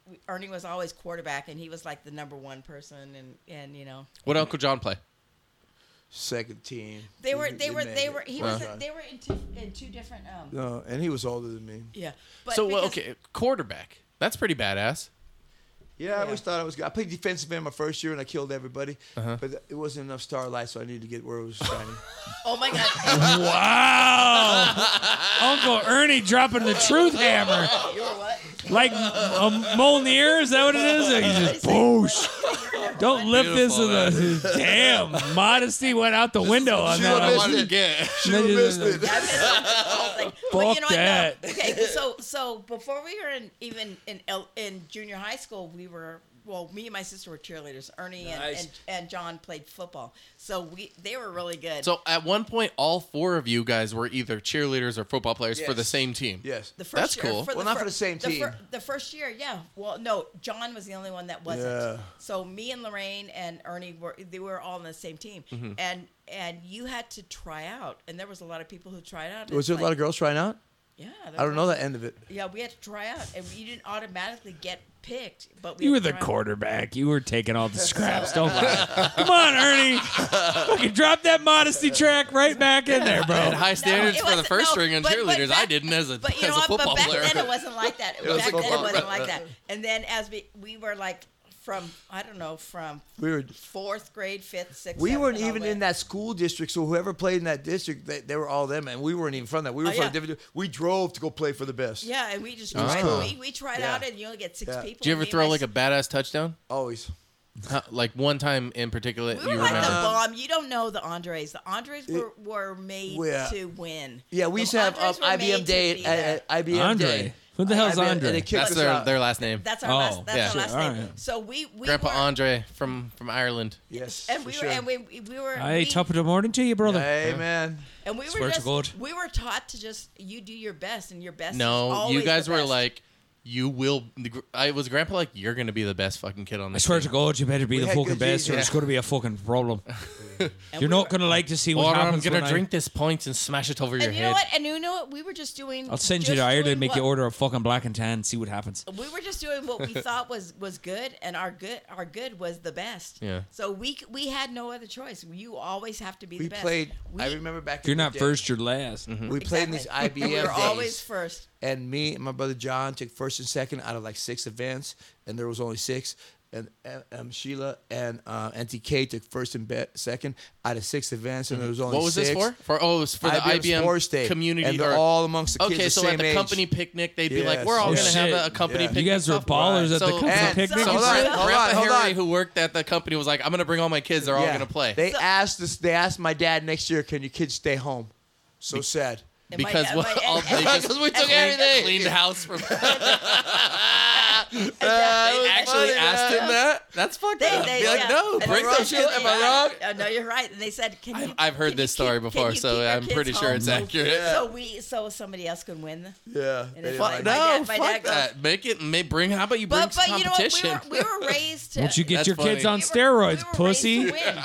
we- Ernie was always quarterback and he was like the number one person and and you know
what Uncle John play?
Second team.
they were
Didn't-
they
didn't
were
make
they
it. uh-huh.
were he
First
was
round.
they were in two in two different um
No, and he was older than me.
yeah but
so well,
because-
okay, quarterback. That's pretty badass.
Yeah, I always
Yeah.
thought I was good. I played defensive end my first year and I killed everybody,
Uh-huh.
but it wasn't enough starlight, so I needed to get where it was shining.
oh my god
Wow. Uncle Ernie dropping the truth hammer.
you were what
Like a Molnir? Is that what it is? He's just boosh. Don't lift this
Beautiful,
with a damn modesty went out the window on
She
that.
would've
one.
missed it.
get.
She would've missed it.
I missed the whole thing.
Fuck
but you know
that.
What, no. Okay, so so before we were in even in el- in junior high school, we were well, me and my sister were cheerleaders. Ernie and,
Nice.
and and John played football, so we they were really good.
So at one point, all four of you guys were either cheerleaders or football players for
Yes.
the same team.
Yes.
the first
that's
year,
cool.
For
Well,
the
not for
fir-
the same
the fir-
team.
the first year, yeah. Well, no, John was the only one that wasn't.
Yeah.
So me and Lorraine and Ernie were they were all on the same team,
Mm-hmm.
and and you had to try out, and there was a lot of people who tried out.
Was
It's
there a
like-
lot of girls trying out?
Yeah,
I don't know the end of it.
Yeah, we had to try out, and you didn't automatically get picked. But we
You were
had to
the
try out.
quarterback. You were taking all the scraps. Don't lie. Come on, Ernie. Fucking drop that modesty track right back in there,
Had
bro.
high standards
it
for the
wasn't-
first
no,
string and
but- but
cheerleaders. I
back-
didn't as a,
But you
as
know
a
what?
football
But back
player.
then it wasn't like that. back
was a
then it
football
wasn't
player.
like that. And then as we we were like from I don't know from
We were
fourth grade, fifth, sixth.
we
seventh,
weren't
and all
even
way.
in that school district, so whoever played in that district, they, they were all them, and we weren't even from that. We were
Oh,
from
yeah.
a different. We drove to go play for the best.
Yeah, and we just
Oh.
tried,
Cool.
we, we tried
Yeah.
out, and you only get six
Yeah.
people.
Did you ever
Me and
throw
my
like a
s-
badass touchdown?
always.
Huh, like one time in particular,
We
you
were
remember?
like the bomb. You don't know the Andres. The Andres were, were made
yeah.
to win.
Yeah,
The
we used to have
Andres
um,
were made
IBM
to
Day
be
at,
that.
at IBM
Andre.
Day.
Who the hell's
IBM
Andre?
And they kicked
that's
us
their
out.
their last name.
That's our
Oh,
last. That's
yeah.
our
Sure,
last
all
name.
right.
So we we
Grandpa
were,
Andre from from Ireland.
yes,
and
for
we
sure.
were and we we were
Hey,
we,
top of the morning to you, brother.
Hey man,
and we
Swear
were
to
just
God.
we were taught to just you do your best and your best. is
No,
always
you guys
the
were
best.
like, you will. the gr- I was grandpa like, you're gonna be the best fucking kid on
I
this.
swear to
team."
God, you better be the
had
fucking
good
best, or
genes,
it's
yeah.
going to be a fucking problem.
And
You're
we
not
were-
going to like to see what
Or I'm
happens.
gonna
when I-
drink this point and smash it over your
And you
head.
know what? And you know what? We were just doing.
I'll send you
just
to
doing
Ireland, make you
what- Oh,
order a fucking black and tan, see what happens.
We were just doing what we thought was was good, and our good our good was the best.
Yeah.
So we c- we had no other choice. You always have to be
we
the best.
played.
We,
I remember back.
If you're
in the
not
day,
first, you're last.
Mm-hmm.
We played in these
Exactly.
IBM
We were
days.
always first.
and me and my brother John took first and second out of like six events, and there was only six. And uh, um, Sheila and uh, Auntie K took first and be- second out of six events, and there was only
Mm-hmm. What was
six.
this for? For oh, it was for
IBM
the IBM
Sports Day,
community.
and they're
or-
all amongst the
okay,
kids the
so
same
at the
age.
company picnic, they'd be
Yes.
like, "We're all
Oh,
gonna
shit.
have a, a company
Yeah. You
picnic."
guys were
softball."
ballers at the
So-
company
And-
picnic.
so-
Hold
Hold
on,
on,
hold on, hold
Harry,
on.
who worked at the company, was like, "I'm gonna bring all my kids. They're all gonna play."
They asked us. They asked my dad next year, "Can your kids stay home?" So sad.
and my-
because
and
what,
my-
all,
and-
they just
Because we took
cleaned,
everything.
cleaned the house from. they
and that-
That was
actually
funny,
asked
Oh.
him
man.
that. That's fucked
They,
up.
they,
Be like,
yeah.
no,
And
bring
they
some shit.
said,
Am I
yeah.
wrong?
Uh, no, you're right. And they said, "Can you?"
I've heard
can
this
you
story
keep-
before,
can you
so
keep our
I'm pretty
kids
sure
home?
it's accurate.
So we, so somebody else can win.
Yeah.
And
they
it's
didn't
like-
like
no.
that.
dad- my dad goes-
Make it. May bring. How about you bring
But
some
but you know what?
competition?
We were, we were raised to.
Once you get
That's
your kids
funny.
on
we were-
steroids,
we were raised
pussy.
to win.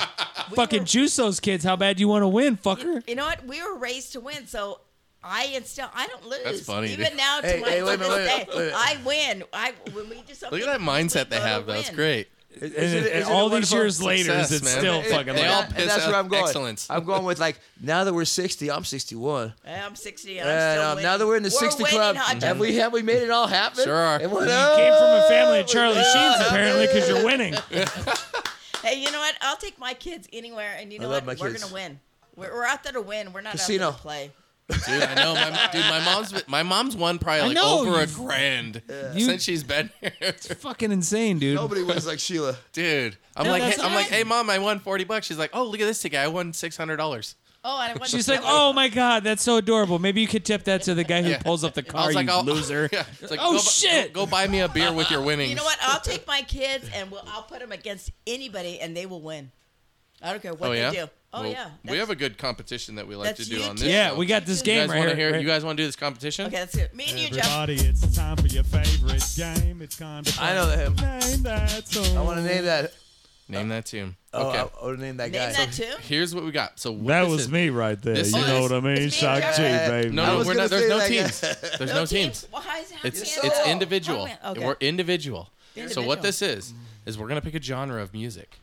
We
Fucking
were-
juice those kids. How bad you want to win, fucker?
You know what? We were raised to win, so I instill. I don't lose.
That's funny,
Even
dude.
now, to
Hey,
my
hey,
to
wait a minute,
this
wait a minute,
day,
wait a minute.
I win. I when we do something.
Look at that mindset
we
they
go to
have. though. It's
win.
great.
Isn't it-
And
isn't it
all these
wonderful?
years later,
Success,
it's
man.
still
It-
fucking.
they
like-
all
And
piss
that's
out
where I'm going.
excellence.
I'm going with like now that we're 60, I'm 61.
I'm 60 and, I'm
And
still
um,
winning.
now that we're in the
We're
60
winning,
club,
Hodges.
have we have we made it all happen?
Sure are.
And what
You came from a family
Oh,
of
up?
Charlie Sheens, apparently, because you're winning.
Hey, you know what? I'll take my kids anywhere, and you know
love
what?
my
We're
kids.
gonna win. We're, we're out there to win. We're not
Casino.
out there to play.
Dude, I know, my, dude. My mom's my mom's won probably like
know,
over
you-
a grand
You-
since she's been here.
fucking insane, dude.
Nobody wins like Sheila.
Dude, I'm
No,
like,
that's
hey, I'm like,
awesome.
hey, mom, I won forty bucks. She's like, oh, look at this ticket, I won six hundred dollars.
Oh, and I won.
She's
I
like,
won.
"Oh my god, that's so adorable. Maybe you could tip that to the guy who
Yeah.
pulls up the
I
car,
was like,
you
I'll-
loser."
Yeah. It's like,
Oh,
go bu-
shit.
Go, go buy me a beer with your winnings.
You know what? I'll take my kids, and we'll, I'll put them against anybody, and they will win. I don't care what
Oh yeah.
they do. Oh
Well,
yeah.
We have a good competition that we like to
that's
do
you
on
too.
this.
Yeah,
show.
we got this
You
You
game
guys want
right
to
here.
hear? You guys want to do this competition?
Okay, that's it. Me and you, Jeff.
Everybody, it's time for your favorite game. It's time to
I know that him.
name that song.
I want to name that.
Name that tune.
Oh,
Okay.
I, I want to name that
Name
guy.
that too.
Here's what we got. So what
that
this
was
is-
me right there.
This
you
is-
know what I mean?
it's me,
Shock G,
Jared.
baby.
I
No, no,
was
we're
gonna
not. There's
say
no
that
teams. There's no teams.
Well, how is it?
It's
how can
it's
it go?
individual.
Oh, okay.
We're individual. So
Individual.
what this is is we're gonna pick a genre of music.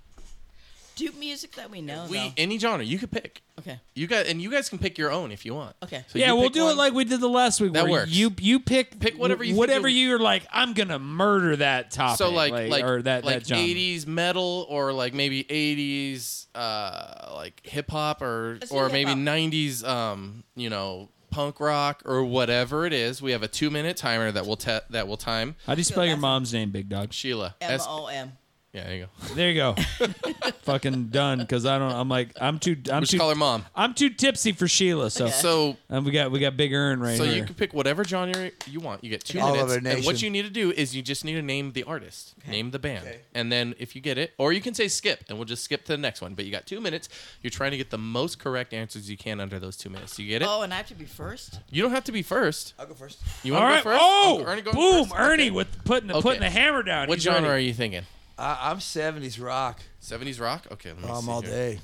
Do music that we know.
We
though.
any genre you could pick.
okay.
You guys and you guys can pick your own if you want.
Okay.
So
yeah,
you
we'll
pick
do it
one.
like we did the last week.
That
where
works.
You you pick
Pick whatever you think
whatever
you-
you're like. I'm gonna murder that topic.
so like like
or that
like
that genre.
80s metal or like maybe 80s uh like hip hop or
Let's do
or
hip
maybe
hop.
90s um you know punk rock or whatever it is. We have a 2 minute timer that will te- that will time
How do you
feel
spell your
that's-
mom's name, Big Dog?
Sheila.
M O M.
Yeah, there you go.
There you go. Fucking done. Because I don't. I'm like I'm too. I'm
Just
too.
call her mom.
I'm too tipsy for Sheila. So
So
and we got we got big urn right
so
here.
you can pick whatever genre you want. You get two
All
minutes,
over
and what
nation.
you need to do is you just need to name the artist, name the band, and then if you get it, or you can say skip, and we'll just skip to the next one. But you got two minutes. You're trying to get the most correct answers you can under those two minutes. You get it?
Oh, and I have to be first.
You don't have to be first.
I'll go first.
You
All
want
right.
to go first?
Oh,
Uncle Ernie going
boom!
first?
Ernie
Okay.
with putting the,
Okay.
putting the hammer down.
What
He's
genre
ready.
are you thinking?
I, I'm 70s rock.
70s rock. Okay, let me
I'm
see
all
here.
day.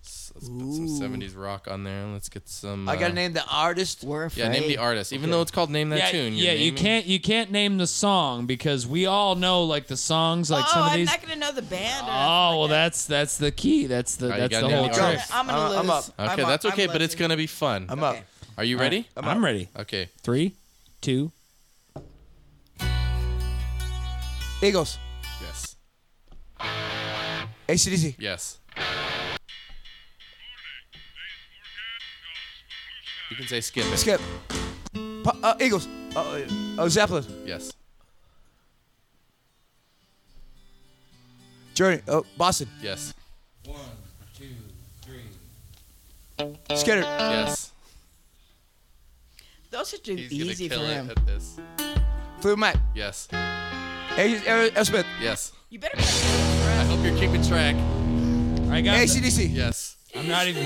Let's put some 70s rock on there. Let's get some.
I
uh,
gotta name the artist.
We're afraid.
Yeah, name the artist. Even though it's called Name That
yeah,
Tune. you're
yeah, you
naming-
can't you can't name the song because we all know like the songs like
oh,
some of
I'm
these.
not gonna know the band. or
Oh well, that's that's the key. That's the
you
that's
gotta
the
name
whole
the
nothing.
trick.
artist.
I'm gonna
Uh, I'm
lose.
up.
I'm
Okay,
up.
that's
I'm
okay, but it's
losing.
gonna be fun.
I'm
Okay.
up.
Are you ready?
I'm, ready.
Okay.
Three, two.
Eagles.
Yes.
ACDC.
Yes. You can say skip it.
Skip. Pa- uh, Eagles. Uh, oh, Zeppelin.
Yes.
Journey. Oh, Boston.
Yes.
Skinner.
Yes.
Those are too
He's
easy for
gonna kill
him.
it at this.
Fleetwood Mac.
Yes.
Aerosmith.
Yes.
You better. play-
I hope you're keeping track.
I got. it.
ACDC.
Yes.
I'm not even.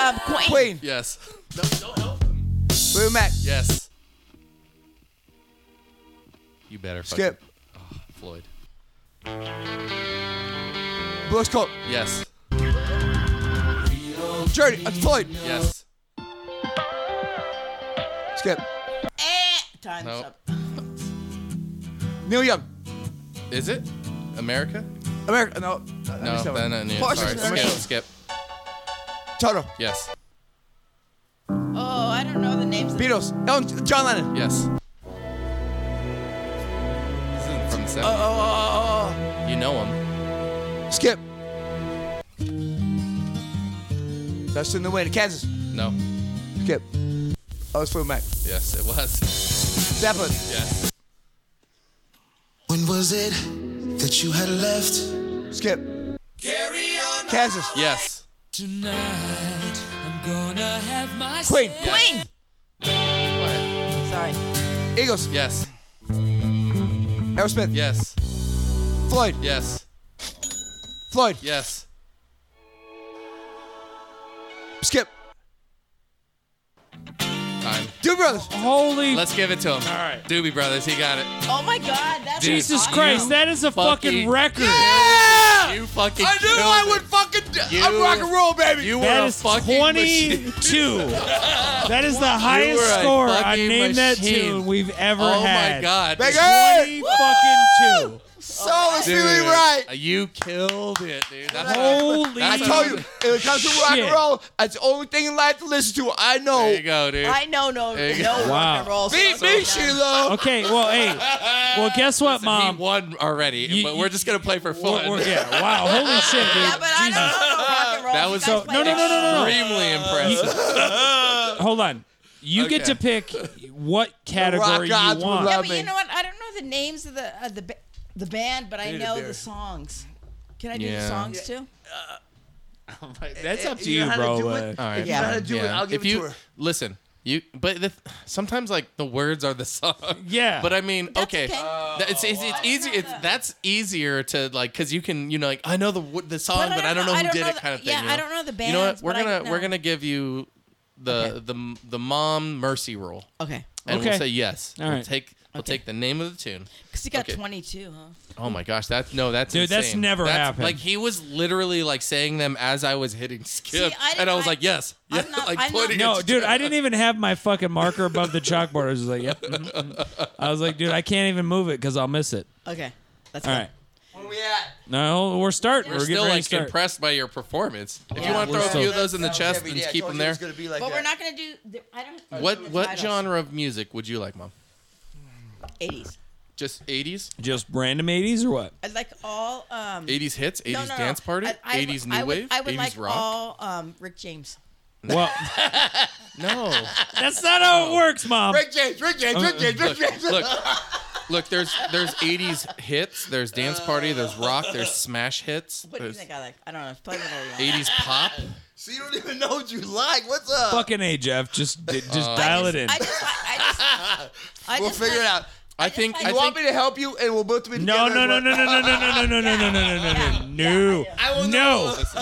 Um, Queen.
Queen.
Yes. No, don't help him.
Fleetwood Mac.
Yes. You better fucking-
Skip.
Floyd.
Blues Cult.
Yes.
Journey. Uh, Floyd.
Yes.
Skip.
Eh, time's
Nope.
up.
Neil Young.
Is it America?
America. No. I
No,
missed that
no,
one.
no, no.
Horses
Sorry.
and
Skip.
Horses.
Skip.
Toto.
Yes.
Oh, I don't know the names. of-
Beatles. Elton, John Lennon.
Yes. This isn't from the 70s.
Oh,
you know him.
skip. That's in the wind. Kansas.
No.
Skip. Oh, it's Fleetwood Mac.
Yes, it was.
Zeppelin.
Yes.
When was it that you had left?
Skip. Kansas.
Yes.
Queen.
Queen.
What?
Sorry.
Eagles.
Yes.
Aerosmith.
Yes.
Floyd.
Yes.
Floyd.
Yes.
Skip.
Time.
Doobie Brothers.
Holy
Let's give it to him. All
right.
Doobie Brothers, he got it.
Oh my God. That's
Dude.
Jesus
awesome.
Christ! That is a fucking,
Fucking-
record.
Yeah!
You fucking
I knew
killed
I
it.
would fucking. do-
You-
I'm rock and roll, baby.
You
That
were a
is
fucking machine.
22. that is the
were
highest
a
score on
fucking
Name That
machine.
Tune we've ever
Oh
had.
my god.
Big
Dude,
A!
Fucking two.
Soul is feeling right.
Uh, You killed it, dude. That's
Holy
I
I told you, if it comes to rock
Shit.
and roll, that's the only thing in life to listen to. I know.
There
Oh.
you go, dude.
I know no
There you
no
go.
rock
Wow.
and roll.
Beat me, Sheila.
Okay, well, hey, well, guess what,
he
Mom?
won already,
You-
but
you-
we're just gonna play for fun.
We're- we're- yeah, wow, holy shit, dude.
Yeah, but I don't
Jesus.
know no rock and roll.
That
You
was
guys
so-
play
No, no, no, no, no.
Extremely impressive.
Hold on. You get to
Okay.
pick what category you
gods will
want.
Yeah,
love-
but
me.
you know what? I don't know the names of the of the ba- the band, but I
Need a
know
beer.
the songs. Can I do
Yeah.
the songs too?
That's up to
You know
you,
how to
bro.
do
uh,
it?
All right.
If you know how to do it,
Yeah.
I'll give
if
it
you,
to her.
Listen, you. But the, sometimes like the words are the song.
Yeah.
But I mean,
That's
okay.
okay. Oh,
That- it's, it's, it's easy. It's that's easier to like because you can you know like I know the wo- the song,
But I
but, I don't
don't know-
know who
I don't
did
know
it
the-
kind of thing.
yeah,
you know?
I don't know the
You know what?
bands,
We're
but I
gonna
know.
we're gonna give you the the the mom mercy rule,
Okay.
and
Okay.
we'll say yes.
All
we'll
right.
take we'll take the name of the tune.
Because you got
Okay.
22, huh?
Oh my gosh, that's no, that's
Dude, that's
insane.
never happened.
Like he was literally like saying them as I was hitting skip,
I didn't-
and I was
I-
like, yes,
I'm
yeah,
not-
like
I'm not-
pointing at
No,
the
Oh, dude,
track.
I didn't even have my fucking marker above the chalkboard. I was just like, yep. mhm, mhm. I was like, dude, I can't even move it because I'll miss it.
Okay. That's
All
fine.
right.
Where we at?
No, we're starting. We're,
We're
getting
still
ready
like
to start.
impressed by your performance. If
Yeah,
you want to
we're
throw a
still-
few of those in the
That was
chest
every
and
day. I
just keep
told
them
you it
there,
was gonna be like
But
that.
we're not going to do. The, I don't.
what what
John?
genre of music would you like, mom?
80s.
Just eighties,
Just random 80s or what?
I'd like all. Um,
eighties hits,
no,
eighties
no, no.
dance party,
I- I would-
eighties
I
new
would-
wave,
I would like
eighties rock.
all um, Rick James.
Well,
No,
that's not how it works, Mom.
Rick James, Rick James, Rick James, Rick James.
Uh, look, Look, there's there's 80s hits, there's dance party, there's rock, there's smash hits,
What do you
there's
think I like? I don't know. Play whatever you want.
80s pop.
So you don't even know what you like. What's up?
Fucking A, Jeff. Just d- just dial it in.
I just, like- I just, I
we'll
just
figure it
like-
out.
I
just
think
like-
I
You want
think
me to help you, and we'll both be
No,
together.
no, no, no, no, no, no, no, no, no, no, no, no, no, no, no. No, no.
this-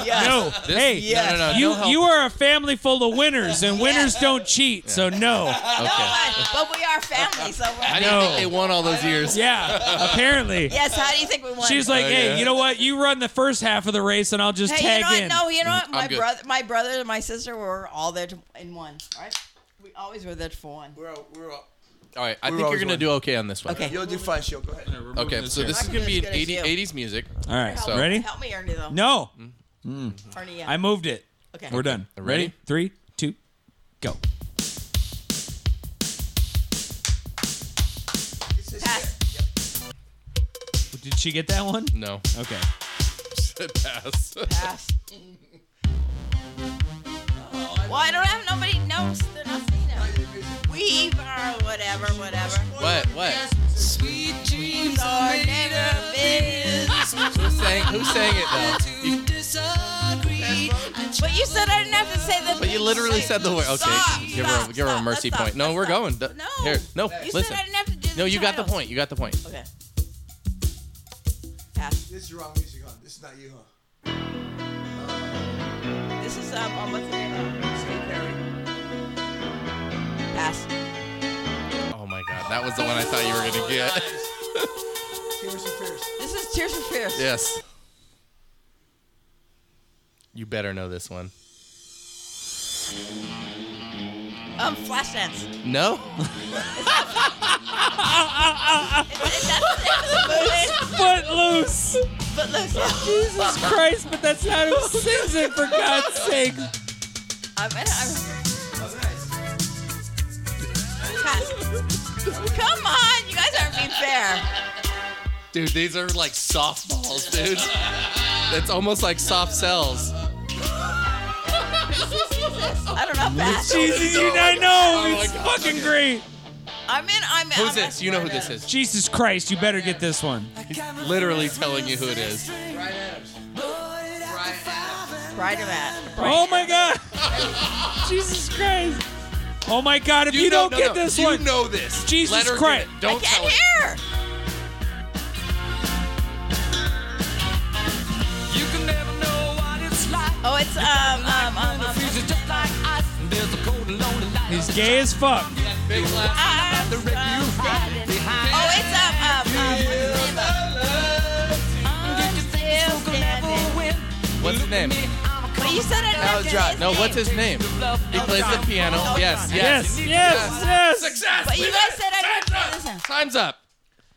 Hey,
no, no, no, no
you
help.
you are a family full of winners, and winners don't cheat. So no,
okay.
But, but we are family, so
I
we're,
didn't
No.
think they won all those years.
yeah, apparently.
yes. How do you think we won?
She's like,
Oh,
hey,
yeah.
you know what? You run the first half of the race, and I'll just
Hey, you know
tag
what?
in.
No, you know what? My
good.
brother, my brother, and my sister were all there to, in one. all Right? We always were there for one.
We're all, we're all.
All right, I
We're
think you're
always
going to
winning.
do okay on this one.
Okay.
You'll do fine, show. Go ahead.
Okay, so this is
I'm
going to be
as
an
good as
80,
you.
80s music.
All right,
Help
So- Mm-hmm.
me-
ready?
Help me, Ernie, though.
No,
Ernie, yeah.
I moved it.
okay.
We're done.
Ready?
Ready? Three, two, go.
Pass.
Did she get that one?
No.
Okay.
Pass.
Pass. Well, I don't have nobody knows. They're not saying it. We are whatever, whatever.
What? What?
Sweet dreams
Our name of business.
Who sang, who sang it though? You,
disagree.
But you said I didn't have to say the.
but you literally said the word. Okay,
Stop,
give her a,
stop,
give her a
stop,
mercy
let's
point.
stop,
No,
let's
we're
stop.
going. Th-
No.
Here, no,
You
listen.
said I didn't have to do the
no, you got the
titles.
point. You got the point.
Okay. Pass.
This is wrong music, huh? This is not you, huh?
This is um, um what's the name of Steve Perry. Pass.
Oh my god, that was the one I thought you were gonna get.
Tears and fears.
This is Tears for Fears.
yes. You better know this one.
Um, Flashdance.
No.
Footloose.
But listen,
Jesus Christ! But that's not who sings it, for God's sake.
I'm, I'm, I'm pass. Come on, you guys aren't being fair.
Dude, these are like softballs, dude. It's almost like soft cells.
I don't know. Pass.
Jesus, you not know.
Oh my
it's
God.
fucking great.
I'm in. I'm in.
Who's
I'm
this? You know who this is.
Jesus Christ, you better get this one.
Literally telling you who it is.
Pride of that.
Oh my God. Jesus Christ. Oh my God, if you, don't
no,
get
no,
this
you
one.
know this.
Jesus
Let her get
Christ.
it.
I
Don't tell
can't
her.
hear.
You can never know what it's like.
Oh, it's um um um. um
Refuse it just like ice. There's a cold and lonely light.
He's gay as fuck.
Big laugh.
I'm so sad. Oh, it's um um um. what's the name of
Get your things
still
so clever
standing.
when
What's his name?
it? But you said I didn't
Now
have to
drop.
say
No, what's his name?
love
He plays the piano. Yes, yes.
Yes, yes, yes.
Success.
But you guys said I didn't have to listen.
Time's up.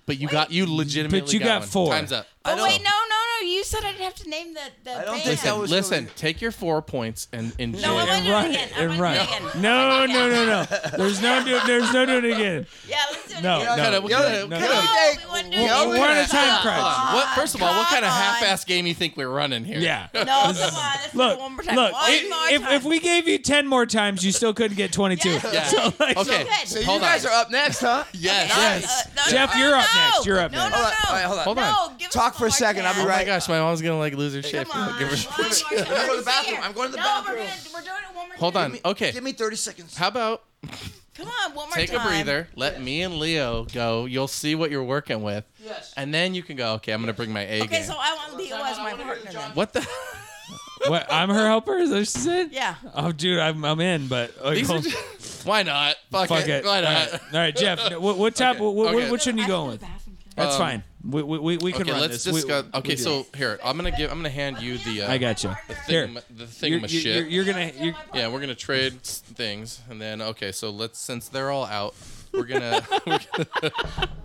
But you got you legitimately.
But you got
one.
four.
Time's up.
But wait, no, no, no. You said I didn't have to name the the
I don't
band.
think that was-
Listen, take your four points and enjoy.
No, I
it.
wouldn't-
And
do it
run,
again. I
and
wanna do
run.
it again.
No, no, no, no. There's no, do, there's no doing it again.
Yeah, let's do it
No,
again.
Cut it,
no.
cut it,
no, no.
cut it.
No, we wanna do it
We're
again.
we're on a time crunch.
What? First of all, what kind of
Come on.
half-ass game you think we're running here?
Yeah.
No, come on. Let's do
Look,
it one more time.
look.
one more
i- If,
time.
if we gave you ten more times, you still couldn't get twenty-two.
Yeah.
Yeah.
So like,
okay.
good. So
So
Hold
you guys
on.
are up next, huh?
Yes.
Yes.
Uh, no,
Jeff,
no,
you're
no.
up next. You're up
no,
next.
No, no,
Hold on. All right, hold on.
Hold on.
No, give us
Talk
one
for a
more
second, I'll be
chance.
Oh my
right-
gosh, my mom's gonna like lose her shit.
Come on.
Give her-
one more chance.
I'm going to the
Sit
bathroom.
here.
I'm going to the
No, we're,
bathroom.
gonna, we're doing it one more
Hold
time.
on. Okay.
Give me 30 seconds.
How about
Come on, one more
take
time.
a breather? Let me and Leo go. You'll see what you're working with.
Yes.
And then you can go. Okay, I'm gonna bring my A
Okay,
game.
so I want Leo as my partner. then.
What the?
What? I'm her helper. Is that what she said?
Yeah.
Oh, dude, I'm, I'm in, but like,
These are
hold-
just- why not? Fuck,
fuck it.
Why
All
not?
right, All right, Jeff. no, What, what top?
Okay,
What, what,
okay. Um,
which one you
I
going with?
have to go to the bathroom.
That's fine. We we, we, we can
Okay,
run
let's
this. We-
discuss.
we
okay,
do
so here I'm gonna give. I'm gonna hand you the. Uh,
it. I got you.
the
Here,
thingama- the
you're,
thing
you're,
shit.
you're, you're gonna. You're,
yeah, we're gonna trade s- things, and then okay, so let's since they're all out, we're gonna we're gonna,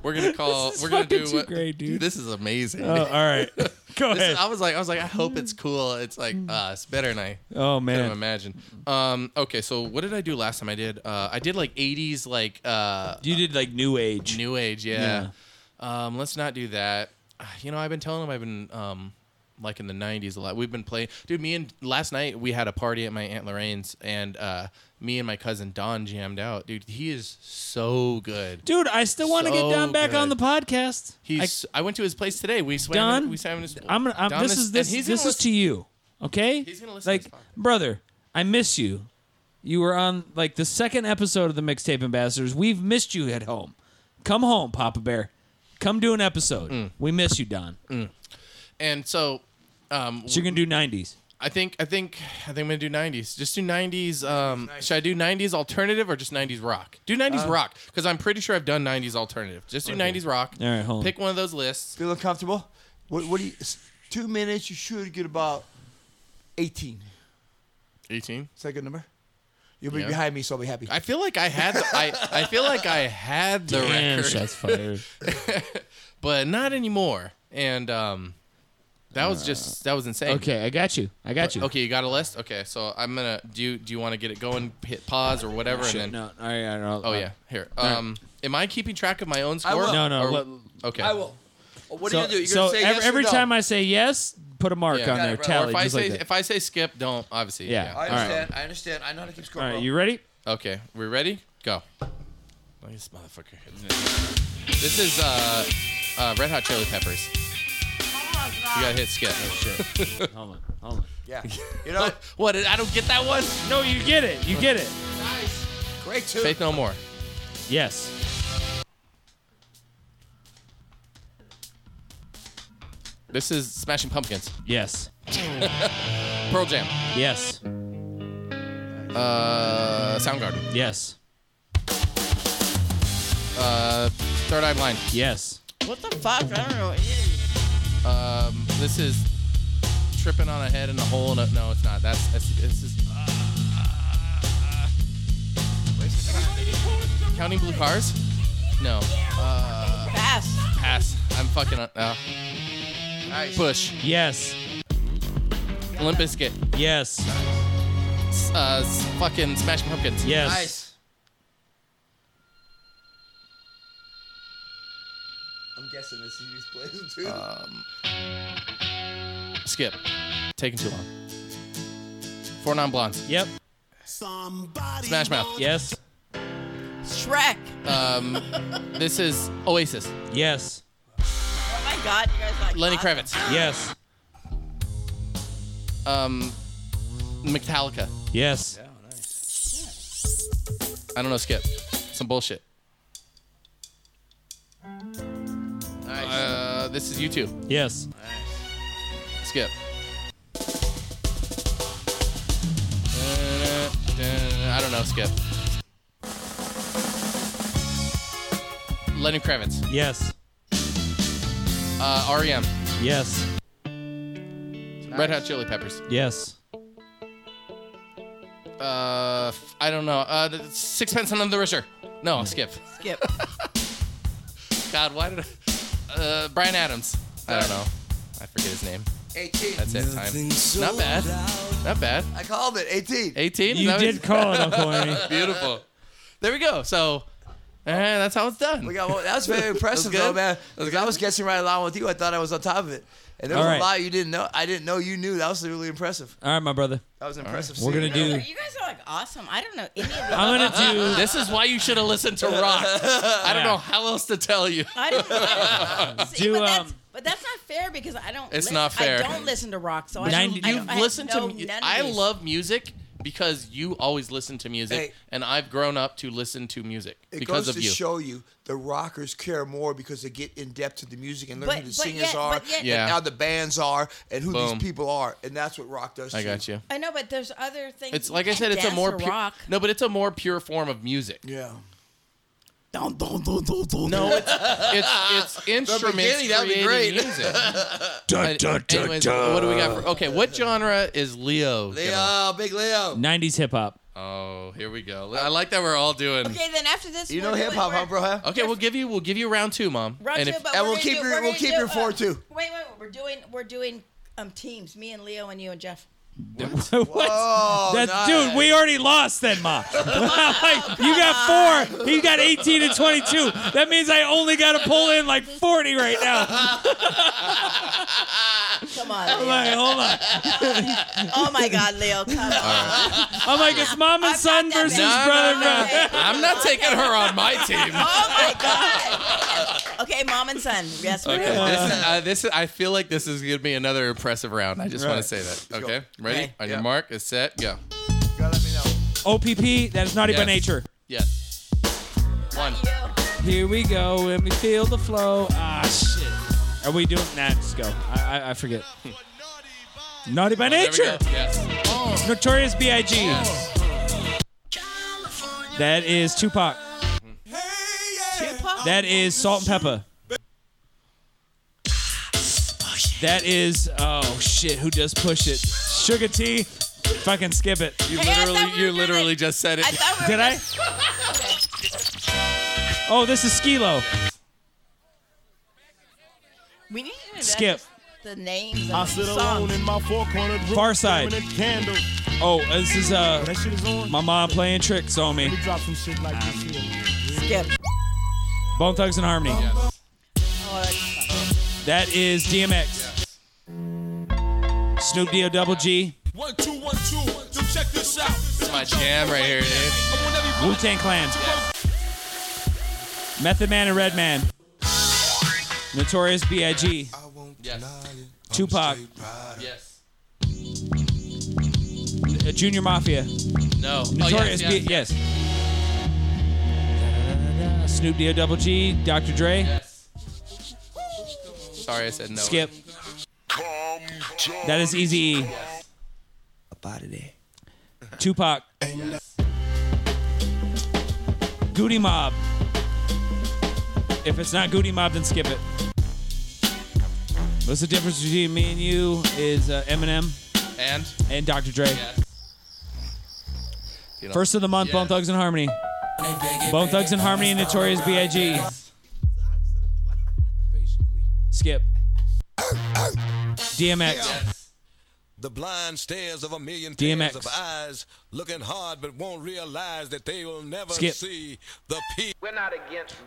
we're gonna call.
This is
we're gonna
fucking
do
too
what?
great, dude.
This is amazing.
oh, all right. Go
This is,
ahead.
I was like, I was like, I hope it's cool. It's like, uh, it's better than I
Mm. Oh
could have
man.
imagined. Um, okay, so what did I do last time? I did, uh, I did like '80s, like uh,
You did like new age.
New Age, yeah. Um, let's not do that. You know, I've been telling him I've been um, like in the 90s a lot. We've been playing, dude. Me and last night we had a party at my aunt Lorraine's, and uh, me and my cousin Don jammed out, dude. He is so good.
Dude, I still want to
So
get Don back on the
good.
podcast.
He's. I, went to his place today. We swam.
Don,
we swam in his,
I, am gonna. I'm,
Don
this is this.
and he's
This
gonna
is to you. Okay.
He's gonna listen to
Like,
this podcast.
brother, I miss you. You were on like the second episode of the mixtape ambassadors. We've missed you at home. Come home, Papa Bear. Come do an episode.
Mm.
We miss you, Don.
And so, um,
So you're gonna do 90s.
I think I think I think I'm gonna do '90s. Just do '90s. Um, Should I do '90s alternative or just '90s rock? Do
Uh,
'90s rock because I'm pretty sure I've done '90s alternative. Just do '90s rock.
All right, hold on.
Pick one of those lists.
Feeling comfortable? What, what do you? s- Two minutes. You should get about eighteen.
18.
Is that a good number? You'll be
Yeah.
behind me, so I'll be happy.
I feel like I had the, I I feel like I had the
Damn,
record,
shots fired.
but not anymore. And um, that was just that was insane.
okay, I got you. I got you.
Okay, you got a list. Okay, so I'm gonna do. You, do you want to get it going? Hit pause or whatever,
Shit,
and then.
no, all right, all right, all right.
Oh yeah, here. Um, am I keeping track of my own score?
will.
No, no.
Or-
let-
okay.
I will. Well, What
so
are you gonna do? You're
so
gonna say
every,
yes
every
or no?
time I say yes, put a mark
Yeah.
on
Got
there.
it, bro.
Or
Tally.
if I
just
say
like that.
if I say skip, don't obviously.
Yeah. All
I
right.
understand. I understand. I know how to keep score.
all right,
bro.
you ready?
Okay, we ready? Go. Look at this motherfucker. This is uh, uh, Red Hot Chili Peppers. You gotta hit skip.
hold on, hold on.
Yeah. You know,
What? I don't get that one.
No, you get it. You get it.
great too.
Faith No More.
Yes.
This is Smashing Pumpkins.
Yes.
Pearl Jam.
Yes.
Uh, Soundgarden.
Yes.
Uh, Third Eye Blind.
Yes.
What the fuck? I don't know. What it is.
Um, this is tripping on a head in a hole. No, no, it's not. That's, that's this is. uh, Counting blue cars? No.
Pass.
Pass. I'm fucking. Uh, uh,
Nice.
Bush.
Yes.
Limp Bizkit.
Yes.
S- Uh, s- fucking Smashing Pumpkins.
Yes.
Nice. I'm guessing this is these plays too.
Uh,
Skip. Taking too long. Four non blondes.
Yep.
Smash Mouth.
Yes.
Shrek.
Um, this is Oasis.
Yes.
Oh my god, you guys like
Lenny
awesome.
Kravitz.
Yes.
Um, Metallica.
Yes.
I don't know. Skip. Some bullshit. Uh, this is YouTube.
Yes.
Skip. Uh, I don't know. Skip. Lenny Kravitz.
Yes.
Uh, REM.
Yes.
Red Hot Chili Peppers.
Yes.
Uh, f- I don't know. Uh, th- Sixpence None the Richer. No, skip.
Skip.
God, why did I? Uh, Brian Adams. I don't know. I forget his name.
18.
That's it. Time. Not bad. Not bad.
I called it 18.
18.
You did call it, Uncle Ernie.
Beautiful. There we go. So, eh, that's how it's done.
We got one. That was very impressive,
good.
though, man. Like, I was guessing right along with you. I thought I was on top of it. And there
All
was
right.
a lot you didn't know. I didn't know you knew. That was really impressive.
All right, my brother.
That was an impressive.
We're gonna
scene, man.
do.
You guys are like awesome. I don't know any of them.
I'm gonna do.
This is why you should have listened to rock. I don't
Yeah.
know how else to tell you.
I don't. I don't see,
Do,
but, that's,
um,
but that's not fair because I don't.
It's
lis-
not fair.
I don't listen to rock, so I
Ninety-
don't. I,
you've
don't- I
listen
know
to. mu-
none of
I
these.
love music because you always listen to music,
Hey.
and I've grown up to listen to music
It
because
goes
of
to
you.
show you the rockers care more because they get in depth to the music and learn
But-
who the
but
singers
yet-
are,
but yet-
Yeah.
and how the bands are, and who
Boom.
these people are, and that's what rock does.
I
too.
got you.
I know, but there's other things.
It's
you
like I
can't
said, it's a
dance
more
to
pure,
rock.
no, but it's a more pure form of music.
Yeah.
No, it's it's, it's instruments
beginning, that would be
creating
great.
music. Anyways, what do we got? For, okay, what genre is Leo? gonna-
Leo, big Leo.
90s hip hop.
Oh, here we go. I like that we're all doing. Okay,
Okay, then after this,
You
we're
know
doing-
hip hop,
we're-
huh, bro? huh?
we'll give you we'll give you round two, mom.
Round
and
two,
if-
but
and
we're
we'll
gonna do-
keep your-
we're
we'll
gonna
keep
do,
your four,
uh,
too.
Wait, wait, wait. We're doing we're doing um teams. Me and Leo and you and Jeff.
what?
Oh,
That's,
nice.
Dude, we already lost then, Ma. like, you got four. He got 18 and 22. That means I only got to pull in like 40 right now.
Come on, Leo.
Like, hold on.
Oh my God, Leo. Come on.
I'm like, it's mom and son
that
versus
bad.
No,
brother.
no,
and brother.
Okay.
I'm not taking her on my team.
Oh my God. Okay, mom and son. Yes, we're
Okay,
good.
this, is- uh, this is, I feel like this is gonna be another impressive round. I just want to say that. Okay, ready?
Okay.
On
Yeah.
your mark, is set, go.
Gotta let me know.
Uh, OPP, that is naughty by
Yes.
nature.
Yeah. One.
Here we go, and we feel the flow. Ah, shit. Are we doing? Nah, just go. I, I, I forget. Hmm. naughty by
Oh, There we go.
nature.
Yeah.
Notorious B.I.G. That is Tupac.
Tupac?
That is Salt and Pepper. That is oh shit. Who does push it? Sugar T. Fucking skip it.
You
Hey, I thought
literally,
we were
you
doing
literally
it.
just said it.
I thought we were
Did I? Oh, this is Skilo.
We need to know
Skip.
the names
I
of
sit
the
alone
songs.
in my four cornered room.
Far side.
burning a Candle.
Oh, this is uh
That shit is on.
my mom playing tricks on me.
Let me drop some shit like this here.
Skip.
Bone Thugs and Harmony.
Yes.
Oh, that's fun.
That is DMX.
Yes.
Snoop D O Double G.
One, two, one, two. Yo, check this out.
This is my jam right here, dude.
I want everybody
Wu Tang Clan. Method Man and Red Man. Notorious B.I.G.
Yes.
Tupac.
Yes.
Uh, Junior Mafia.
No.
Notorious
oh, yes, yes,
B. Yes. Da-da-da-da. Snoop D O Double G. Dr. Dre.
yes. Sorry, I said no.
Skip. That is E. Easy.
Up out of there.
Tupac. Goody Mob. If it's not Goody Mob, then skip it. What's the difference between me and you is uh, Eminem
And
and Dr. Dre.
yes. You know-
First of the month,
Yeah.
Bone Thugs and Harmony. Bone Thugs and Harmony and Notorious B.I.G. Skip. DMX.
Yes.
The blind stares of a million
DMX.
pairs of eyes, looking hard but won't realize that they will never
Skip.
see the peace.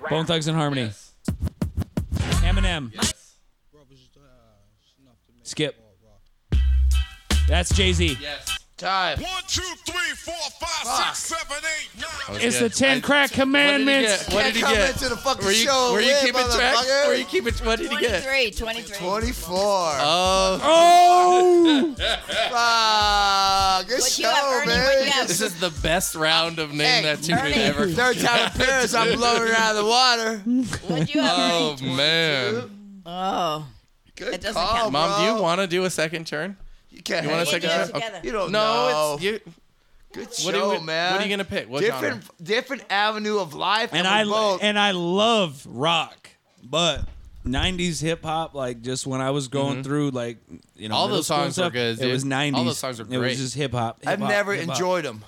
Bone Thugs and Harmony. Eminem.
Yes.
Skip. That's Jay Z.
Yes.
Time.
One, two, three, four, five, six, seven, eight,
That
nine.
was
It's
good.
the Ten
I-
Crack Commandments.
What did he
Can't come
get?
into the fucking
Were you,
show,
were you
yeah,
keeping track?
motherfucker.
Were you keeping? What did he get?
23, 23.
24. Uh,
Oh,
Oh!
Fuck. Good
What
show,
you have, Ernie?
man.
What you have?
this is the best round of name
Hey,
that team we've
Ernie.
ever.
Third time in Paris, I'm blowing it out of the water.
What'd you have? Ernie?
Oh man,
Oh.
Good
It doesn't
call,
count.
mom, do
bro.
you want to do a second turn?
You can't.
You want a
hang
second
do it
turn?
that.
together.
You don't know.
No, it's you.
Good
What
show,
are you,
Oh, man.
What are you gonna pick? What
different,
genre?
different avenue of life.
And
from
I
both.
and I love rock, but 90s hip hop like just when I was going through like you know
Mm-hmm. All
middle
those
school and
songs were
stuff,
good,
It was
dude.
90s.
All those songs were
It
great.
was just hip hop.
I've
hip-hop,
never
hip-hop.
enjoyed them.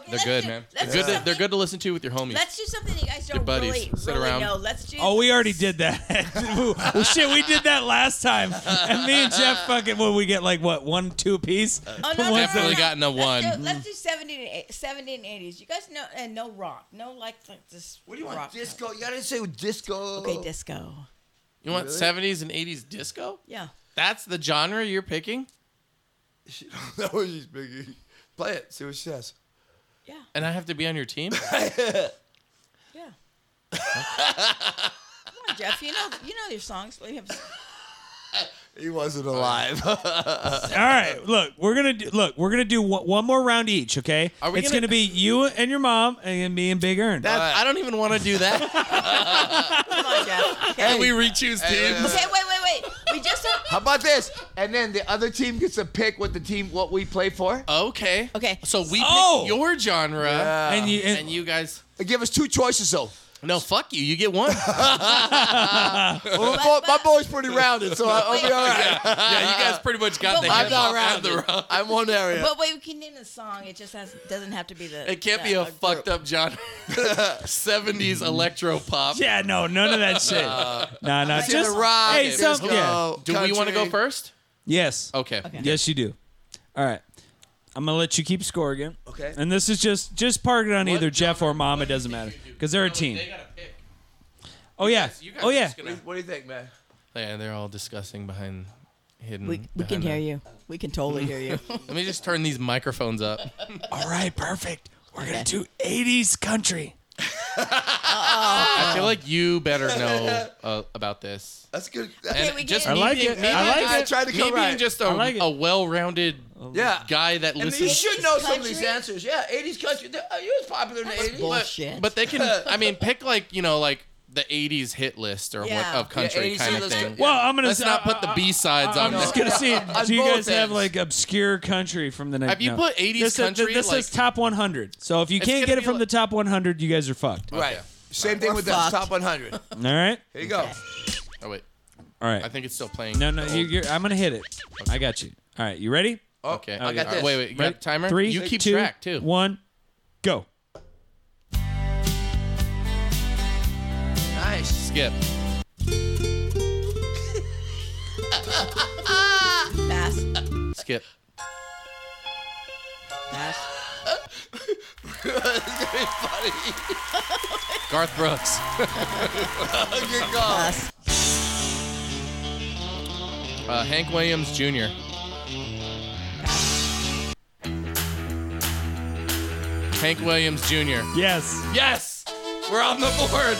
Okay,
They're
let's
good,
do-
man. Good.
let's do
to- They're
something-
good to listen to with your homies.
Let's do something you guys don't
buddies.
really,
Sit
really
around.
know. Let's do.
Oh, we already did that. well, shit, we did that last time. And me and Jeff fucking when we get like what one two piece.
Oh,
The
no, no,
ones
no,
that-
no,
Definitely
no.
gotten a
Let's do-
one.
Let's do 70 and, eight, 70 and 80s. You guys know and no rock, no like, like this.
What do you want?
rock.
Disco? You gotta say disco.
Okay, disco.
You want 70s and 80s disco?
Yeah.
That's the genre you're picking?
That was just biggie. Play it. See what she says.
Yeah.
And I have to be on your team?
Yeah. Come on, Jeff. You know, you know your songs. We have-
He wasn't alive.
All right, look, we're gonna do, look, we're gonna do one, one more round each, okay?
Are we
it's
gonna-
gonna, be you and your mom, and then me and Big Earn.
That- I don't even want to do that.
Come on, Jeff. Okay.
Can we re-choose teams?
okay. Wait, wait, wait. We just. Don't...
How about this? And then the other team gets to pick what the team what we play for.
Okay.
Okay.
So we pick
Oh!
your genre.
and you, and,
And you guys.
Give us two choices though.
No, fuck you. You get one.
Well, my, boy- my boy's pretty rounded, so I, I'll be all right.
yeah, you guys pretty much got the
I'm
hip
not
hop and the
rounded.
rock.
I'm one area.
But wait, we can name the song. It just has doesn't have to be the.
It can't
the-
be a
group.
fucked up genre. 70s electro pop.
yeah, no, none of that shit. No, no,
See
just
the rock,
hey,
disco,
some, yeah.
Do we want to go
country.
first?
yes,
Okay.
yes, you do. All right, I'm gonna let you keep score again.
Okay.
And this is just just park it on either Jeff or mom. It doesn't matter because they're a team.
gotta pick.
Oh yeah,
You guys
oh
are
yeah.
just gonna-
What do you think, man?
Yeah, they're all discussing behind hidden.
We, we can
behind
hear
that.
you. We can totally hear you.
Let me just turn these microphones up.
All right, perfect. We're gonna do '80s country.
I feel like you better know uh, about this.
That's good. That's,
Okay, we
just
get it.
me
I like
being-
it.
me
I
being
like
just-
it. I tried to
me
come
being
right.
just
I
a,
like it.
a well-rounded
yeah.
guy that
And you
listens.
should know some of these
Country?
answers. Yeah, 80s country. They- uh, It was popular in the 80s.
Bullshit.
But they can. I mean, pick like you know like the '80s hit list or what
Yeah.
of country
80s
kind
hit
of
list.
thing.
Yeah.
Well, I'm gonna
Let's
s-
not
I-
put the
I-
B sides
I'm
on
just
there.
gonna see.
On
Do you
both
guys have
ends.
like obscure country from the night?
Have you put 80s
this
country,
Is, this
like-
is top 100. So if you
It's
can't
gonna
get it
be
from
like-
the top 100, you guys are fucked. All
Right. Same thing
We're
with
fucked.
the top 100. Here
right.
you go.
Oh wait,
All right.
I think it's still playing.
no, no.
Oh,
You, you're, I'm gonna hit it. I got you. All right. You ready?
Oh,
okay.
I got
All right,
this.
Wait, wait. You
Ready?
got timer.
Three.
You keep
two,
track too.
One. Go.
Nice.
Skip.
Pass.
Oh. Skip.
Pass.
Garth Brooks.
Good call.
Pass.
Uh, Hank Williams Jr. Hank Williams Jr.
Yes.
Yes, we're on the board.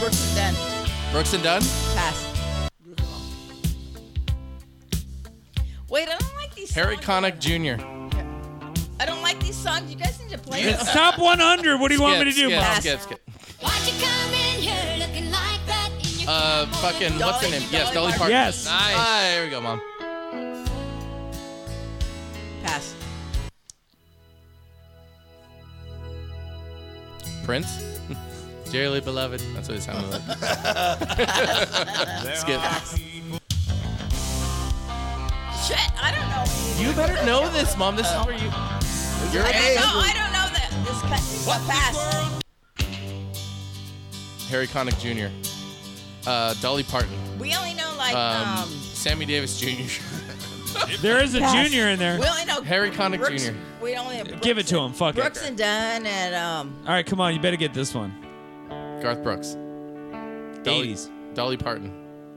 Brooks is done.
Brooks and Dunn.
Pass. Wait, I don't like these
Harry
songs.
Connick Jr.
I don't like these songs. You guys need to play
It's
them.
top 100. What do you want me to do,
skip,
Mom?
Pass.
skip, skip.
Why'd you come in here looking like that in your
Uh, fucking, what's her
Dolly-
name? Yes, Dolly
Dolly
Parton.
Parton.
Yes.
Nice. Ah, there we go, Mom.
Pass.
Prince? Dearly beloved. That's what it sounded like. Skip.
Shit, I don't know.
You better know this, Mom. This is where you. You're
I don't
amazing.
know. I don't know that. This cut. This what pass.
Harry Connick Jr. Uh, Dolly Parton.
We only know like
Um,
um.
Sammy Davis Jr.
There is a
Pass.
junior in there.
we only know
Harry Connick
Brooks-
Jr.
We only have
Give it
Brooks
to
and-
him. Fuck it.
Brooks and Dunn and um.
All right, come on. You better get this one.
Garth Brooks. Dolly,
80s.
Dolly Parton.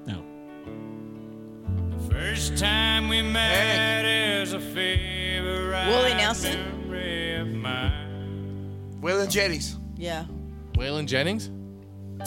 No.
First time we met is a favorite
Willie Nelson?
memory of mine.
Waylon Jennings.
Yeah.
Waylon Jennings?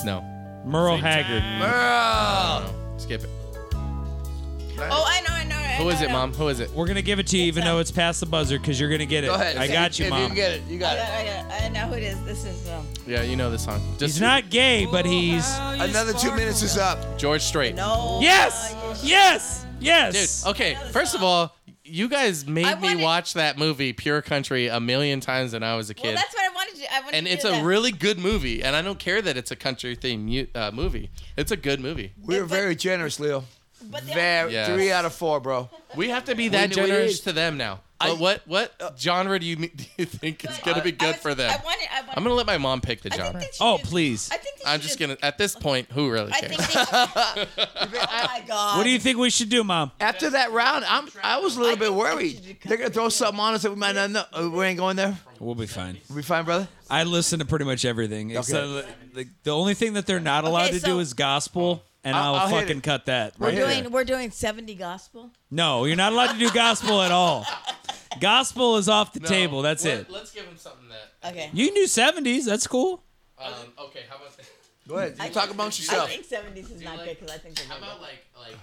No.
Merle Haggard.
Merle.
Skip it.
Oh, I know. I know. I
Who is
know,
it,
I know.
Mom? Who is it?
We're gonna give it to you, even though it's past the buzzer, because you're gonna get it.
Go ahead.
I got you,
If
mom.
You get it. You
I,
got it.
I, I, I know who it is. This is um.
Yeah, you know this song. Just
He's not gay, but he's
Another two minutes is up.
George Strait.
No.
yes,
uh, you-
yes,
Dude,
yes.
okay. First of all, you guys made
I
me
wanted-
watch that movie Pure Country a million times when I was a kid.
Well, that's what I wanted to. I wanted
and
to
it's
do
a
that.
really good movie, and I don't care that it's a country themed mu- uh, movie. It's a good movie.
We were
But-
very generous, Leo.
But the-
Very,
Yes.
Three out of four, bro.
We have to be that
knew it
generous
is.
to them now.
I-
But what what genre do you m- do you think is
but uh,
gonna be
I
good
was-
for them?
I wanted. I wanted
I'm gonna let my mom pick the
I think
genre.
they should
Oh,
do-
please.
I think. they
I'm
should
just
do-
gonna at this point, who really
I
cares?
think. They, oh my god.
What do you think we should do, mom?
After that round, I'm I was a little
I
bit
think we
worried.
should do
They're gonna throw something on us that we might not know. Uh, We ain't going there.
We'll be fine.
We fine, brother.
I listen to pretty much everything. Except the, the only thing that they're not allowed to
so-
do is gospel, and
I'll-
I'll,
I'll hit
fucking
it.
cut that.
We're
Right there.
doing. We're doing 70 gospel.
No, you're not allowed to do gospel at all. Gospel is off the table. That's it.
Let's give him something that. um,
Okay.
You can do 70s. That's cool.
okay, how about
Go ahead. You talk amongst
I
yourself.
think 70s is not
like-
good because I think they're
How
gonna
about like like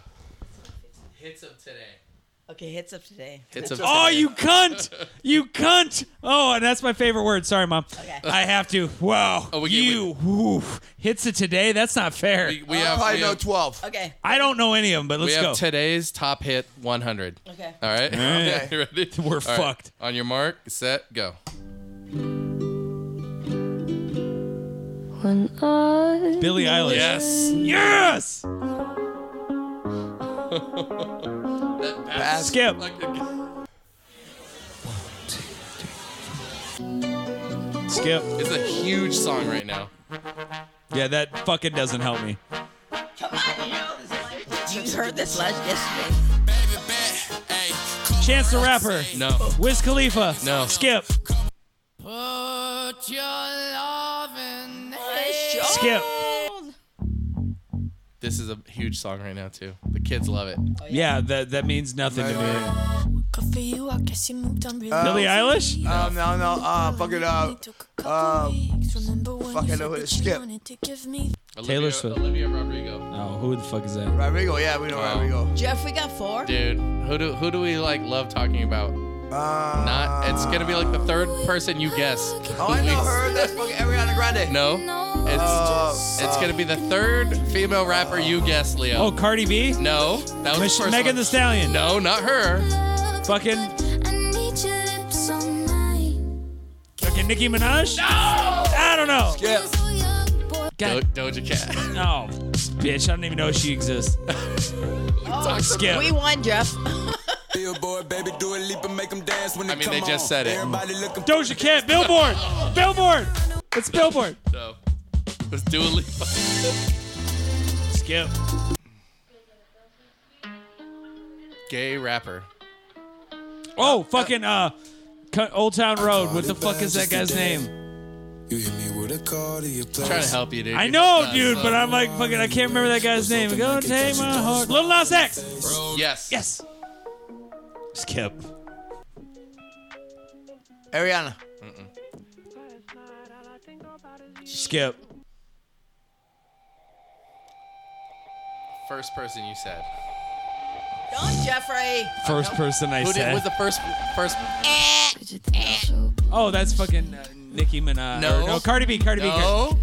hits of today?
go- Okay, hits up today.
Hits of
Oh, you cunt! You cunt! Oh, and that's my favorite word. Sorry, mom.
Okay.
I have to. Wow.
Oh, we-
you oof, hits it today. That's not fair.
We, we
I
have
probably
we
know
have,
twelve.
Okay.
I don't know any of them, but
we
let's
have
go.
today's top hit 100.
Okay.
All right,
right.
You ready?
We're
All right.
fucked.
On your mark, set, go.
When I
Billie Eilish.
Yes.
Yes.
That
Pass.
Skip. Skip.
It's a huge song right now.
Yeah, that fucking doesn't help me.
Come on, you know this one. You heard this last yesterday.
Chance the Rapper.
No.
Wiz Khalifa.
No.
Skip.
It's
Skip.
yours.
This is a huge song right now too. The kids love it.
Yeah, that that means nothing to me.
Good for you, I guess you moved on really
Uh, Billie Eilish?
Um, no, no, uh, fuck it up. Um, fuck, I know who to skip.
Taylor Swift.
Olivia Rodrigo.
Oh, who the fuck is that?
Rodrigo, yeah, we know Rodrigo.
Jeff, we got four.
Dude, who do who do we like love talking about?
Uh,
Not. It's gonna be like the third person you guess.
Oh, I know her. That's fucking Ariana Grande.
No, it's
Uh,
it's gonna be the third female rapper you guess, Leo.
Oh, Cardi B?
No, that was
Mich-
the first
Megan
one.
the Stallion.
No, not her.
Fucking fucking Nicki Minaj? No! I don't know.
Skip.
God,
Do- Doja Cat.
no, bitch. I don't even know she exists. Skip.
We won, Jeff.
Billboard, baby, do a leap and make 'em dance when they
I mean,
come
they just
on.
said it.
Everybody looking
Doja Cat. Billboard. Billboard. It's Billboard.
No, it was Dua Lipa.
Skip.
Gay rapper.
Oh, fucking uh, Cu- Old Town Road. What the fuck is that guy's name?
You hit me with a call to your place.
Trying to help you, dude.
I
You
know,
suck.
dude, but I'm like fucking. I can't remember that guy's name. Go take my heart. Little Nas X.
Yes.
Yes. Skip.
Ariana.
Skip.
First person you said.
Don't, Jeffrey.
First person I
Who did, was
said.
the first first?
Oh, that's fucking uh, Nicki Minaj.
No.
Or No, Cardi B. Cardi B. Cardi-
No.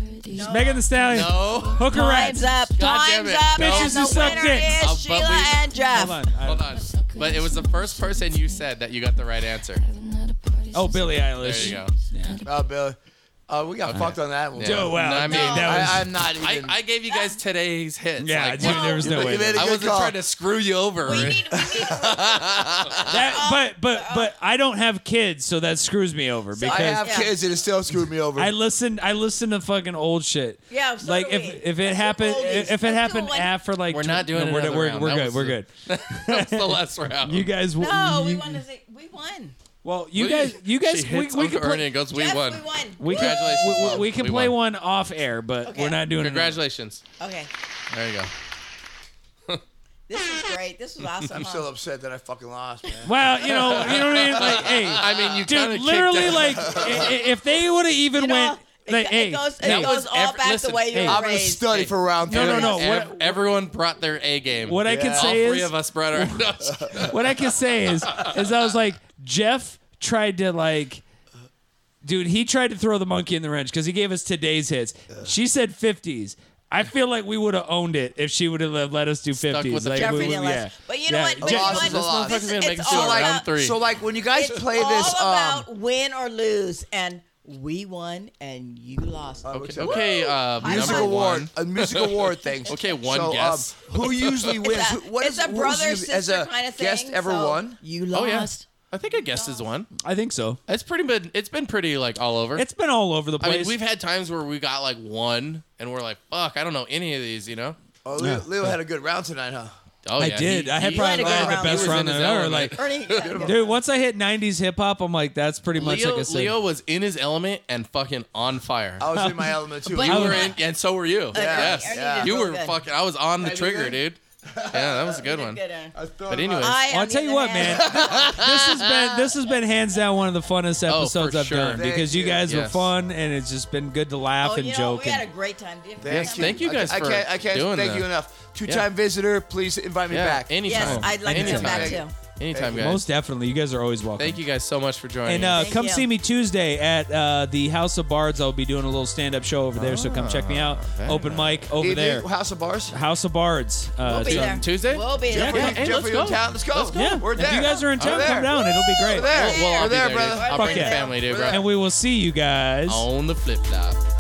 Megan the Stallion.
No.
Hooker
Time's
rats.
up.
God damn
Time's
it.
up.
Bitches
And
who
the
suck
winner
dicks.
is
Oh, but
Sheila
we-
and Jeff.
Hold on. I-
Hold on. But it was the first person you said that you got the right answer.
Oh, Billie
There
Eilish.
you go.
Uh, Bill. Uh, we got fucked on that one.
Yeah.
Oh, wow.
No, I mean,
that was.
I, I'm not
I,
even.
I gave you guys today's hits.
yeah,
Like,
dude,
what-
there was no
You
way.
made
that-
it-
I
Good
wasn't
call.
trying to screw you over.
We need, we need
That, but but but I don't have kids, so that screws me over because
I have
Yeah.
kids and it still screwed me over.
I listened. I listened to fucking old shit.
Yeah, so
like
do
if
we.
if it happened,
oldies.
if it
Let's
happened
do one-
after like
We're
tw-
not doing
no, we're,
another
we're,
round.
we're
That
good.
was
We're
the-
good.
That's the last round.
You guys. w-
No, we
you-
want to say we won.
Well, you guys. You guys.
She
We,
hits
we
Uncle
can play.
Ernie and goes, we
Jeff,
won.
we won.
we can,
Congratulations,
we- we-
Bob.
we can
We
play
won.
one off air, but
Okay.
we're not doing. another.
Congratulations.
Okay.
There you go.
This is great. This was awesome.
I'm
huh?
still upset that I fucking lost, man.
Well, you know, you know what I mean. Like, hey,
I mean, you kinda
dude,
kicked
literally,
it.
like, i- i- if they would have even
You know,
went,
it,
like,
it
hey,
goes,
hey,
it goes all
Every-
back
listen,
the way you
hey.
were
I'm gonna
raised.
study for round three.
No, no, no.
Ev-
Oh, What-
everyone brought their A game.
what I can
Yeah.
All
say
three
is,
of us brought our. No, I'm just kidding.
what I can say is, is I was like, Jeff tried to like, dude, he tried to throw the monkey in the wrench because he gave us today's hits. She said fifties. I feel like we would have owned it if she would have let us do
with
fifties.
the
Like,
Jeffrey
we,
didn't
would-
let
yeah.
us- But you know what? But you know
loss
what?
is a loss.
This-
Fucking gonna
it's
make it
all
to round
about-
three.
So like when you guys
It's
play
all
this, um,
about win or lose, and we won and you lost.
Okay, okay uh,
music
number
award,
one.
a music award thing.
Okay, one
so,
guess.
Um, who usually wins?
It's a,
Who- what
it's
is-
a
who's
brother
usually-
sister
as a
kind of thing.
guest ever
so
won?
You
Oh yeah.
lost.
I think I guessed is one.
I think so.
It's pretty been. It's been pretty like all over.
It's been all over the
I
place.
mean, we've had times where we got like one, and we're like, "Fuck, I don't know any of these," you know.
Oh, Leo, Leo had a good round tonight, huh?
Oh,
I
yeah,
did.
he-
I had
he-
probably
He had
like
a good
the
round. He
best
was
round
in
I've
his
ever.
element.
Like,
Ernie,
dude, once I hit '90s hip hop, I'm like, that's pretty much
Leo,
like I said.
Leo was in his element and fucking on fire.
Oh,
I was in my element too.
you were in, and so were you. yes,
I needed to
you
go
were
good.
fucking. I was on the
you
trigger,
good?
dude. Yeah, that was a good one.
Good, Ernie.
I thought
But
about-
anyways,
I,
Well, I'll
on the
tell you
other
what,
hand-
man. this has been this has been hands down one of the funnest
Oh, for
episodes I've
sure.
done
Thank
because you
you.
guys were
Yes.
fun and it's just been good to laugh
Oh,
and
you know,
joke.
we had
and-
a great time. Didn't we?
Thank
Yes,
you.
thank you
I-
guys
I,
for
can't, I can't
doing
thank
that.
you enough. Two-time visitor, please invite me
yeah,
back.
anytime.
Yes, I'd like to
anytime.
come back too.
Anytime, guys.
most definitely, you guys are always welcome.
Thank you guys so much for joining.
And uh,
Thank
come
you.
see me Tuesday at uh, the House of Bards. I'll be doing a little stand up show over there, so come check me out.
Ah, very
Open mic over
Evening,
there.
House of Bars.
House of Bards. Uh,
We'll be
so-
there.
Tuesday?
We'll be
Yeah,
there.
come
Hey, let's
Jeffrey,
go.
in town. Let's go.
Yeah,
We're there.
if you guys are in town,
We're
come
there.
down. It'll be
We're
great.
there.
We'll, we'll all
We're
be
there,
there, dude.
brother.
I'll
Fuck
bring
yeah.
the family, dude,
We're
bro.
there.
And we will see you guys
On the flip flop.